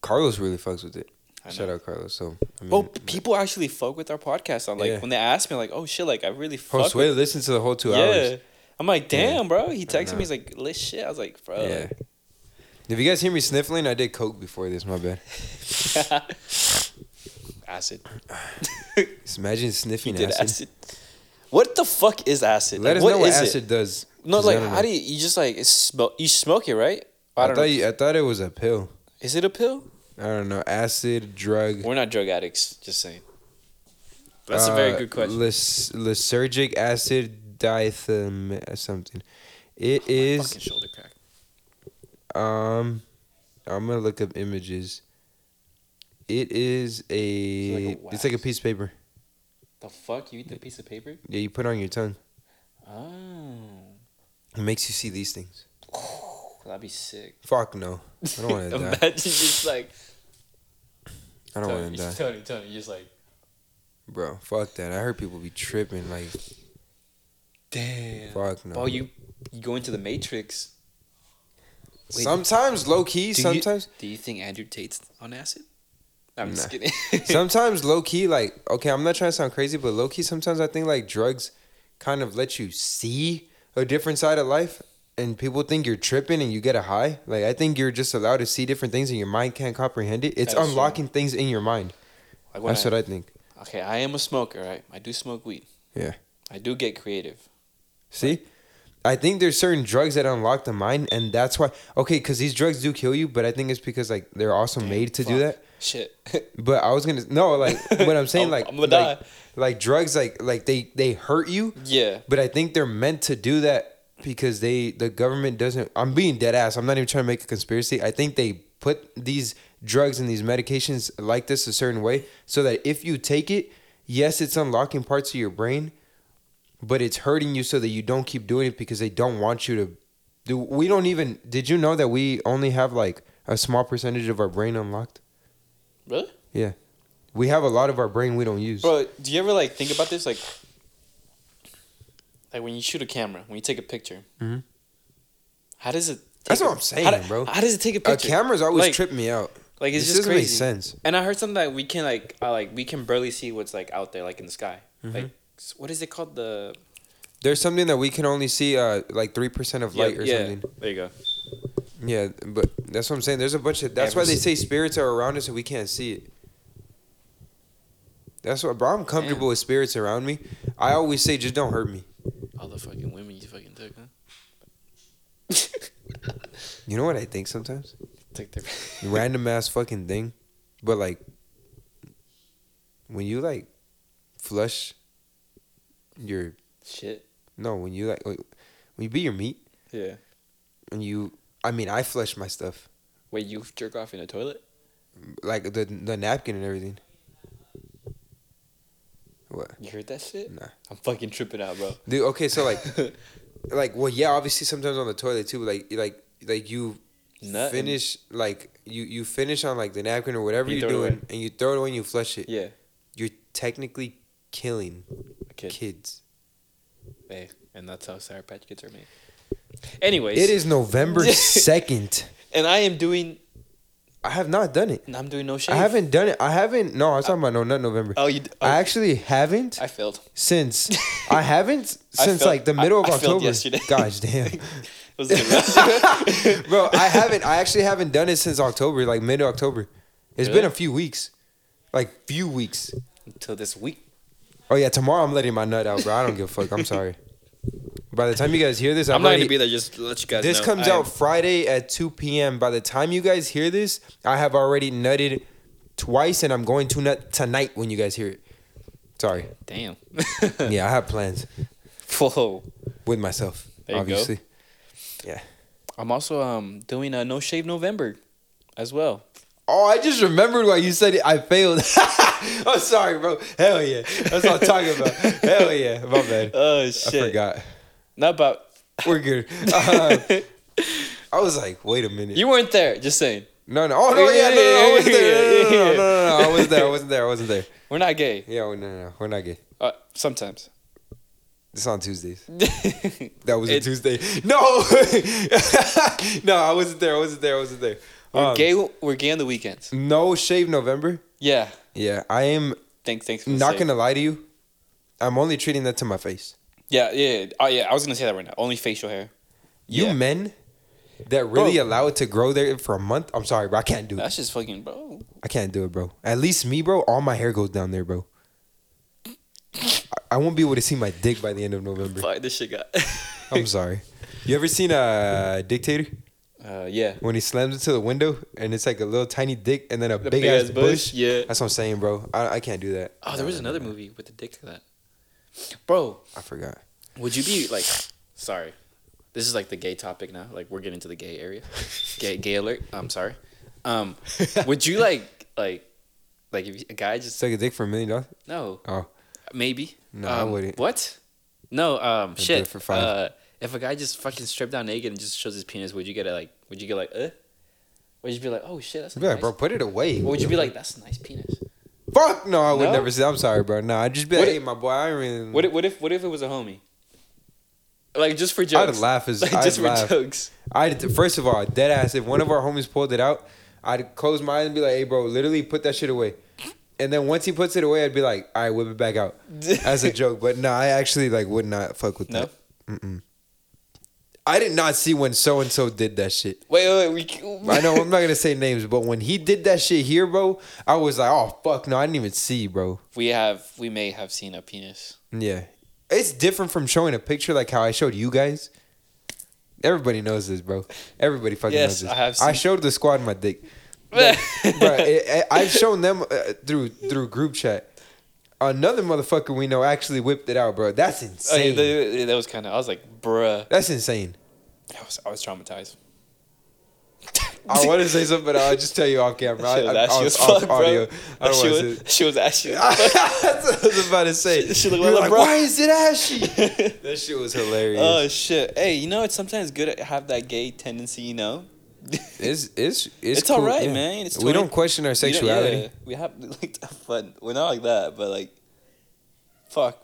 [SPEAKER 2] Carlos really fucks with it.
[SPEAKER 1] I
[SPEAKER 2] Shout
[SPEAKER 1] know.
[SPEAKER 2] out Carlos. So, I mean,
[SPEAKER 1] Oh, people actually fuck with our podcast. I'm like,
[SPEAKER 2] Yeah.
[SPEAKER 1] when they ask me, like, oh shit, like I really fuck. with
[SPEAKER 2] Josue listened to the whole two
[SPEAKER 1] Yeah.
[SPEAKER 2] hours.
[SPEAKER 1] I'm like,
[SPEAKER 2] Yeah.
[SPEAKER 1] damn, bro. He
[SPEAKER 2] know.
[SPEAKER 1] texted me. He's like, lit shit. I was like, bro.
[SPEAKER 2] Yeah.
[SPEAKER 1] like-
[SPEAKER 2] If you guys hear me sniffling, I did coke before this. My bad.
[SPEAKER 1] acid.
[SPEAKER 2] Just imagine
[SPEAKER 1] He
[SPEAKER 2] sniffing
[SPEAKER 1] did
[SPEAKER 2] acid.
[SPEAKER 1] acid. What the fuck is acid?
[SPEAKER 2] Let
[SPEAKER 1] Like,
[SPEAKER 2] us know what
[SPEAKER 1] is it?
[SPEAKER 2] acid does.
[SPEAKER 1] No,
[SPEAKER 2] Is
[SPEAKER 1] like
[SPEAKER 2] that a-
[SPEAKER 1] how do you? You just like smoke. You smoke it, right? I
[SPEAKER 2] I,
[SPEAKER 1] don't
[SPEAKER 2] thought
[SPEAKER 1] know.
[SPEAKER 2] you, I thought it was a pill.
[SPEAKER 1] Is it a pill?
[SPEAKER 2] I don't know. Acid, drug.
[SPEAKER 1] We're not drug addicts. Just saying. That's a very
[SPEAKER 2] uh,
[SPEAKER 1] good question.
[SPEAKER 2] lys- lysergic acid dithyram something. It
[SPEAKER 1] Oh My
[SPEAKER 2] is
[SPEAKER 1] fucking shoulder crack.
[SPEAKER 2] um I'm gonna look up images. It is a,
[SPEAKER 1] It's like a
[SPEAKER 2] it's like a
[SPEAKER 1] wax.
[SPEAKER 2] piece of paper.
[SPEAKER 1] The fuck? You eat the piece of paper?
[SPEAKER 2] Yeah, you put it on your tongue.
[SPEAKER 1] Oh,
[SPEAKER 2] It makes you see these things.
[SPEAKER 1] that'd be sick.
[SPEAKER 2] Fuck no. I don't wanna die.
[SPEAKER 1] Imagine just like
[SPEAKER 2] I don't wanna
[SPEAKER 1] Tony,
[SPEAKER 2] die.
[SPEAKER 1] Tony, Tony, you're just like,
[SPEAKER 2] Bro, fuck that. I heard people be tripping like
[SPEAKER 1] damn.
[SPEAKER 2] fuck no.
[SPEAKER 1] Oh, you you go into the Matrix. Wait,
[SPEAKER 2] sometimes low key,
[SPEAKER 1] do you-
[SPEAKER 2] sometimes
[SPEAKER 1] Do you think Andrew Tate's on acid? I'm just
[SPEAKER 2] Nah.
[SPEAKER 1] kidding.
[SPEAKER 2] sometimes low key, like okay, I'm not trying to sound crazy, but low key, sometimes I think like drugs kind of let you see a different side of life, and people think you're tripping and you get a high. Like I think you're just allowed to see different things, and your mind can't comprehend it. It's
[SPEAKER 1] That is true.
[SPEAKER 2] unlocking things in your mind.
[SPEAKER 1] Like when
[SPEAKER 2] That's
[SPEAKER 1] I-
[SPEAKER 2] what I think.
[SPEAKER 1] okay, I am a smoker, right? I do smoke weed.
[SPEAKER 2] Yeah.
[SPEAKER 1] I do get creative.
[SPEAKER 2] See. I think there's certain drugs that unlock the mind, and that's why. Okay, because these drugs do kill you, but I think it's because like they're also made to do
[SPEAKER 1] fuck.
[SPEAKER 2] that.
[SPEAKER 1] Shit.
[SPEAKER 2] But I was gonna no, like what I'm saying,
[SPEAKER 1] I'm-
[SPEAKER 2] like
[SPEAKER 1] I'm gonna
[SPEAKER 2] like,
[SPEAKER 1] die.
[SPEAKER 2] like drugs, like like they they hurt you,
[SPEAKER 1] yeah.
[SPEAKER 2] but I think they're meant to do that because they the government doesn't. I'm being dead ass. I'm not even trying to make a conspiracy. I think they put these drugs and these medications like this a certain way so that if you take it, yes, it's unlocking parts of your brain, but it's hurting you so that you don't keep doing it because they don't want you to do. We don't even. Did you know that we only have like a small percentage of our brain unlocked?
[SPEAKER 1] Really?
[SPEAKER 2] We have a lot of our brain we don't use.
[SPEAKER 1] Bro, do you ever like think about this? Like, like when you shoot a camera, when you take a picture,
[SPEAKER 2] Mhm.
[SPEAKER 1] how does it?
[SPEAKER 2] That's
[SPEAKER 1] take a-
[SPEAKER 2] what I'm saying,
[SPEAKER 1] how do-
[SPEAKER 2] bro.
[SPEAKER 1] How does it take a
[SPEAKER 2] Uh,
[SPEAKER 1] picture?
[SPEAKER 2] cameras always
[SPEAKER 1] Like-
[SPEAKER 2] trip me out.
[SPEAKER 1] Like it's just
[SPEAKER 2] this doesn't
[SPEAKER 1] crazy.
[SPEAKER 2] make sense.
[SPEAKER 1] And I heard something that we can like, uh, like we can barely see what's like out there, like in the sky.
[SPEAKER 2] Mhm.
[SPEAKER 1] Like s- what is it called? The
[SPEAKER 2] There's something that we can only see uh, like three percent of light or
[SPEAKER 1] yeah,
[SPEAKER 2] something.
[SPEAKER 1] There you go.
[SPEAKER 2] Yeah, but that's what I'm saying. There's a bunch of that's
[SPEAKER 1] Yeah,
[SPEAKER 2] why
[SPEAKER 1] but-
[SPEAKER 2] they say spirits are around us and we can't see it. That's why, bro. I'm comfortable
[SPEAKER 1] Damn.
[SPEAKER 2] with spirits around me. I always say, just don't hurt me.
[SPEAKER 1] All the fucking women you fucking took, huh?
[SPEAKER 2] You know what I think sometimes?
[SPEAKER 1] Took their
[SPEAKER 2] Random ass fucking thing, but like when you like flush your
[SPEAKER 1] shit.
[SPEAKER 2] no when you like when you beat your meat
[SPEAKER 1] Yeah.
[SPEAKER 2] and you I mean I flush my stuff
[SPEAKER 1] Wait, you jerk off in a toilet?
[SPEAKER 2] like the the napkin and everything. What?
[SPEAKER 1] You heard that shit?
[SPEAKER 2] Nah.
[SPEAKER 1] I'm fucking tripping out, bro.
[SPEAKER 2] Dude, okay, so like like well yeah, obviously sometimes on the toilet too, like like like you
[SPEAKER 1] Nut and-
[SPEAKER 2] finish like you you finish on like the napkin or whatever
[SPEAKER 1] You
[SPEAKER 2] you are
[SPEAKER 1] throw it away.
[SPEAKER 2] doing and you throw it away and you flush it.
[SPEAKER 1] Yeah.
[SPEAKER 2] You're technically killing
[SPEAKER 1] Okay.
[SPEAKER 2] kids.
[SPEAKER 1] Hey, and that's how Sour Patch Kids are made. Anyways,
[SPEAKER 2] It is November 2nd.
[SPEAKER 1] and I am doing.
[SPEAKER 2] I have not done it.
[SPEAKER 1] I'm doing no shit.
[SPEAKER 2] I haven't done it. I haven't no, I was talking about no not November.
[SPEAKER 1] Oh, you. d- Oh,
[SPEAKER 2] I actually haven't
[SPEAKER 1] I failed.
[SPEAKER 2] since I haven't
[SPEAKER 1] I
[SPEAKER 2] since
[SPEAKER 1] failed-
[SPEAKER 2] like the middle
[SPEAKER 1] I-
[SPEAKER 2] of
[SPEAKER 1] I failed
[SPEAKER 2] October.
[SPEAKER 1] yesterday.
[SPEAKER 2] Gosh damn,
[SPEAKER 1] it was a good round.
[SPEAKER 2] bro! I haven't. I actually haven't done it since October, like mid October. It's
[SPEAKER 1] Really?
[SPEAKER 2] been a few weeks, like few weeks.
[SPEAKER 1] Until this week.
[SPEAKER 2] Oh yeah, tomorrow I'm letting my nut out, bro. I don't give a fuck. I'm sorry. By the time you guys hear this,
[SPEAKER 1] I'm,
[SPEAKER 2] I'm,
[SPEAKER 1] not
[SPEAKER 2] already,
[SPEAKER 1] gonna be there. Just to let you guys.
[SPEAKER 2] This
[SPEAKER 1] know,
[SPEAKER 2] comes
[SPEAKER 1] I am-
[SPEAKER 2] out Friday at 2 p.m. By the time you guys hear this, I have already nutted twice, and I'm going to nut tonight when you guys hear it. Sorry.
[SPEAKER 1] Damn.
[SPEAKER 2] Yeah, I have plans
[SPEAKER 1] Whoa.
[SPEAKER 2] with myself,
[SPEAKER 1] There you go.
[SPEAKER 2] obviously.
[SPEAKER 1] I'm also um doing a no shave November, as well.
[SPEAKER 2] Oh, I just remembered why you said it. I failed. I'm sorry, bro. Hell yeah. That's what I'm talking about. Hell yeah. My bad.
[SPEAKER 1] Oh
[SPEAKER 2] I
[SPEAKER 1] shit.
[SPEAKER 2] forgot.
[SPEAKER 1] Not about.
[SPEAKER 2] We're good. Uh, I was like, wait a minute.
[SPEAKER 1] you weren't there. Just saying.
[SPEAKER 2] no, no. Oh, no, yeah, no, no, I was there. No, no, no, no, no, no, no, no, no, I was there. I wasn't there. I wasn't there.
[SPEAKER 1] We're not gay.
[SPEAKER 2] Yeah, oh, no, no, no. We're not gay.
[SPEAKER 1] Uh, sometimes.
[SPEAKER 2] It's on Tuesdays.
[SPEAKER 1] That's
[SPEAKER 2] That was a
[SPEAKER 1] It-
[SPEAKER 2] Tuesday. No. no, I wasn't there. I wasn't there. I wasn't there. Um,
[SPEAKER 1] gay. We're gay on the weekends.
[SPEAKER 2] No Shave November.
[SPEAKER 1] Yeah.
[SPEAKER 2] Yeah, I am
[SPEAKER 1] Thanks. Thanks. For the
[SPEAKER 2] not
[SPEAKER 1] save.
[SPEAKER 2] going to lie to you. I'm only treating that to my face.
[SPEAKER 1] Yeah, yeah, yeah. Oh, yeah. I was gonna say that right now. Only facial hair.
[SPEAKER 2] You
[SPEAKER 1] Yeah.
[SPEAKER 2] men that really
[SPEAKER 1] Bro.
[SPEAKER 2] allow it to grow there for a month. I'm sorry, bro. I can't do it.
[SPEAKER 1] That's just fucking bro.
[SPEAKER 2] I can't do it, bro. At least me, bro. All my hair goes down there, bro. I, I won't be able to see my dick by the end of November.
[SPEAKER 1] Fuck, this shit got.
[SPEAKER 2] I'm sorry. You ever seen a dictator
[SPEAKER 1] Uh, yeah.
[SPEAKER 2] when he slams into the window and it's like a little tiny dick and then a
[SPEAKER 1] The
[SPEAKER 2] big, ass, bush?
[SPEAKER 1] Yeah.
[SPEAKER 2] That's what I'm saying, bro. I, I can't do that.
[SPEAKER 1] Oh, there was another movie with a dick to that. Bro,
[SPEAKER 2] I forgot.
[SPEAKER 1] would you be like, sorry, this is like the gay topic now. Like we're getting to the gay area, gay gay alert. I'm sorry. Um, would you like like like if a guy just
[SPEAKER 2] Suck a dick for a million dollars?
[SPEAKER 1] no?
[SPEAKER 2] Oh.
[SPEAKER 1] maybe.
[SPEAKER 2] No, I
[SPEAKER 1] Um,
[SPEAKER 2] wouldn't.
[SPEAKER 1] What? No, um,
[SPEAKER 2] do
[SPEAKER 1] shit.
[SPEAKER 2] it for five.
[SPEAKER 1] Uh, if a guy just fucking stripped down naked and just shows his penis, would you get it like? Would you get like, uh? Would you be like, oh shit, that's
[SPEAKER 2] I'd
[SPEAKER 1] a
[SPEAKER 2] be
[SPEAKER 1] nice.
[SPEAKER 2] like, bro, Mm. put it away.
[SPEAKER 1] Or would you be like, that's a nice penis?
[SPEAKER 2] Fuck no, I would
[SPEAKER 1] No?
[SPEAKER 2] never say. I'm sorry, bro. No, I'd just be like,
[SPEAKER 1] What-
[SPEAKER 2] hey, my boy, I ain't really.
[SPEAKER 1] What if, what if what if it was a homie? Like just for
[SPEAKER 2] I'd
[SPEAKER 1] jokes.
[SPEAKER 2] laugh as
[SPEAKER 1] like
[SPEAKER 2] I'd
[SPEAKER 1] just
[SPEAKER 2] laugh.
[SPEAKER 1] for jokes.
[SPEAKER 2] I'd first of all, dead ass. If one of our homies pulled it out, I'd close my eyes and be like, "Hey, bro, literally put that shit away." And then once he puts it away, I'd be like, "All right, whip it back out," as a joke. But no, I actually like would not fuck with
[SPEAKER 1] No?
[SPEAKER 2] that. Mm-mm. I did not see when so and so did that shit.
[SPEAKER 1] Wait, wait, wait, we.
[SPEAKER 2] I know I'm not gonna say names, but when he did that shit here, bro, I was like, "Oh fuck, no, I didn't even see, bro."
[SPEAKER 1] we have we may have seen a penis.
[SPEAKER 2] Yeah, it's different from showing a picture like how I showed you guys. Everybody knows this, bro. Everybody fucking
[SPEAKER 1] Yes,
[SPEAKER 2] knows this.
[SPEAKER 1] I have
[SPEAKER 2] I
[SPEAKER 1] seen-
[SPEAKER 2] showed the squad my dick. But, bro, it, it, I've shown them uh, through through group chat. Another motherfucker we know actually whipped it out, bro. That's
[SPEAKER 1] Oh, yeah,
[SPEAKER 2] insane.
[SPEAKER 1] that, that was kind of. I was like, bruh.
[SPEAKER 2] That's insane.
[SPEAKER 1] I was, I was traumatized.
[SPEAKER 2] I want to say something, but I'll just tell you off camera. I,
[SPEAKER 1] She was
[SPEAKER 2] I, I
[SPEAKER 1] ashy
[SPEAKER 2] was
[SPEAKER 1] as
[SPEAKER 2] off
[SPEAKER 1] fuck,
[SPEAKER 2] audio.
[SPEAKER 1] bro.
[SPEAKER 2] I don't
[SPEAKER 1] she,
[SPEAKER 2] want to
[SPEAKER 1] was,
[SPEAKER 2] say.
[SPEAKER 1] she was ashy. as fuck.
[SPEAKER 2] That's what I was about to say.
[SPEAKER 1] She- she looked
[SPEAKER 2] You were
[SPEAKER 1] like LeBron.
[SPEAKER 2] Why is it ashy? that shit was hilarious.
[SPEAKER 1] Oh shit! Hey, you know it's sometimes good to have that gay tendency. You know,
[SPEAKER 2] it's it's it's,
[SPEAKER 1] It's
[SPEAKER 2] cool,
[SPEAKER 1] alright,
[SPEAKER 2] yeah.
[SPEAKER 1] man. It's
[SPEAKER 2] we
[SPEAKER 1] 20
[SPEAKER 2] don't question our
[SPEAKER 1] You know, yeah,
[SPEAKER 2] sexuality.
[SPEAKER 1] we have like to have fun. We're not like that, but like, fuck,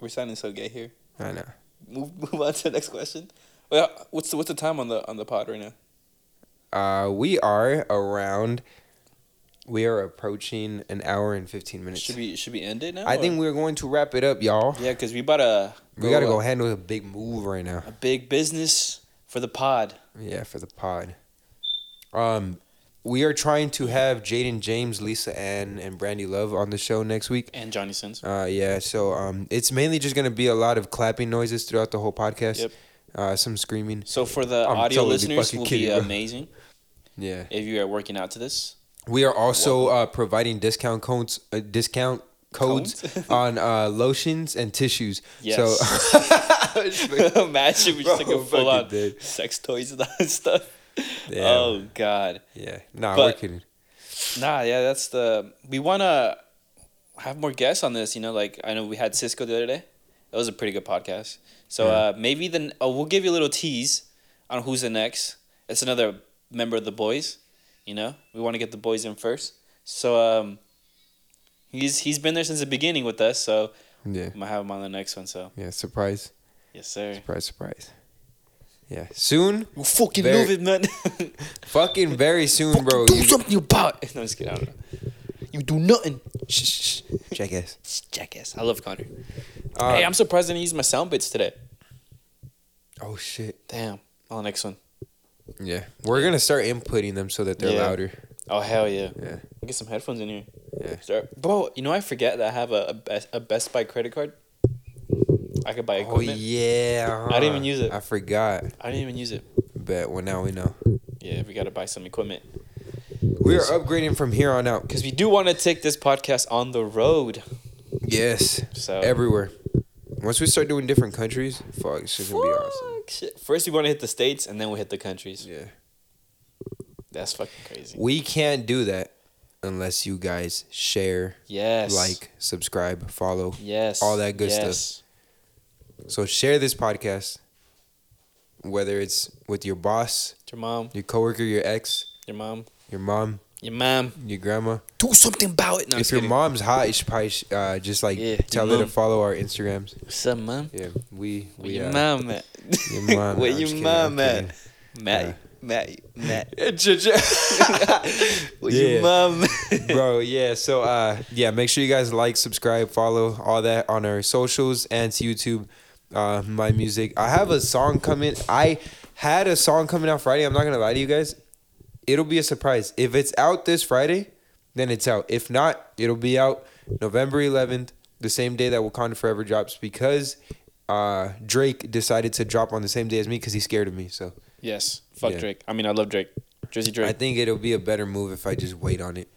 [SPEAKER 1] we're sounding so gay here.
[SPEAKER 2] I know.
[SPEAKER 1] Move move on to the next question. Well, what's the what's the time on the on the pod right now?
[SPEAKER 2] Uh, we are around. We are approaching an hour and fifteen minutes.
[SPEAKER 1] Should we should we end it now?
[SPEAKER 2] I
[SPEAKER 1] or-
[SPEAKER 2] think we're going to wrap it up, y'all.
[SPEAKER 1] yeah, because we about to
[SPEAKER 2] We gotta go
[SPEAKER 1] uh,
[SPEAKER 2] handle a big move right now.
[SPEAKER 1] a big business for the pod.
[SPEAKER 2] Yeah, for the pod. Um, we are trying to have Jaden James, Lisa Ann, and Brandy Love on the show next week.
[SPEAKER 1] And Johnny Sins.
[SPEAKER 2] Uh, yeah. So um, it's mainly just gonna be a lot of clapping noises throughout the whole podcast.
[SPEAKER 1] Yep.
[SPEAKER 2] Uh, some screaming.
[SPEAKER 1] So for the
[SPEAKER 2] I'm
[SPEAKER 1] audio
[SPEAKER 2] totally
[SPEAKER 1] listeners,
[SPEAKER 2] fucking
[SPEAKER 1] will
[SPEAKER 2] kidding,
[SPEAKER 1] be
[SPEAKER 2] bro.
[SPEAKER 1] amazing
[SPEAKER 2] Yeah.
[SPEAKER 1] if you are working out to this.
[SPEAKER 2] We are also uh, providing discount codes, uh, discount codes
[SPEAKER 1] Cones?
[SPEAKER 2] on uh, lotions and tissues.
[SPEAKER 1] Yes.
[SPEAKER 2] So
[SPEAKER 1] Imagine we just like
[SPEAKER 2] Bro,
[SPEAKER 1] a full on
[SPEAKER 2] fucking dead.
[SPEAKER 1] sex toys and that stuff.
[SPEAKER 2] Damn.
[SPEAKER 1] Oh god.
[SPEAKER 2] yeah, nah,
[SPEAKER 1] But-
[SPEAKER 2] we're kidding.
[SPEAKER 1] Nah, yeah, that's the we want to have more guests on this. You know, like I know we had Cisco the other day. That was a pretty good podcast. So uh, maybe then oh, we'll give you a little tease on who's the next. It's another member of the boys. You know, we want to get the boys in first. So um, he's he's been there since the beginning with us. So
[SPEAKER 2] Yeah,
[SPEAKER 1] I'm gonna have him on the next one. So
[SPEAKER 2] yeah. Surprise,
[SPEAKER 1] yes, sir.
[SPEAKER 2] surprise, surprise. Yeah, soon,
[SPEAKER 1] You fucking
[SPEAKER 2] Very-
[SPEAKER 1] move it, man.
[SPEAKER 2] fucking very soon, bro.
[SPEAKER 1] do
[SPEAKER 2] You-
[SPEAKER 1] something about. it. No, I'm just kidding. I don't know. You do nothing,
[SPEAKER 2] Shh, shh, shh. Jackass.
[SPEAKER 1] jackass. I love Connor.
[SPEAKER 2] Uh,
[SPEAKER 1] hey, I'm surprised I didn't use my sound bits today.
[SPEAKER 2] oh shit.
[SPEAKER 1] Damn. On the next one.
[SPEAKER 2] Yeah, we're gonna start inputting them so that they're
[SPEAKER 1] Yeah.
[SPEAKER 2] louder.
[SPEAKER 1] Oh hell yeah!
[SPEAKER 2] Yeah,
[SPEAKER 1] Get some headphones in here.
[SPEAKER 2] yeah.
[SPEAKER 1] Start. Bro, you know I forget that I have a a Best, a Best Buy credit card. I could buy
[SPEAKER 2] Oh
[SPEAKER 1] equipment.
[SPEAKER 2] yeah.
[SPEAKER 1] I didn't
[SPEAKER 2] huh.
[SPEAKER 1] even use it.
[SPEAKER 2] I forgot.
[SPEAKER 1] I didn't even use it.
[SPEAKER 2] Bet. Well, now we know.
[SPEAKER 1] Yeah, we gotta buy some equipment
[SPEAKER 2] We are upgrading from here on out.
[SPEAKER 1] because we do want to take this podcast on the road.
[SPEAKER 2] Yes.
[SPEAKER 1] So
[SPEAKER 2] Everywhere. Once we start doing different countries, fuck, it's just gonna be awesome.
[SPEAKER 1] Fuck, shit. First, we want to hit the states, and then we hit the countries.
[SPEAKER 2] Yeah.
[SPEAKER 1] That's fucking crazy.
[SPEAKER 2] We can't do that unless you guys share,
[SPEAKER 1] Yes.
[SPEAKER 2] like, subscribe, follow.
[SPEAKER 1] Yes.
[SPEAKER 2] all that good stuff.
[SPEAKER 1] yes.
[SPEAKER 2] So share this podcast, whether it's with your boss,
[SPEAKER 1] Your mom.
[SPEAKER 2] your coworker, your ex,
[SPEAKER 1] Your mom.
[SPEAKER 2] your mom,
[SPEAKER 1] Your mom.
[SPEAKER 2] your grandma.
[SPEAKER 1] Do something about it. No, I'm
[SPEAKER 2] if
[SPEAKER 1] just
[SPEAKER 2] your
[SPEAKER 1] kidding.
[SPEAKER 2] mom's hot, you should probably sh- uh, just like
[SPEAKER 1] Yeah,
[SPEAKER 2] tell
[SPEAKER 1] your
[SPEAKER 2] her to
[SPEAKER 1] mom.
[SPEAKER 2] follow our Instagrams.
[SPEAKER 1] What's up, mom?
[SPEAKER 2] Yeah, we
[SPEAKER 1] Where
[SPEAKER 2] we
[SPEAKER 1] your
[SPEAKER 2] uh,
[SPEAKER 1] mom at?
[SPEAKER 2] your mom.
[SPEAKER 1] Where
[SPEAKER 2] I'm just
[SPEAKER 1] your
[SPEAKER 2] kidding, I'm
[SPEAKER 1] mom at?
[SPEAKER 2] kidding.
[SPEAKER 1] Matt, Matt, Matt. Where
[SPEAKER 2] Yeah.
[SPEAKER 1] your mom?
[SPEAKER 2] bro yeah so uh yeah make sure you guys like subscribe follow all that on our socials and to youtube uh my music i have a song coming i had a song coming out friday i'm not gonna lie to you guys it'll be a surprise if it's out this friday then it's out if not it'll be out november 11th the same day that wakanda forever drops because uh, Drake decided to drop on the same day as me because he's scared of me. So
[SPEAKER 1] Yes. Fuck
[SPEAKER 2] Yeah.
[SPEAKER 1] Drake. I mean, I love Drake. Drizzy Drake.
[SPEAKER 2] I think it'll be a better move if I just wait on it.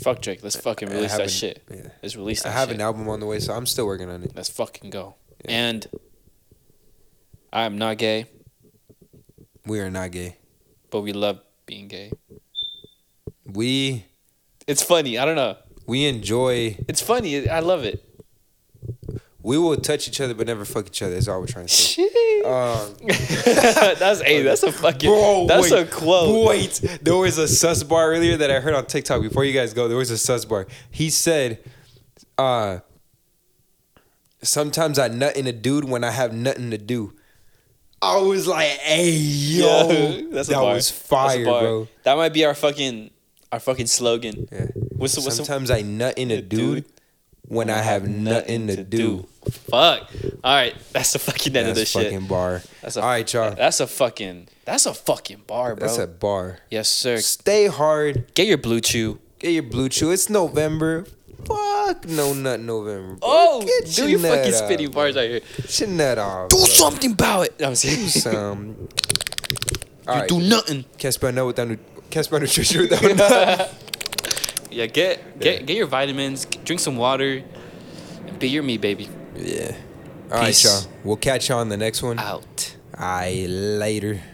[SPEAKER 1] Fuck Drake. Let's fucking
[SPEAKER 2] I
[SPEAKER 1] release that
[SPEAKER 2] haven't-
[SPEAKER 1] shit.
[SPEAKER 2] yeah.
[SPEAKER 1] Let's release
[SPEAKER 2] I
[SPEAKER 1] that
[SPEAKER 2] have
[SPEAKER 1] shit.
[SPEAKER 2] an album on the way, so I'm still working on it.
[SPEAKER 1] Let's fucking go.
[SPEAKER 2] Yeah.
[SPEAKER 1] And I am not gay,
[SPEAKER 2] We are not gay.
[SPEAKER 1] but we love being gay.
[SPEAKER 2] We
[SPEAKER 1] It's funny. I don't know.
[SPEAKER 2] we enjoy.
[SPEAKER 1] It's funny. I love it.
[SPEAKER 2] We will touch each other, but never fuck each other. Is all we're trying to say. Um,
[SPEAKER 1] that's hey, that's a fucking
[SPEAKER 2] Bro,
[SPEAKER 1] that's
[SPEAKER 2] wait,
[SPEAKER 1] a quote.
[SPEAKER 2] Wait, there was a sus bar earlier that I heard on TikTok. Before you guys go, there was a sus bar. He said, uh, "Sometimes I nut in a dude when I have nothing to do." I was like, "Hey, yo,
[SPEAKER 1] Yeah, that's a
[SPEAKER 2] that
[SPEAKER 1] bar.
[SPEAKER 2] was
[SPEAKER 1] That's a
[SPEAKER 2] fire,
[SPEAKER 1] bar.
[SPEAKER 2] bro."
[SPEAKER 1] That might be our fucking our fucking slogan.
[SPEAKER 2] Yeah.
[SPEAKER 1] What's the what's the
[SPEAKER 2] Sometimes I nut in a dude when I have nothing to do.
[SPEAKER 1] Fuck. All right, that's the fucking end of this
[SPEAKER 2] That's
[SPEAKER 1] shit.
[SPEAKER 2] fucking bar.
[SPEAKER 1] That's a-
[SPEAKER 2] All right, y'all.
[SPEAKER 1] That's a fucking that's a fucking bar, bro.
[SPEAKER 2] That's a bar.
[SPEAKER 1] yes, sir.
[SPEAKER 2] Stay hard.
[SPEAKER 1] Get your blue chew.
[SPEAKER 2] Get your blue chew. It's November. Fuck no, not November. bro.
[SPEAKER 1] Oh,
[SPEAKER 2] Get uh,
[SPEAKER 1] do you
[SPEAKER 2] nut
[SPEAKER 1] fucking
[SPEAKER 2] off,
[SPEAKER 1] spitting bars out here?
[SPEAKER 2] Get your nut off.
[SPEAKER 1] Do
[SPEAKER 2] bro.
[SPEAKER 1] something about it. I'm serious.
[SPEAKER 2] Some. All
[SPEAKER 1] You
[SPEAKER 2] right.
[SPEAKER 1] do nothing.
[SPEAKER 2] Can't spell no without. nu- Can't spell nutrition without. nut.
[SPEAKER 1] Yeah, get get get your vitamins, g- drink some water, and be your me, baby.
[SPEAKER 2] yeah. All right,
[SPEAKER 1] Peace. Ah.
[SPEAKER 2] y'all. We'll catch y'all on the next one.
[SPEAKER 1] Out.
[SPEAKER 2] I later.